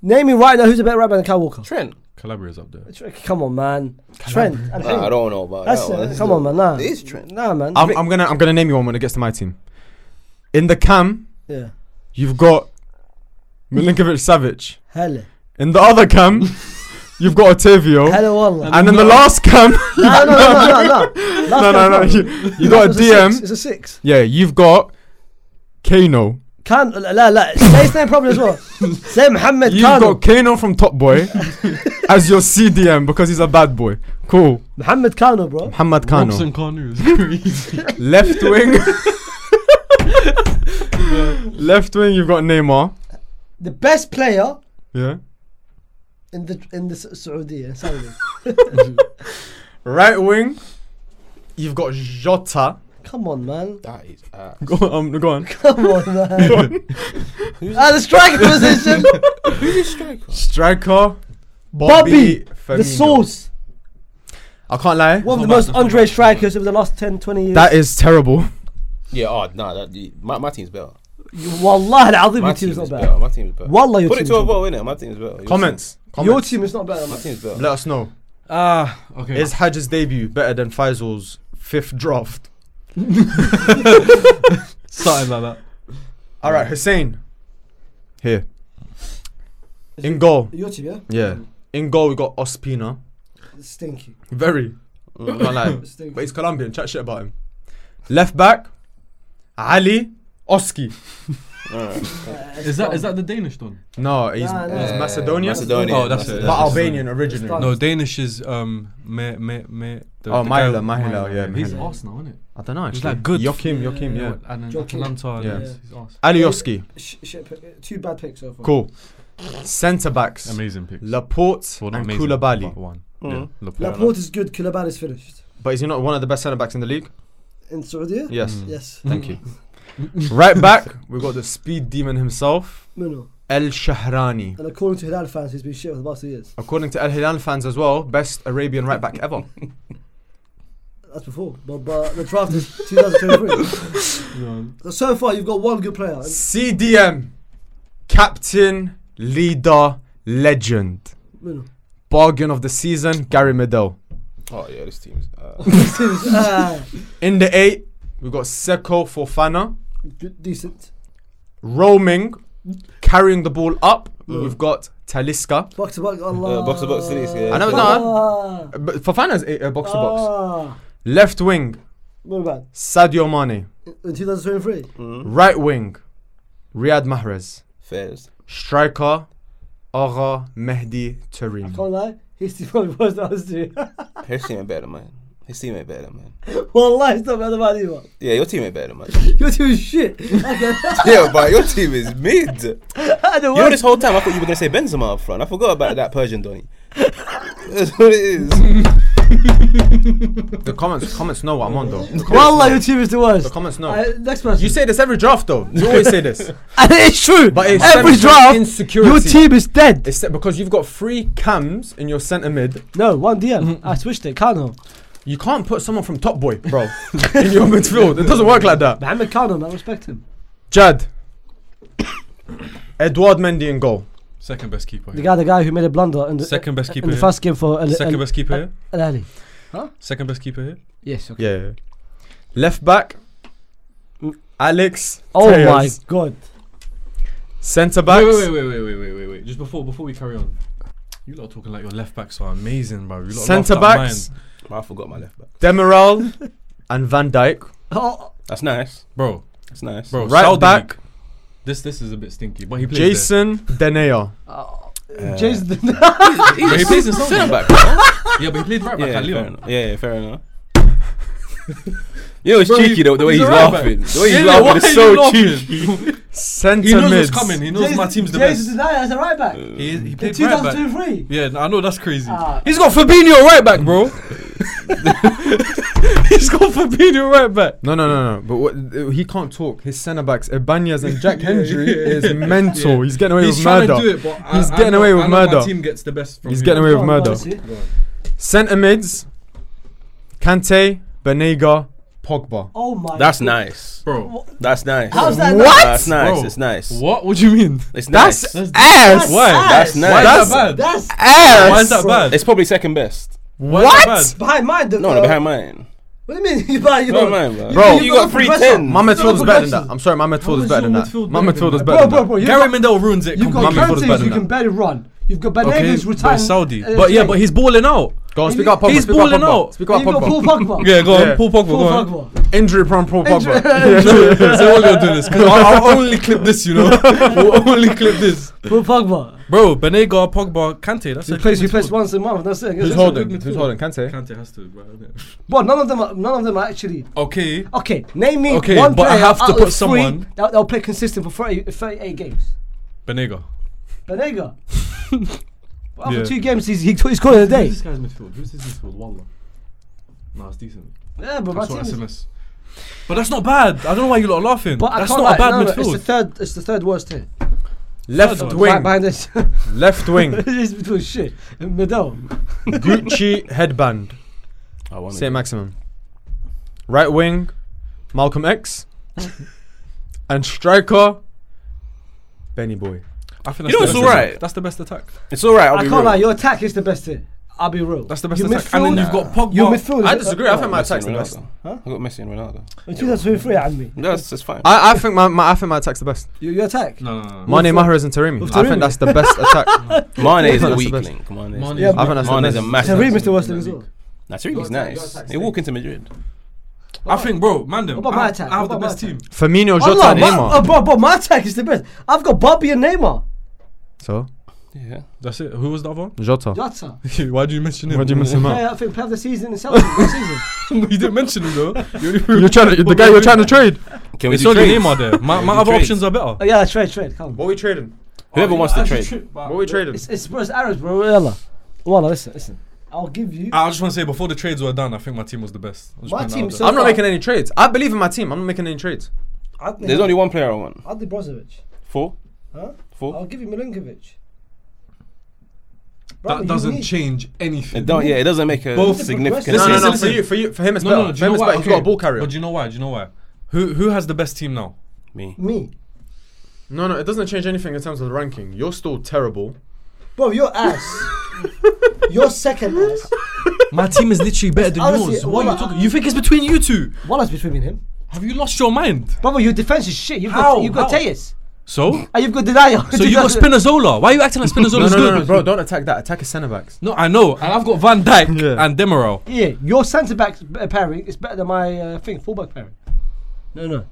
Name me right now who's a better right back than Kyle Walker. Trent. Calabria's up there. Tre- Come on, man. Trent. and Henry. Nah, I don't know about That's that. one. it. Come on, man. Nah. It is Trent. Nah, man. I'm, I'm gonna I'm gonna name you one when it gets to my team. In the cam, yeah. you've got Milinkovic Savic. Hell. In the other cam, you've got Otavio. *laughs* Hello, Allah. And in the last cam, No, no, no, no, no. no. Last no, no, time, *laughs* no, you, *laughs* you got a It's six. DM. It's a six. Yeah, you've got Kano. Khan. La, la. Say his name properly *laughs* as well. Say Mohammed You've Khan. got Kano from Top *laughs* Boy as your CDM because he's a bad boy. Cool. Mohammed Khan, bro. Muhammad Kano. Robson Kanu is *laughs* crazy. *laughs* Left wing. Left wing, you've got Neymar. The best player Yeah. in the in the Sa- Saudi. in Saudi. Right wing, you've got Jota. *laughs* Come on, man. *laughs* That is uh, ass. Go on, um, go on. Come on, *laughs* man. Ah, the striker position. Striker, Bobby, the Firmino. source. I can't lie. One of the Fullback, most the underrated strikers over the last 10, 20 years. That is terrible. Yeah, oh, nah, that, the- my, my team's better. Wallah, the Azim, My your team team is is not better. bad. My team's better. Wallah, your Put it team to a is not vote, innit? My team's better. Your Comments. bad. Comments. Your team is not better. team- My Man. team's better. Let us know. Ah, okay. Is Hajj's debut better than Faisal's fifth draft? something like that. All right, Hussein. Here. In goal. Your team, yeah? Yeah. In goal, we got Ospina. It's stinky. Very. Can't lie. It's stinky. But he's Colombian. Chat shit about him. Left back, Ali Oski. Uh, Is that is that the Danish one? No, he's, Nah, nah. he's Yeah, Macedonian. Macedonian. Oh, that's But it. That's it. Albanian originally. It's No, Danish is um me me me. The, Oh, the Milo, guy- Milo, yeah, He's Milo. Arsenal, isn't it? I don't know. Actually. He's like good. Joachim, Joachim, yeah. And then Joachim. Atalanta. and Yeah. he's- he's Arsenal. Alioski. Sh- shit pick- Two bad picks so far. Cool. Centre backs. Amazing pick. Laporte Well, not and amazing, Koulibaly. but One. Mm. Mhm. Yeah, Laporte. Laporte is good. Kulabal is finished. But is he not one of the best centre backs in the league? In Saudi? Yes. Mm. Yes. Thank you. right back, we got the speed demon himself, Muno. El Shahrani. And according to Hilal fans, he's been shit for the past two years. According to El Hilal fans as well, best Arabian right back ever. That's before. But, but the draft is 2023. *laughs* Yeah. so, so far, you've got one good player. And CDM, captain, leader, legend, Muno. *laughs* bargain of the season, Gary Medel. Oh yeah, this team's. Uh, Ah, In the eight, we've got Seko Fofana. d- decent. Roaming, carrying the ball up, we've got Taliska. Box to box. Allah. Uh, box to box, City, yeah. I know, no. Ah, But Fofana's a, a box to box. ah. Left wing, What about Sadio Mane. in 2023? Hmm. Right wing, Riyad Mahrez. Fairs. Striker, Aga Mehdi Can't Tarim. lie. His team probably was than us too. *laughs* His team ain't better than mine. His team ain't better than mine. Wallah, it's not bad about either. Yeah, your team ain't better than mine. *laughs* You're doing *laughs* shit. *laughs* Okay. yeah, but your team is mid. I don't You know, want this whole time I thought you were gonna say Benzema up front. I forgot about that Persian Donny. *laughs* That's what it is. The comments comments know what I'm on though. The comments, Wallah, your team is the the worst. comments know. Uh, next person. You *laughs* say this every draft though. You always *laughs* say this. And it's true. But it's every stems from draft, insecurity. your team is dead. It's because you've got three cams in your centre mid. No, one *laughs* DM. I switched it. Kano. You can't put someone from Top *laughs* Boy, bro, in your midfield. It doesn't work like that. Mohamed Kano, man, respect him. Jad. Edouard Mendy in goal. Second best keeper. The here. guy, the guy who made a blunder in the, Second best keeper. in the here. first game for El, Second El, best keeper. here. El Ahly. Second best keeper here. Yes, okay. Yeah. Left back. Alex. Oh my Telles. god. Centre backs. Wait, wait, wait, wait, wait, wait, wait, wait. Just before before we carry on, you lot talking like your left backs are amazing, bro. You lot laughed Centre at backs. mine. I forgot my left back. Demiral and Van Dijk. Oh, That's nice. bro, That's nice. bro. Right Saudi back. League. This this is a bit stinky, but he plays Jason Denea. Uh, Jason. There. But he plays in Saudi. Centre back. *laughs* Yeah, but he played right yeah, back fair at Lyon. enough. Yeah, yeah, fair *laughs* enough. you know, it's Bro, he- cheeky though, the way he's he's, a right laughing. back. The way he's Yeah, why laughing are is you so laughing? cheeky. He Centre knows mid. what's coming. He knows my team's the Jason best. Denier as a right back. He, is- he In played right back. 2023. Yeah, I know that's crazy. Ah. He's got Fabinho right back, bro. *laughs* He's got Fabinho right back. No, no, no, no. But what, uh, he can't talk. His centre backs, Ibanez and *laughs* Jack Hendry, is mental. He's getting away He's with trying murder. to do it, but I- He's I getting know- away with I know my murder. team gets the best from He's him. getting away with murder. Honestly. Go on. Centre mids. Kante, Benega, Pogba. Oh my. That's nice. Bro, That's nice. How's that What? nice? That's nice. Bro. It's nice. what? What do you mean? It's nice. That's ass. Why? That's nice. nice. That's- that bad? That's Ass. Why is that bad? It's probably second best. Why What? is that bad? behind mine. though. No, no, behind mine. What do you mean? *laughs* You behind Behind yours? mine, bro. Bro, you you're got a three professor. ten. My midfield is better than that. progression. I'm sorry, my midfield is is better than your that. midfield My better than midfield is that? better Bro, than bro, bro. that. You've Gary got, Mendel ruins it. you've got Mama's completely. Kante's better Kante's than you can that. barely run. You've got Okay, Benegas but retired. it's Saudi. Uh, But yeah, Jake. but he's balling out. Go on, speak up Pogba. He's speak up balling Pogba. out. Speak And up You've got Paul Pogba. *laughs* Pogba. Yeah, go on. Yeah. Paul Pogba. Paul go on. Pogba. Injury *laughs* prone Paul Injury- Pogba. so we're gonna do this because I'll, I'll only clip this. You know, we'll only clip this. *laughs* Paul Pogba. Bro, Benega, Pogba, Kante. That's He a plays, he good plays midfield. once a month. That's it. Who's That's holding? it. Who's holding? Kante. Kante has to. Bro. isn't it? But none of them are none of them are actually Okay. *laughs* okay. Name me Okay, one but I player have to out of put three someone- that that'll play consistent for 30, 38 games. Benega. *laughs* Benega. After Yeah. two games, he's he- he's calling a day. Who's this guy's midfield? Who's his midfield? Wallah. Nah, it's decent. Yeah, but my That's what team. SMS. is- But that's not bad. I don't know why you lot are laughing. But that's I can't not a bad lie, no, no, midfield. It's the third. It's the third worst here. Left Behind- wing. Behind this. *laughs* Left *laughs* wing. This is between shit. Middle. Gucci headband. I wanted Say it. maximum. Right wing. Malcolm *laughs* X. and striker. Benny Boy. I think You know the it's best alright. attack. That's the best attack. It's alright. I'll I be can't lie, real. your attack is the best here. I'll be real. That's the best your attack. and then you've got Pogba. your midfield. I disagree. I think my Messi attack's the and best. Ronaldo. I got Messi *laughs* and Ronaldo. In 2023, I mean. That's that's fine. I, I think my, my I think my attack's the best. Your, your attack. No, no, no. Mane, Mahrez, and Taremi. I Taremi. think that's the *laughs* best attack. Mane is That's a the weak best. link. Mane Mane is Yeah, is- I think that's Mane is the a best. massive. Tarim is the worst thing as well. Nah, Taremi's nice. He will into Madrid. I think, bro, man, them. What about I, my I attack? have What the about my best team. attack? Firmino, Jota, Allah, and my, Neymar. oh, bro, bro, my attack is the best. I've got Bobby and Neymar. So Yeah. That's it. Who was the other *laughs* one? Jota. Jota. Why do you mention him? Why do you miss him Player, out? I think, player of the season in Celtic this season. *laughs* you didn't mention him though. *laughs* You're trying to, the guy you're trying to trade. Can we It's do only trades? Neymar there. My, my do other trades. options are better. *laughs* Oh, yeah, trade, trade. Come on. we trading? Whoever wants to trade. What we trading? It's, it's Spurs Arabs, bro. Yalla. Wallah, listen, listen. I'll give you. Ah, I just want to say before the trades were done, I think my team was the best. I'm just My putting that team out there. so- I'm not making any trades. I believe in my team. I'm not making any trades. Adnan- There's only one player I want. Adnan Brozovic. Four. Huh? I'll Four. give you Milinkovic. Brother, that you doesn't need- change It anything. don't. Yeah, it doesn't make a Both- significant. Listen, no, no, no. For listen, listen. you, for you, for him, it's No, better. no, no. for Do you him, know it's why? better. He's got a Okay. ball carrier. But do you know why? Do you know why? Who who has the best team now? Me. Me. No, no, it doesn't change anything in terms of the ranking. You're still terrible. Bro, your ass. your second ass. My team is literally better than Honestly, yours. What are well, you talking? You think it's between you two? Wallace between me and him. Have you lost your mind? Brother, your defense is shit. You've How? got you've got How? Tejas. *laughs* So, And Ah, you've got Denial. so *laughs* you got Spinazzola. Why are you acting *laughs* like No, Spinazzola's no, good? no, no, bro, don't attack that. Attack his centre *laughs* backs. No, I know, and I've got Van Dijk Yeah. and Demerol. Yeah, your centre back pairing is better than my uh, thing, fullback pairing. No, no.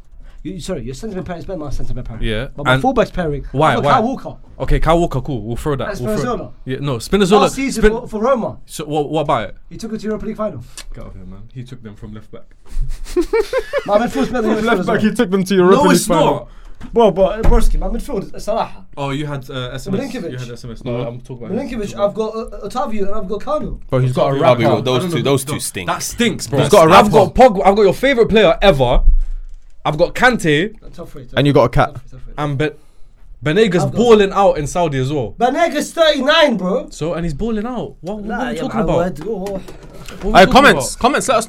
You, sorry, your centre back pairing is better than my centre back pairing. Yeah, But my and- fullback's pairing. Why, I've got why? Kyle Walker. Okay, Kyle Walker, cool. We'll throw that. That's We'll throw Spinazzola. it. Yeah, no, Spinazzola. Last season Spin- for, for Roma, so what, what about it? he took us to Europa *laughs* League final. Get out of here, man. He took them from left back. My midfield's better than your midfield as well. took them to no, it's not. Bro, but Broski, my midfield is uh, Salah. Oh, you had uh, SMS. Milinkovic. You had SMS. No, I'm talking about Milinkovic, I've got uh, Otavio and I've got Kano. Bro, he's got a I'll be real, rapper. those two, those two stink. That stinks, bro. He's got a I've rapper. got Pog. I've got your favorite player ever. I've got Kante Tough rate. And you got a cat. and Be- Benega's I've got- balling out in Saudi as well. Banega's 39, bro. So and he's balling out. What, what are we yeah, talking but I about? would- oh. What are we Hey, talking comments, about? comments. Let us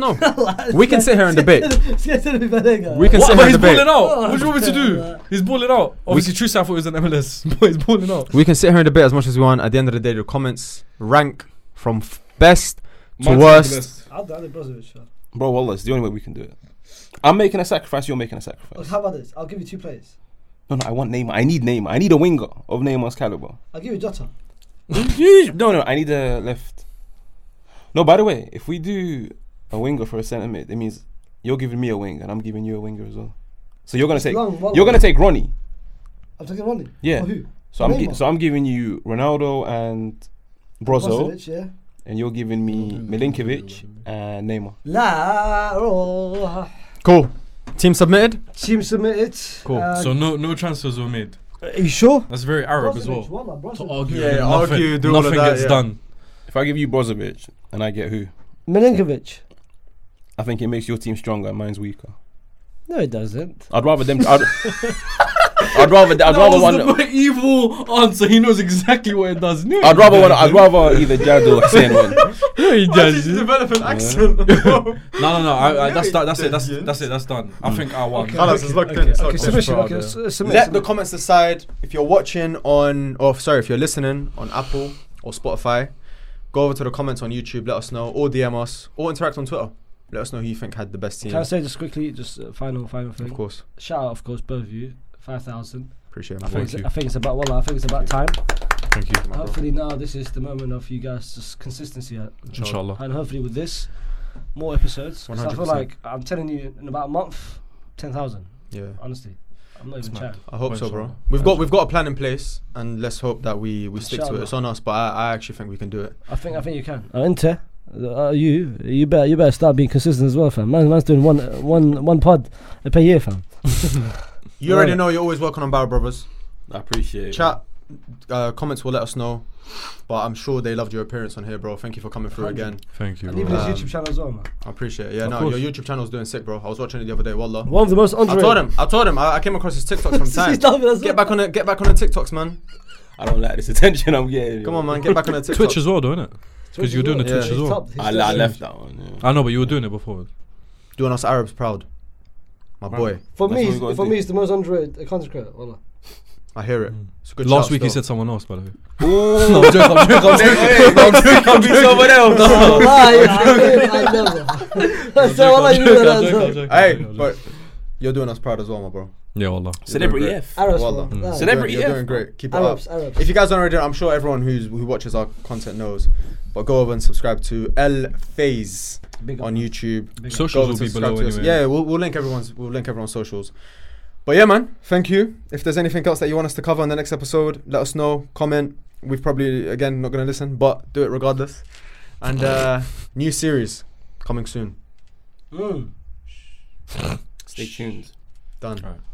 *laughs* know. we can sit here *laughs* and debate. It's gonna be Banega. We can What? sit But here he's and balling debate. Oh, out. What do you want me to do? He's balling out. Obviously, True South was an MLS, *laughs* but he's balling out. We can sit here and debate as much as we want. At the end of the day, the comments rank from f- best to Man's worst. MLS. I'll do it, Brozovic. yeah. Bro, Wallace, it's the only way we can do it. I'm making a sacrifice, you're making a Look, sacrifice. How about this? I'll give you two players. No, no, I want Neymar. I need Neymar. I need a winger of Neymar's caliber. I'll give you Jota. no, no, I need a left. No, by the way, if we do a winger for a centre mid, it means you're giving me a wing and I'm giving you a winger as well. So you're gonna take long, long. you're gonna take Ronnie. I'm taking Ronnie. Yeah. Or who? So I'm gi- Neymar. so I'm giving you Ronaldo and Brozo, Brozovic, yeah. and you're giving me Milinkovic and Neymar. La Roja. Cool. Team *laughs* submitted. Team submitted. Cool. Uh, So no, no transfers were made. are you sure? That's very Arab as Brozovic, well. Wallah, To Brozovic. argue, Yeah, and argue, nothing, do all of nothing that, gets yeah. done. If I give you Brozovic and I get who, Milinkovic. I think it makes your team stronger and mine's weaker. No, it doesn't. I'd rather them. I'd, *laughs* I'd rather. I'd rather one. evil answer. He knows exactly what it does. No, I'd rather one. I'd rather either Jared or Hussein win. he does. No, develop an accent. *laughs* Carlos no, no. I, I, that's No, that, that's it. That's yeah. that's it. That's done. I think I won. is locked Okay, in. okay, submission. Okay, s- Let submit. the submit. comments decide if you're watching on, or sorry, if you're listening on Apple or Spotify. Go over to the comments on YouTube. Let us know, or DM us, or interact on Twitter. Let us know who you think had the best team. Can I say just quickly, just uh, final, final Of thing. course, Shout out, of course, both of you. Five thousand. appreciate it. I man. think, Thank it's, you. I think it's about well, I think it's about time. Thank you. My bro. Hopefully now this is the moment of you guys just consistency, uh, Inshallah. and hopefully with this, more episodes. 'Cause I feel 100%. like I'm telling you, in about a month, ten thousand. Yeah, Honestly, I'm not even mad. trying. I hope so, bro. Inshallah. We've got we've got a plan in place, and let's hope that we we stick to it. Inshallah. It's on us, but I, I actually think we can do it. I think I think you can. Uh, Inter, uh, you you better you better start being consistent as well, fam. Man, man's doing one uh, one one pod per year, fam. You already Right. know you're always working on Barrel Brothers. I appreciate it. Chat uh, comments will let us know, but I'm sure they loved your appearance on here, bro. Thank you for coming through again. Thank you. And even bro. his Um, YouTube channel as well, man. I appreciate it. Yeah, Of no, course. your YouTube channel's doing sick, bro. I was watching it the other day. Wallah. One of the most I underrated. told him. I told him. I, I came across his *laughs* TikToks from time. *laughs* He's loving us. Get back on it. Get back on the TikToks, man. I don't like this attention I'm getting. Come on, man. Get back on the TikToks. *laughs* Twitch as well, though, innit? Because you were doing the well, Twitch yeah. as He's well. top- he's I, top I tier. left that one. Yeah. I know, but you were doing it before. doing us Arabs proud, my boy. For That's me, what it's- we gotta for do. me, it's the most underrated uh, content creator. *laughs* Wallah. I hear Mm. it. It's a good Last shout week he still. said someone else, by the way. *laughs* Ooh. I'm joking. I'm joking. I'm joking. I'll be someone else. Wallahi, I never. *laughs* So wallahi, you know I'm that. joking, I'm so- joking. Hey, but you're doing us proud as well, my bro. Yeah, wallah. Celebrity You're doing F. Arabs, Wallah. man. Nah. You're doing- Celebrity You're F. doing great. Keep it up. Arabs, Arabs. If you guys don't already, know, I'm sure everyone who's who watches our content knows. But go over and subscribe to El Phase Big up. on YouTube. Big up. Socials Go over will be to subscribe below to us. anyway. Yeah, we'll, we'll link everyone's we'll link everyone's socials. But yeah, man, thank you. If there's anything else that you want us to cover on the next episode, let us know. Comment. We've probably again not gonna listen, but do it regardless. And uh, new series coming soon. Mm. Stay tuned. Done. Alright.